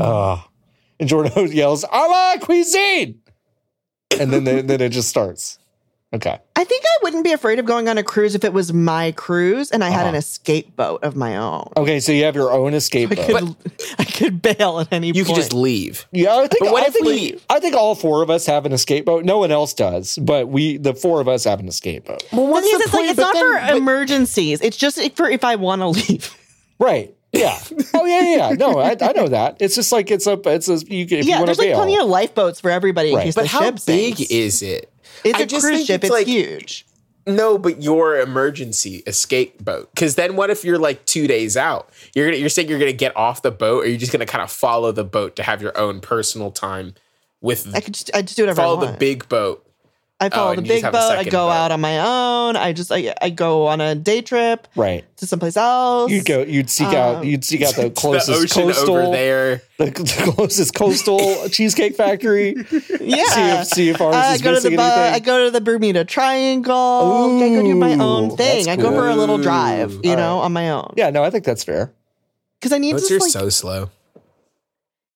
Speaker 3: Uh, and [LAUGHS] Jordan yells, a la cuisine. And then, they, then it just starts. Okay.
Speaker 2: I think I wouldn't be afraid of going on a cruise if it was my cruise and I had an
Speaker 3: Uh-huh.
Speaker 2: escape boat of my own.
Speaker 3: Okay, so you have your own escape
Speaker 2: I could,
Speaker 3: boat.
Speaker 2: [LAUGHS] I could bail at any
Speaker 1: You
Speaker 2: point.
Speaker 1: could just leave.
Speaker 3: yeah, I think,
Speaker 1: But what
Speaker 3: I,
Speaker 1: if
Speaker 3: think
Speaker 1: we-
Speaker 3: I think all four of us have an escape boat. No one else does, but we, the four of us, have an escape boat.
Speaker 2: Well,
Speaker 3: what's the
Speaker 2: it's like
Speaker 3: point?
Speaker 2: it's
Speaker 3: But
Speaker 2: not for
Speaker 3: then-
Speaker 2: um, emergencies. It's just for if I want to [LAUGHS] leave.
Speaker 3: Right.
Speaker 1: [LAUGHS]
Speaker 3: Yeah. Oh yeah, yeah. yeah. No, I, I know that. It's just like it's a it's a you, can- if
Speaker 2: yeah,
Speaker 3: you want
Speaker 2: there's
Speaker 3: to
Speaker 2: like
Speaker 3: bail.
Speaker 2: plenty of lifeboats for everybody in
Speaker 3: Right.
Speaker 2: case
Speaker 1: But
Speaker 2: the
Speaker 1: how
Speaker 2: ship
Speaker 1: big
Speaker 2: sinks.
Speaker 1: is it?
Speaker 2: It's
Speaker 1: I
Speaker 2: a
Speaker 1: just
Speaker 2: cruise
Speaker 1: think
Speaker 2: ship.
Speaker 1: it's
Speaker 2: It's,
Speaker 1: like-
Speaker 2: huge.
Speaker 1: No, but your emergency escape boat. Because then, what if you're like two days out? You're gonna, you're saying you're gonna get off the boat, or you're just gonna kind of follow the boat to have your own personal time with
Speaker 2: I could just, I just do whatever
Speaker 1: follow
Speaker 2: I
Speaker 1: the
Speaker 2: want.
Speaker 1: big boat.
Speaker 2: I
Speaker 1: oh,
Speaker 2: follow the
Speaker 1: and you just
Speaker 2: big
Speaker 1: have
Speaker 2: boat.
Speaker 1: a
Speaker 2: I
Speaker 1: second
Speaker 2: go
Speaker 1: boat.
Speaker 2: out on my own. I just I, I go on a day trip
Speaker 3: right.
Speaker 2: to someplace else.
Speaker 3: You'd go. You'd seek
Speaker 2: Um,
Speaker 3: out. You'd seek
Speaker 1: [LAUGHS]
Speaker 3: out the closest
Speaker 1: the ocean
Speaker 3: coastal.
Speaker 1: over there.
Speaker 3: The, the
Speaker 2: [LAUGHS]
Speaker 3: closest coastal cheesecake factory.
Speaker 2: [LAUGHS] Yeah.
Speaker 3: [LAUGHS] See if see if ours
Speaker 2: Uh, I
Speaker 3: is
Speaker 2: go to the
Speaker 3: missing
Speaker 2: bu-
Speaker 3: anything.
Speaker 2: I go to the Bermuda Triangle. I go do my own
Speaker 3: Ooh,
Speaker 2: thing.
Speaker 3: that's
Speaker 2: I go for a little
Speaker 1: cool.
Speaker 2: drive, you
Speaker 3: All
Speaker 2: know, on my own.
Speaker 3: yeah. No, I think that's fair.
Speaker 2: because I need
Speaker 1: Boats are
Speaker 2: just like
Speaker 1: so slow.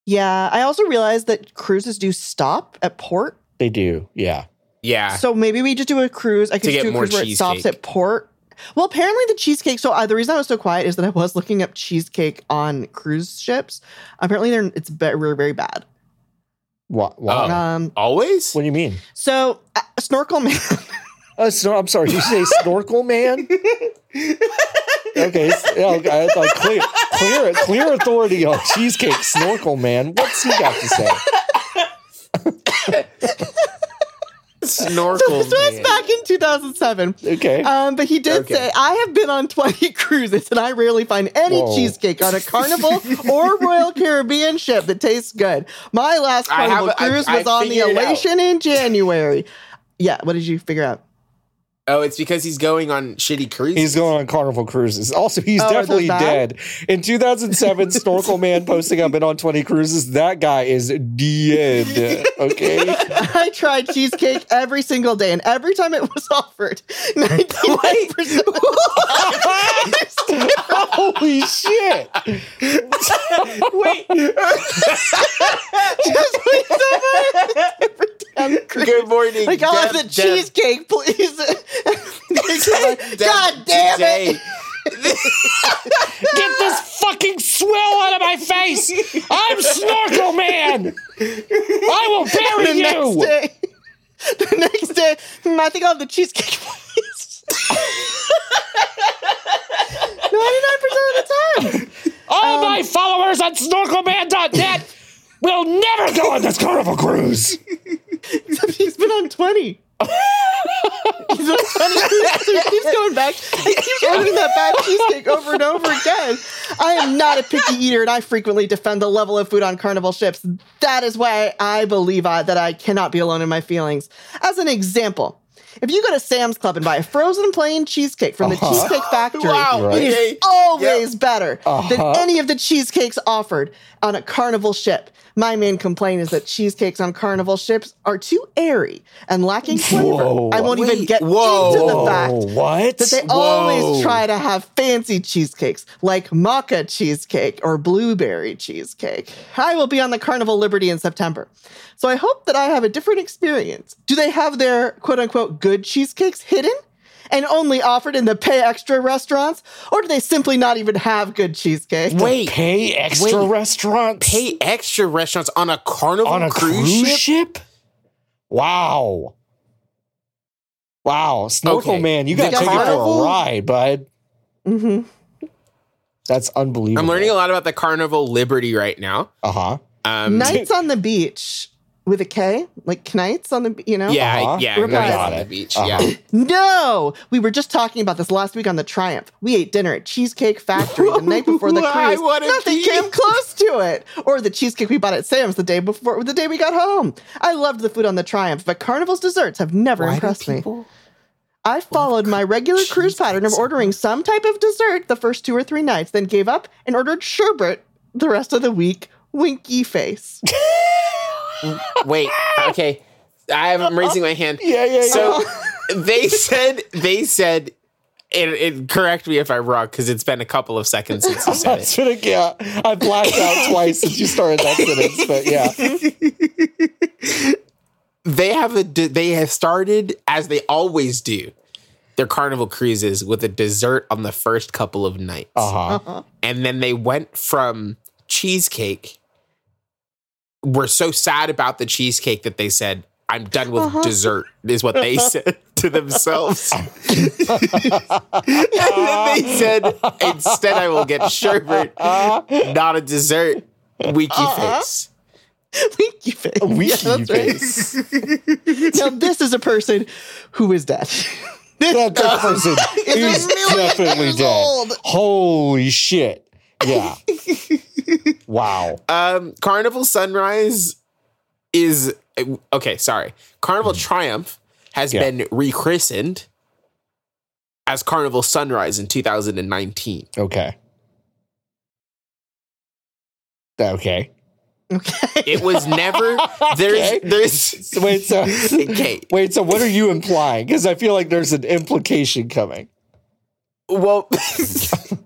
Speaker 2: yeah. I also realized that cruises do stop at port,
Speaker 3: They do. Yeah.
Speaker 1: Yeah.
Speaker 2: so maybe we just do a cruise. I
Speaker 1: Ah.
Speaker 2: could
Speaker 1: To
Speaker 2: just
Speaker 1: get
Speaker 2: do a
Speaker 1: more
Speaker 2: cruise where it stops
Speaker 1: cheesecake.
Speaker 2: at port. Well, apparently the cheesecake. So uh, the reason I was so quiet is that I was [LAUGHS] looking up cheesecake on cruise ships. Apparently, they're it's very very bad.
Speaker 3: Why? why?
Speaker 1: Oh.
Speaker 2: Um,
Speaker 1: Always? [LAUGHS]
Speaker 3: What do you mean?
Speaker 2: so uh, snorkel man. [LAUGHS]
Speaker 3: Uh, snor- I'm sorry. Did you say snorkel man? okay. s- yeah, okay, I- Like clear, clear, clear authority on cheesecake snorkel man. What's he got to say?
Speaker 1: Snorkel.
Speaker 2: this was
Speaker 1: man.
Speaker 2: back in 2007.
Speaker 3: Okay.
Speaker 2: Um, but he did
Speaker 1: Okay.
Speaker 2: say, I have been on 20 [LAUGHS] cruises and I rarely find any
Speaker 3: Whoa.
Speaker 1: [LAUGHS]
Speaker 2: cheesecake on a carnival or Royal Caribbean ship that tastes good. My last
Speaker 1: I have
Speaker 2: carnival
Speaker 1: a- I-
Speaker 2: cruise
Speaker 1: I
Speaker 2: was on the
Speaker 1: figured it out.
Speaker 2: elation in January. Yeah, what did you figure out?
Speaker 1: Oh, it's because he's going on shitty cruises.
Speaker 3: He's going on carnival cruises. Also, he's
Speaker 2: Oh, are those
Speaker 3: definitely
Speaker 2: bad?
Speaker 3: dead.
Speaker 2: [LAUGHS]
Speaker 3: In 2007, Snorkel Man posting, I've been on 20 cruises. That guy is dead.
Speaker 2: [LAUGHS]
Speaker 3: Okay. [LAUGHS]
Speaker 2: I tried cheesecake every single day and every time it was [LAUGHS] offered, 99% of the time-
Speaker 3: Holy shit.
Speaker 1: Wait, [LAUGHS] good morning.
Speaker 2: Like, I'll have
Speaker 1: Deb-
Speaker 2: the
Speaker 1: Deb.
Speaker 2: cheesecake, please.
Speaker 1: Deb,
Speaker 2: [LAUGHS] God damn it.
Speaker 1: today.
Speaker 3: Get this fucking swell out of my face. I'm Snorkel Man. I will bury
Speaker 2: the next
Speaker 3: you.
Speaker 2: day, the next day, "Hmm, I think I'll have the cheesecake, [LAUGHS] please. Ninety-nine percent of the time,
Speaker 3: All my followers on snorkelman.net will never go on this carnival cruise.
Speaker 2: except he's been on twenty. he's on twenty. So he keeps going back. He keeps ordering that bad cheesecake over and over again. I am not a picky eater, and I frequently defend the level of food on carnival ships. That is why I believe I, that I cannot be alone in my feelings. As an example. If you go to Sam's Club and buy a frozen plain cheesecake from the
Speaker 3: Uh-huh.
Speaker 2: Cheesecake Factory,
Speaker 1: Wow.
Speaker 3: Right.
Speaker 2: It
Speaker 1: Okay.
Speaker 2: is always better
Speaker 3: Uh-huh.
Speaker 2: than any of the cheesecakes offered on a carnival ship. My main complaint is that cheesecakes on carnival ships are too airy and lacking flavor.
Speaker 3: Whoa.
Speaker 2: I won't even
Speaker 1: Wait,
Speaker 2: get
Speaker 1: whoa.
Speaker 2: into the
Speaker 3: Oh,
Speaker 2: fact
Speaker 3: what?
Speaker 2: that they always try to have fancy cheesecakes like maca cheesecake or blueberry cheesecake. I will be on the Carnival Liberty in September. So I hope that I have a different experience. Do they have their quote unquote good cheesecakes hidden? And only offered in the pay extra restaurants, or do they simply not even have good cheesecake?
Speaker 1: Wait,
Speaker 3: pay extra
Speaker 1: Wait.
Speaker 3: restaurants
Speaker 1: pay extra restaurants on a carnival
Speaker 3: on a
Speaker 1: cruise, ship?
Speaker 3: Wow. Wow, Snorkel
Speaker 1: Okay.
Speaker 3: Man, you got
Speaker 1: The
Speaker 3: taken for
Speaker 1: carnival-
Speaker 3: a ride, bud.
Speaker 2: Mhm.
Speaker 3: That's unbelievable.
Speaker 1: I'm learning a lot about the Carnival Liberty right now.
Speaker 3: Uh huh.
Speaker 1: Um,
Speaker 2: Nights on the beach with a K, like nights on the, be- you know?
Speaker 1: yeah,
Speaker 3: Uh-huh.
Speaker 1: yeah,
Speaker 2: We're
Speaker 1: nights
Speaker 3: got
Speaker 1: on the
Speaker 3: it.
Speaker 1: beach.
Speaker 3: Uh-huh.
Speaker 1: Yeah,
Speaker 2: No, we were just talking about this last week on the Triumph. We ate dinner at Cheesecake Factory the night before
Speaker 3: [LAUGHS]
Speaker 2: the
Speaker 1: I
Speaker 2: cruise.
Speaker 1: wanna
Speaker 2: Nothing
Speaker 1: pee.
Speaker 2: came close to it, or the cheesecake we bought at Sam's the day before, the day we got home. I loved the food on the Triumph, but Carnival's desserts have never impressed me. I followed my regular cruise pattern of ordering some type of dessert the first two or three nights, then gave up and ordered sherbet the rest of the week. Winky face. [LAUGHS]
Speaker 1: wait, okay. I, I'm raising my hand.
Speaker 3: Yeah, yeah, yeah.
Speaker 1: [LAUGHS] So they said they said, and, and correct me if I'm wrong because it's been a couple of seconds since you said it.
Speaker 3: That's what I yeah. I blacked out twice since you started that sentence, but yeah.
Speaker 1: [LAUGHS] they have a de- they have started as they always do their carnival cruises with a dessert on the first couple of nights.
Speaker 3: Uh huh.
Speaker 1: And then they went from cheesecake. Were so sad about the cheesecake that they said, "I'm done with dessert," is what they said to themselves. and then they said, "Instead, I will get sherbet, not a dessert." Winky face.
Speaker 2: Winky face.
Speaker 3: Winky
Speaker 2: Yeah, that's Oh, right. [LAUGHS]
Speaker 3: face.
Speaker 2: Now this is a person who is dead.
Speaker 3: That, that person is definitely dead. Holy shit. Yeah. wow.
Speaker 1: Um, Carnival Sunrise is okay. Sorry, Carnival Triumph has
Speaker 3: Mm-hmm. Yeah.
Speaker 1: been rechristened as Carnival Sunrise in 2019.
Speaker 3: Okay. Okay.
Speaker 2: Okay.
Speaker 1: It was
Speaker 3: [LAUGHS]
Speaker 1: never there's
Speaker 3: Okay.
Speaker 1: there's
Speaker 3: So wait, so
Speaker 1: okay.
Speaker 3: wait, so what are you implying? Because I feel like there's an implication coming.
Speaker 1: Well,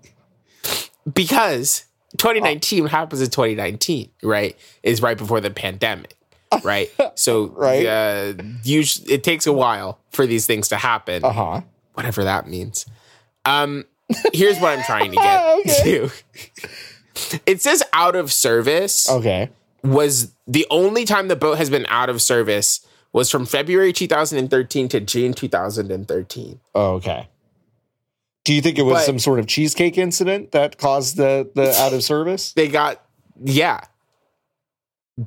Speaker 3: [LAUGHS]
Speaker 1: because 2019 what happens in 2019, right? Is right before the pandemic, right? So
Speaker 3: [LAUGHS] Right.
Speaker 1: uh, usually it takes a while for these things to happen.
Speaker 3: Uh huh.
Speaker 1: whatever that means. Um, here's what I'm trying to get to. [LAUGHS] It says out of service
Speaker 3: Okay.
Speaker 1: was the only time the boat has been out of service was from February 2013 to June 2013.
Speaker 3: Oh, Okay. Do you think it was
Speaker 1: But-
Speaker 3: some sort of cheesecake incident that caused the
Speaker 1: [LAUGHS]
Speaker 3: the out of service? [LAUGHS]
Speaker 1: They got yeah.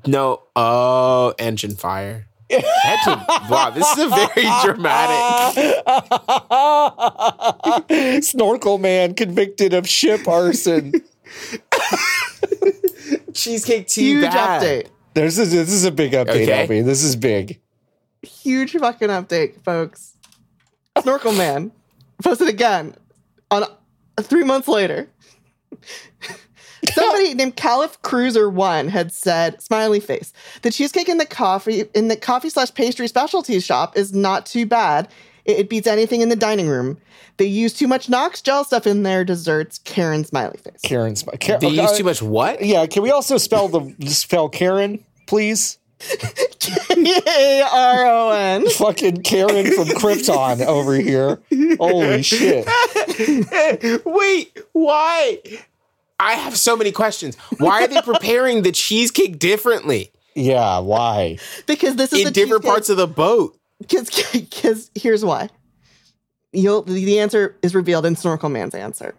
Speaker 1: No, oh, engine fire. That took- wow, this is a very dramatic.
Speaker 3: Snorkel man convicted of
Speaker 1: [LAUGHS]
Speaker 3: ship arson.
Speaker 1: Cheesecake tea
Speaker 2: [LAUGHS] Huge
Speaker 1: bag.
Speaker 2: update.
Speaker 3: There's a, this is a big update,
Speaker 1: Okay.
Speaker 3: Albie. This is big.
Speaker 2: Huge fucking update, folks. Snorkel Man posted again on three months later.
Speaker 1: [LAUGHS]
Speaker 2: Somebody named Caliph Cruiser One had said, "Smiley face." The cheesecake in the coffee in the coffee slash pastry specialty shop is not too bad. It, it beats anything in the dining room. They use too much Knox gel stuff in their desserts. Karen smiley face. [LAUGHS]
Speaker 3: Karen's. Karen, uh,
Speaker 1: They use too much what?
Speaker 3: Yeah. Can we also spell the spell Karen, please?
Speaker 2: A R O N.
Speaker 3: Fucking Karen from Krypton over here. Holy shit!
Speaker 1: [LAUGHS] Wait, why? I have so many questions. Why are [LAUGHS] they preparing the cheesecake differently
Speaker 3: Yeah. Why?
Speaker 2: Because this is
Speaker 1: in different parts of the boat?
Speaker 2: [LAUGHS] Because here's why. You'll the the answer is revealed in Snorkel Man's answer.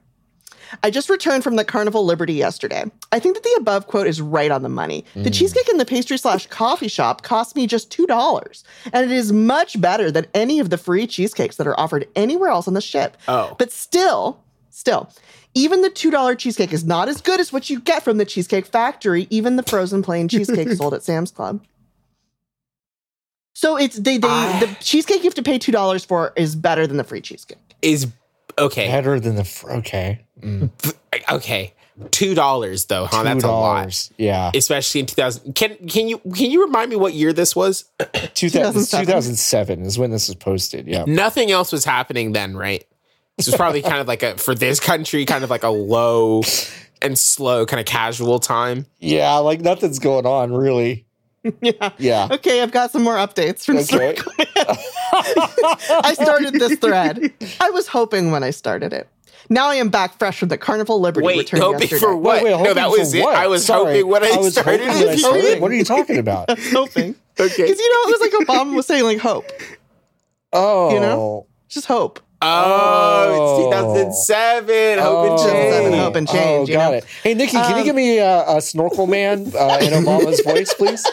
Speaker 2: I just returned from the Carnival Liberty yesterday. I think that the above quote is right on the money. The cheesecake in the pastry slash coffee shop cost me just two dollars, and it is much better than any of the free cheesecakes that are offered anywhere else on the ship.
Speaker 1: Oh.
Speaker 2: But still, still, even the $2 cheesecake is not as good as what you get from the Cheesecake Factory, even the frozen
Speaker 1: [LAUGHS]
Speaker 2: plain cheesecake sold at Sam's Club. So it's they they
Speaker 1: Ah.
Speaker 2: the cheesecake you have to pay two dollars for is better than the free cheesecake.
Speaker 1: Is okay.
Speaker 3: Better than the fr- okay. Mm.
Speaker 1: Okay. Two dollars though, huh? That's a lot.
Speaker 3: $2. Yeah.
Speaker 1: Especially in two thousand. Can can you can you remind me what year this was?
Speaker 3: 2007.
Speaker 2: 2007.
Speaker 3: 2007 is when this was posted. Yeah.
Speaker 1: Nothing else was happening then, right? This was probably kind of like a for this country, kind of like a low and slow, kind of casual time.
Speaker 3: Yeah. Like nothing's going on really.
Speaker 2: Yeah. [LAUGHS]
Speaker 3: Yeah.
Speaker 2: Okay, I've got some more updates from
Speaker 3: Okay.
Speaker 2: I started this thread. I was hoping when I started it. Now I am back fresh from the Carnival Liberty
Speaker 1: Wait,
Speaker 2: return
Speaker 1: hoping
Speaker 2: yesterday.
Speaker 1: for what? no,
Speaker 3: hoping
Speaker 1: that
Speaker 3: for
Speaker 1: was it.
Speaker 3: what?
Speaker 1: I was
Speaker 3: Sorry.
Speaker 1: hoping when I,
Speaker 3: was
Speaker 1: started.
Speaker 3: hoping when I
Speaker 1: it-
Speaker 3: started.
Speaker 2: Hoping.
Speaker 3: What are you talking about?
Speaker 2: hoping.
Speaker 1: Okay.
Speaker 2: Because you know it was like Obama was saying like hope.
Speaker 3: Oh,
Speaker 2: know? Just hope.
Speaker 1: Oh,
Speaker 3: Oh.
Speaker 1: it's 2007. Hope and
Speaker 3: Oh.
Speaker 1: change.
Speaker 2: 2007, hope and change,
Speaker 3: Oh,
Speaker 2: you
Speaker 3: got
Speaker 2: know?
Speaker 3: it. Hey, Nikki, can you
Speaker 2: Um,
Speaker 3: give me uh, a snorkel man uh, in
Speaker 2: [LAUGHS]
Speaker 3: Obama's voice, please?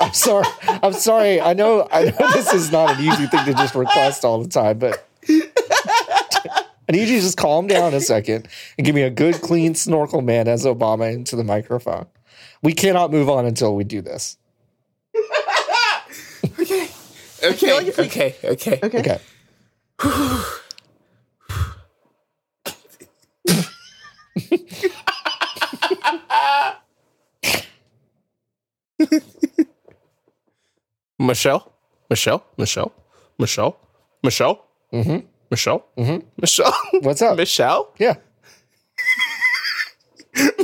Speaker 3: I'm sorry. I'm sorry. I know. I know this is not an easy thing to just request all the time, but I need you to just calm down a second and give me a good, clean snorkel man as Obama into the microphone. We cannot move on until we do this.
Speaker 1: Okay, okay, okay.
Speaker 2: Okay.
Speaker 3: Okay.
Speaker 1: Michelle, Michelle, Michelle, Michelle, Michelle, Mm-hmm. Michelle, Michelle, [LAUGHS]
Speaker 3: What's up?
Speaker 1: Michelle,
Speaker 3: Yeah.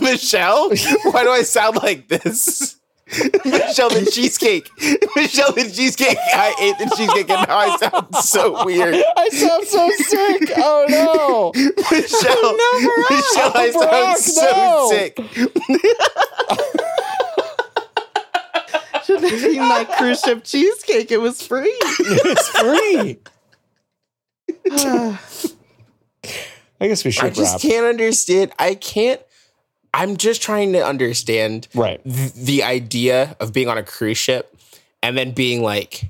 Speaker 1: Michelle. Why do I sound like this? [LAUGHS] Michelle the cheesecake. Michelle the cheesecake. I ate the cheesecake and now I sound so weird. [LAUGHS]
Speaker 3: I sound so sick. Oh no.
Speaker 1: Michelle, Michelle, I
Speaker 3: Barack,
Speaker 1: sound so
Speaker 3: no.
Speaker 1: sick.
Speaker 2: Should have eaten that cruise ship cheesecake. It
Speaker 1: [SIGHS]
Speaker 2: was free.
Speaker 3: It's free. I guess we
Speaker 1: I
Speaker 3: should
Speaker 1: just
Speaker 3: wrap.
Speaker 1: can't understand. I can't. I'm just trying to understand
Speaker 3: Right.
Speaker 1: th- the idea of being on a cruise ship and then being like,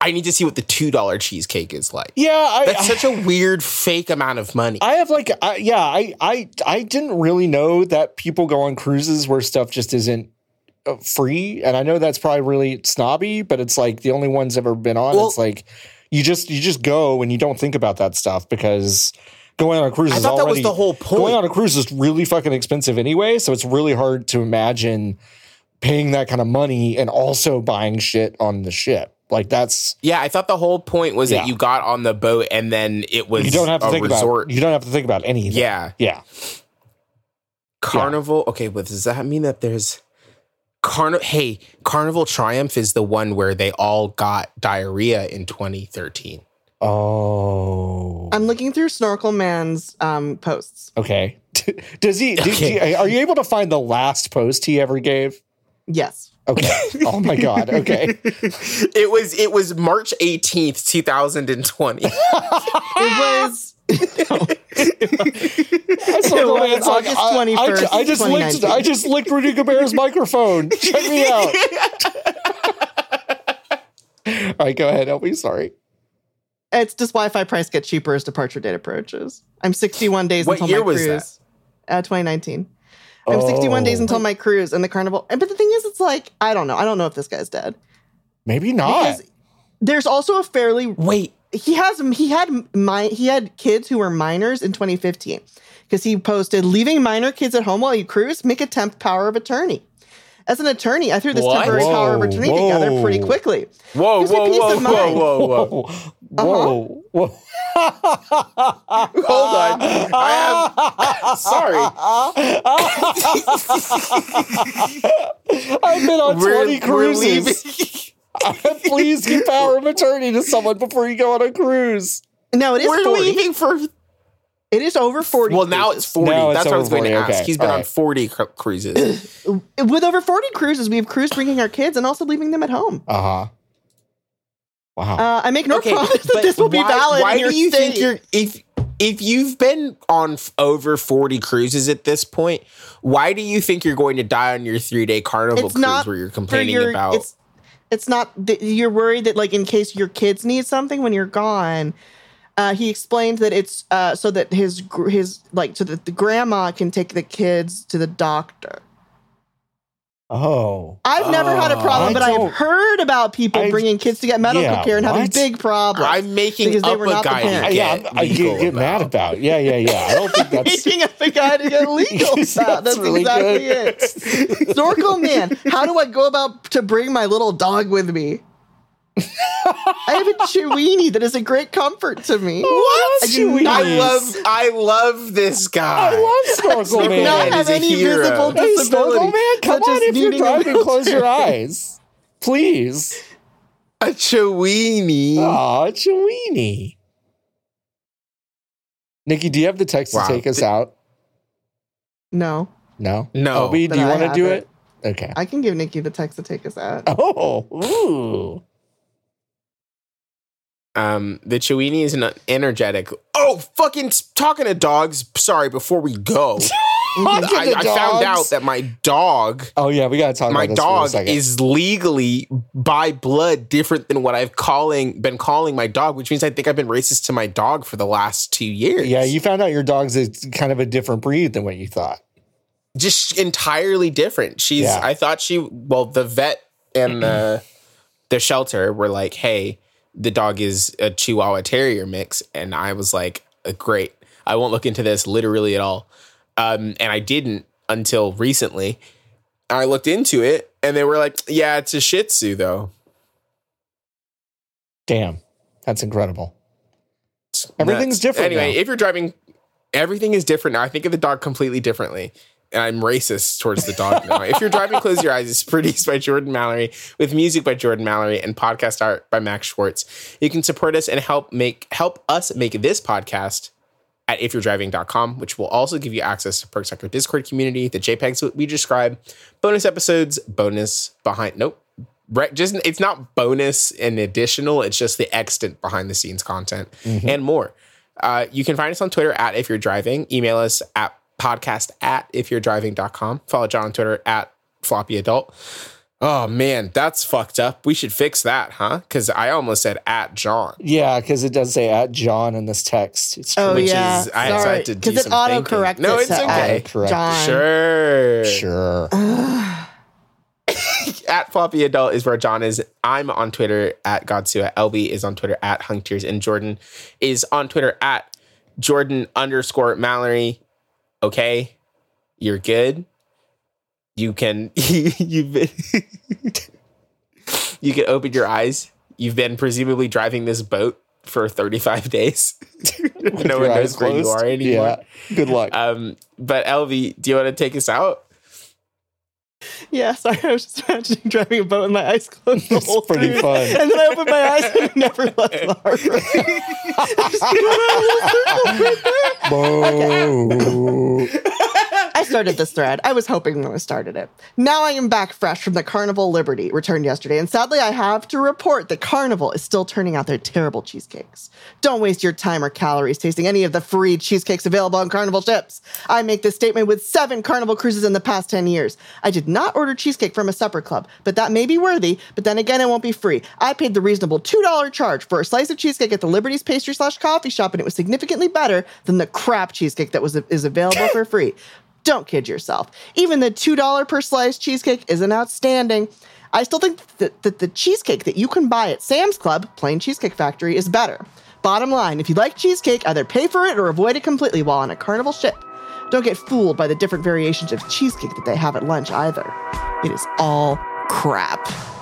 Speaker 1: I need to see what the $2 cheesecake is like.
Speaker 3: Yeah, I,
Speaker 1: That's such a weird fake amount of money.
Speaker 3: I have like, I, yeah, I, I, I didn't really know that people go on cruises where stuff just isn't uh, free, and I know that's probably really snobby, but it's like the only ones I've ever been on.
Speaker 1: Well-
Speaker 3: it's like you just you just go and you don't think about that stuff because going on a cruise
Speaker 1: I
Speaker 3: is
Speaker 1: thought that was
Speaker 3: already
Speaker 1: the whole
Speaker 3: going on
Speaker 1: point.
Speaker 3: a cruise is really fucking expensive anyway, so it's really hard to imagine paying that kind of money and also buying shit on the ship. Like that's
Speaker 1: Yeah, I thought the whole point was
Speaker 3: Yeah.
Speaker 1: that you got on the boat and then it was
Speaker 3: you don't have to
Speaker 1: a
Speaker 3: think
Speaker 1: resort.
Speaker 3: about you don't have to think about anything.
Speaker 1: yeah.
Speaker 3: yeah.
Speaker 1: Carnival. Okay, but does that mean that there's Carnival? Hey, Carnival Triumph is the one where they all got diarrhea in 2013.
Speaker 3: Oh.
Speaker 2: I'm looking through Snorkel Man's um, posts.
Speaker 3: Okay. [LAUGHS] Does he? do-
Speaker 1: Okay.
Speaker 3: do- are you able to find the last post he ever gave?
Speaker 2: Yes.
Speaker 3: Okay. oh my god.
Speaker 1: [LAUGHS]
Speaker 3: Okay.
Speaker 1: It was it was March 18th, 2020.
Speaker 2: It
Speaker 1: Ah!
Speaker 2: was
Speaker 3: That's like,
Speaker 2: was
Speaker 3: it's like,
Speaker 2: August
Speaker 3: I- I-
Speaker 2: 21st,
Speaker 3: I, just licked.
Speaker 2: 2019.
Speaker 3: I just licked Rudy Gobert's microphone. Check me out.
Speaker 1: [LAUGHS]
Speaker 3: All right, go ahead. I'll be sorry.
Speaker 2: It's does Wi-Fi price get cheaper as departure date approaches? I'm 61 days
Speaker 1: What
Speaker 2: until
Speaker 1: year
Speaker 2: my
Speaker 1: was that?
Speaker 2: cruise. Uh, 2019. I'm 61 days
Speaker 3: Oh.
Speaker 2: until my cruise and the carnival. And but the thing is, it's like I don't know. I don't know if this guy's dead.
Speaker 3: Maybe not.
Speaker 2: Because There's also a fairly
Speaker 1: Wait,
Speaker 2: he has he had my he had kids who were minors in 2015 because he posted leaving minor kids at home while you cruise make a temp power of attorney. As an attorney, I threw this
Speaker 1: What?
Speaker 2: temporary power of
Speaker 3: Whoa,
Speaker 2: attorney together pretty
Speaker 3: whoa.
Speaker 2: quickly.
Speaker 1: whoa,
Speaker 2: Gives me
Speaker 1: whoa,
Speaker 2: peace
Speaker 1: whoa,
Speaker 2: of
Speaker 1: whoa,
Speaker 2: mind.
Speaker 1: whoa, whoa.
Speaker 3: Whoa. Whoa.
Speaker 1: Uh-huh.
Speaker 3: [LAUGHS]
Speaker 1: Hold on. I am [LAUGHS] sorry.
Speaker 3: I've been on
Speaker 1: We're-
Speaker 3: 20
Speaker 1: we're leaving.
Speaker 3: cruises. Please give power of attorney to someone before you go on a cruise.
Speaker 2: No, it is
Speaker 1: We're
Speaker 2: 40.
Speaker 1: leaving for
Speaker 2: It is over 40.
Speaker 1: well now it's
Speaker 2: cruises.
Speaker 1: 40.
Speaker 3: Now it's
Speaker 1: That's what I was
Speaker 3: over
Speaker 1: going to
Speaker 3: 40,
Speaker 1: ask.
Speaker 3: okay,
Speaker 1: He's been on
Speaker 3: alright.
Speaker 1: 40 cru- [LAUGHS] cruises.
Speaker 2: with over 40 cruises, we have cruised bringing our kids and also leaving them at home.
Speaker 3: Uh huh. Wow.
Speaker 2: Uh, I make no
Speaker 1: Okay,
Speaker 2: promise that
Speaker 1: but
Speaker 2: this will be
Speaker 1: why-
Speaker 2: valid.
Speaker 1: Why
Speaker 2: in your
Speaker 1: do you think
Speaker 2: state.
Speaker 1: you're if if you've been on f- over forty cruises at this point? Why do you think you're going to die on your three day carnival
Speaker 2: It's
Speaker 1: cruise
Speaker 2: not
Speaker 1: where you're
Speaker 2: for
Speaker 1: complaining
Speaker 2: your-
Speaker 1: about?
Speaker 2: It's, it's not that you're worried that like in case your kids need something when you're gone. Uh, he explained that it's uh, so that his gr- his like so that the grandma can take the kids to the doctor.
Speaker 3: oh.
Speaker 2: I've never had a problem,
Speaker 3: I
Speaker 2: but I've
Speaker 3: don't-
Speaker 2: heard about people
Speaker 3: I've-
Speaker 2: bringing kids to get medical
Speaker 3: Yeah,
Speaker 2: care and having
Speaker 3: what?
Speaker 2: big problems.
Speaker 1: I'm making
Speaker 2: because they
Speaker 1: up
Speaker 2: were
Speaker 1: a
Speaker 2: not the
Speaker 1: guy.
Speaker 2: parent.
Speaker 1: To
Speaker 3: yeah,
Speaker 1: get
Speaker 3: I'm- I get,
Speaker 1: legal
Speaker 3: get mad
Speaker 1: about.
Speaker 3: about. Yeah, yeah, yeah. I don't
Speaker 2: [LAUGHS]
Speaker 3: think that's.
Speaker 2: Making up a guy to get
Speaker 1: [LAUGHS]
Speaker 2: legal.
Speaker 3: That's
Speaker 2: That's, That's
Speaker 3: really
Speaker 2: exactly
Speaker 3: good.
Speaker 2: it. Snorkel man, how do I go about to bring my little dog with me? I have a Chiweenie that is a great comfort to me.
Speaker 3: what?
Speaker 2: I do
Speaker 1: I
Speaker 2: not
Speaker 1: love, I love this guy.
Speaker 3: I love Snorkel
Speaker 1: Snorkel
Speaker 2: Do not
Speaker 1: Man
Speaker 3: Man.
Speaker 1: is
Speaker 2: have
Speaker 1: a
Speaker 2: any
Speaker 1: hero.
Speaker 2: visible
Speaker 1: Hey,
Speaker 3: Hey,
Speaker 2: disability.
Speaker 3: Snorkel Man, come
Speaker 2: such
Speaker 3: on
Speaker 2: as
Speaker 3: if you're
Speaker 2: needing a
Speaker 3: driving, close your
Speaker 2: wheelchair.
Speaker 3: eyes. Please.
Speaker 1: a Chiweenie.
Speaker 3: Aw, Chewini. Nikki, do you have the text
Speaker 1: Wow.
Speaker 3: to take us out?
Speaker 2: No,
Speaker 3: No?
Speaker 1: No.
Speaker 3: Obi,
Speaker 2: But
Speaker 3: do you
Speaker 2: I
Speaker 3: want to
Speaker 2: have
Speaker 3: do
Speaker 2: it.
Speaker 3: it? Okay. [LAUGHS]
Speaker 2: I can give Nikki the text to take us out.
Speaker 3: Oh, ooh.
Speaker 1: Um, the Chiweenie is an energetic. Oh, fucking s- talking to dogs. Sorry, before we go,
Speaker 3: [LAUGHS] Talking
Speaker 1: I,
Speaker 3: to
Speaker 1: Mm-hmm. I found
Speaker 3: dogs.
Speaker 1: out that my dog.
Speaker 3: Oh yeah, we gotta talk
Speaker 1: my
Speaker 3: about this
Speaker 1: dog
Speaker 3: for a second.
Speaker 1: is legally by blood different than what I've calling been calling my dog, which means I think I've been racist to my dog for the last two years.
Speaker 3: Yeah, you found out your dog's a, kind of a different breed than what you thought.
Speaker 1: just entirely different. She's
Speaker 3: Yeah.
Speaker 1: I thought she well the vet and the the shelter were like, hey, the dog is a Chihuahua Terrier mix, and I was like, uh, great, I won't look into this literally at all, um, and I didn't until recently. I looked into it, and they were like, yeah, it's a Shih Tzu though.
Speaker 3: Damn, that's incredible.
Speaker 1: It's
Speaker 3: Everything's different
Speaker 1: Anyway,
Speaker 3: now.
Speaker 1: if you're driving, everything is different now. I think of the dog completely differently. and I'm racist towards the dog now. if you're driving, close your eyes. It's produced by Jordan Mallory with music by Jordan Mallory and podcast art by Max Schwartz. You can support us and help make help us make this podcast at ifyou'redriving.com, which will also give you access to Perks Sucker Discord community, the JPEGs that we describe, bonus episodes, bonus behind nope. Right, just it's not bonus and additional, it's just the extant behind the scenes content and more. Uh, you can find us on Twitter at if you're driving, email us at podcast at if you're driving.com, follow John on Twitter at floppy adult. Oh man, that's fucked up. We should fix that, huh? Because I almost said at John.
Speaker 3: Yeah, because it does say at John in this text. It's true.
Speaker 2: Oh,
Speaker 1: Which
Speaker 2: yeah.
Speaker 1: is- I- so I
Speaker 2: Sorry.
Speaker 1: had to do
Speaker 2: it
Speaker 1: some thinking.
Speaker 2: autocorrected.
Speaker 1: No, it's
Speaker 2: to
Speaker 1: okay.
Speaker 2: add John.
Speaker 1: Sure. [LAUGHS]
Speaker 3: Sure.
Speaker 1: At Floppy Adult is where John is. I'm on Twitter at Godsua. LB is on Twitter at Hunk Tears. And Jordan is on Twitter at Jordan underscore Mallory. Okay. You're good. You can [LAUGHS] you've been you can open your eyes. You've been presumably driving this boat for 35 days. no one
Speaker 3: Your
Speaker 1: knows
Speaker 3: eyes
Speaker 1: where you
Speaker 3: closed?
Speaker 1: are anymore.
Speaker 3: Yeah. Good luck.
Speaker 1: Um, but LV, do you want to take us out?
Speaker 2: [SIGHS] Yeah, sorry. I was just [LAUGHS] imagining driving a boat with my eyes closed. The
Speaker 3: It's
Speaker 2: whole
Speaker 1: [LAUGHS]
Speaker 3: pretty
Speaker 2: cruise.
Speaker 3: fun.
Speaker 2: And then I opened my eyes and I never left the harbor. [LAUGHS] Just going around in a circle right there.
Speaker 3: Boo.
Speaker 2: I started this thread. I was hoping when I started it. Now I am back fresh from the Carnival Liberty, returned yesterday, and sadly I have to report that Carnival is still turning out their terrible cheesecakes. Don't waste your time or calories tasting any of the free cheesecakes available on Carnival ships. I make this statement with seven Carnival cruises in the past 10 years. I did not order cheesecake from a supper club, but that may be worthy, but then again, it won't be free. I paid the reasonable $2 charge for a slice of cheesecake at the Liberty's pastry slash coffee shop, and it was significantly better than the crap cheesecake that was is available for free. Don't kid yourself. Even the $2 per slice cheesecake isn't outstanding. I still think that, that the cheesecake that you can buy at Sam's Club, Plain Cheesecake Factory, is better. Bottom line, if you like cheesecake, either pay for it or avoid it completely while on a carnival ship. Don't get fooled by the different variations of cheesecake that they have at lunch either. It is all crap.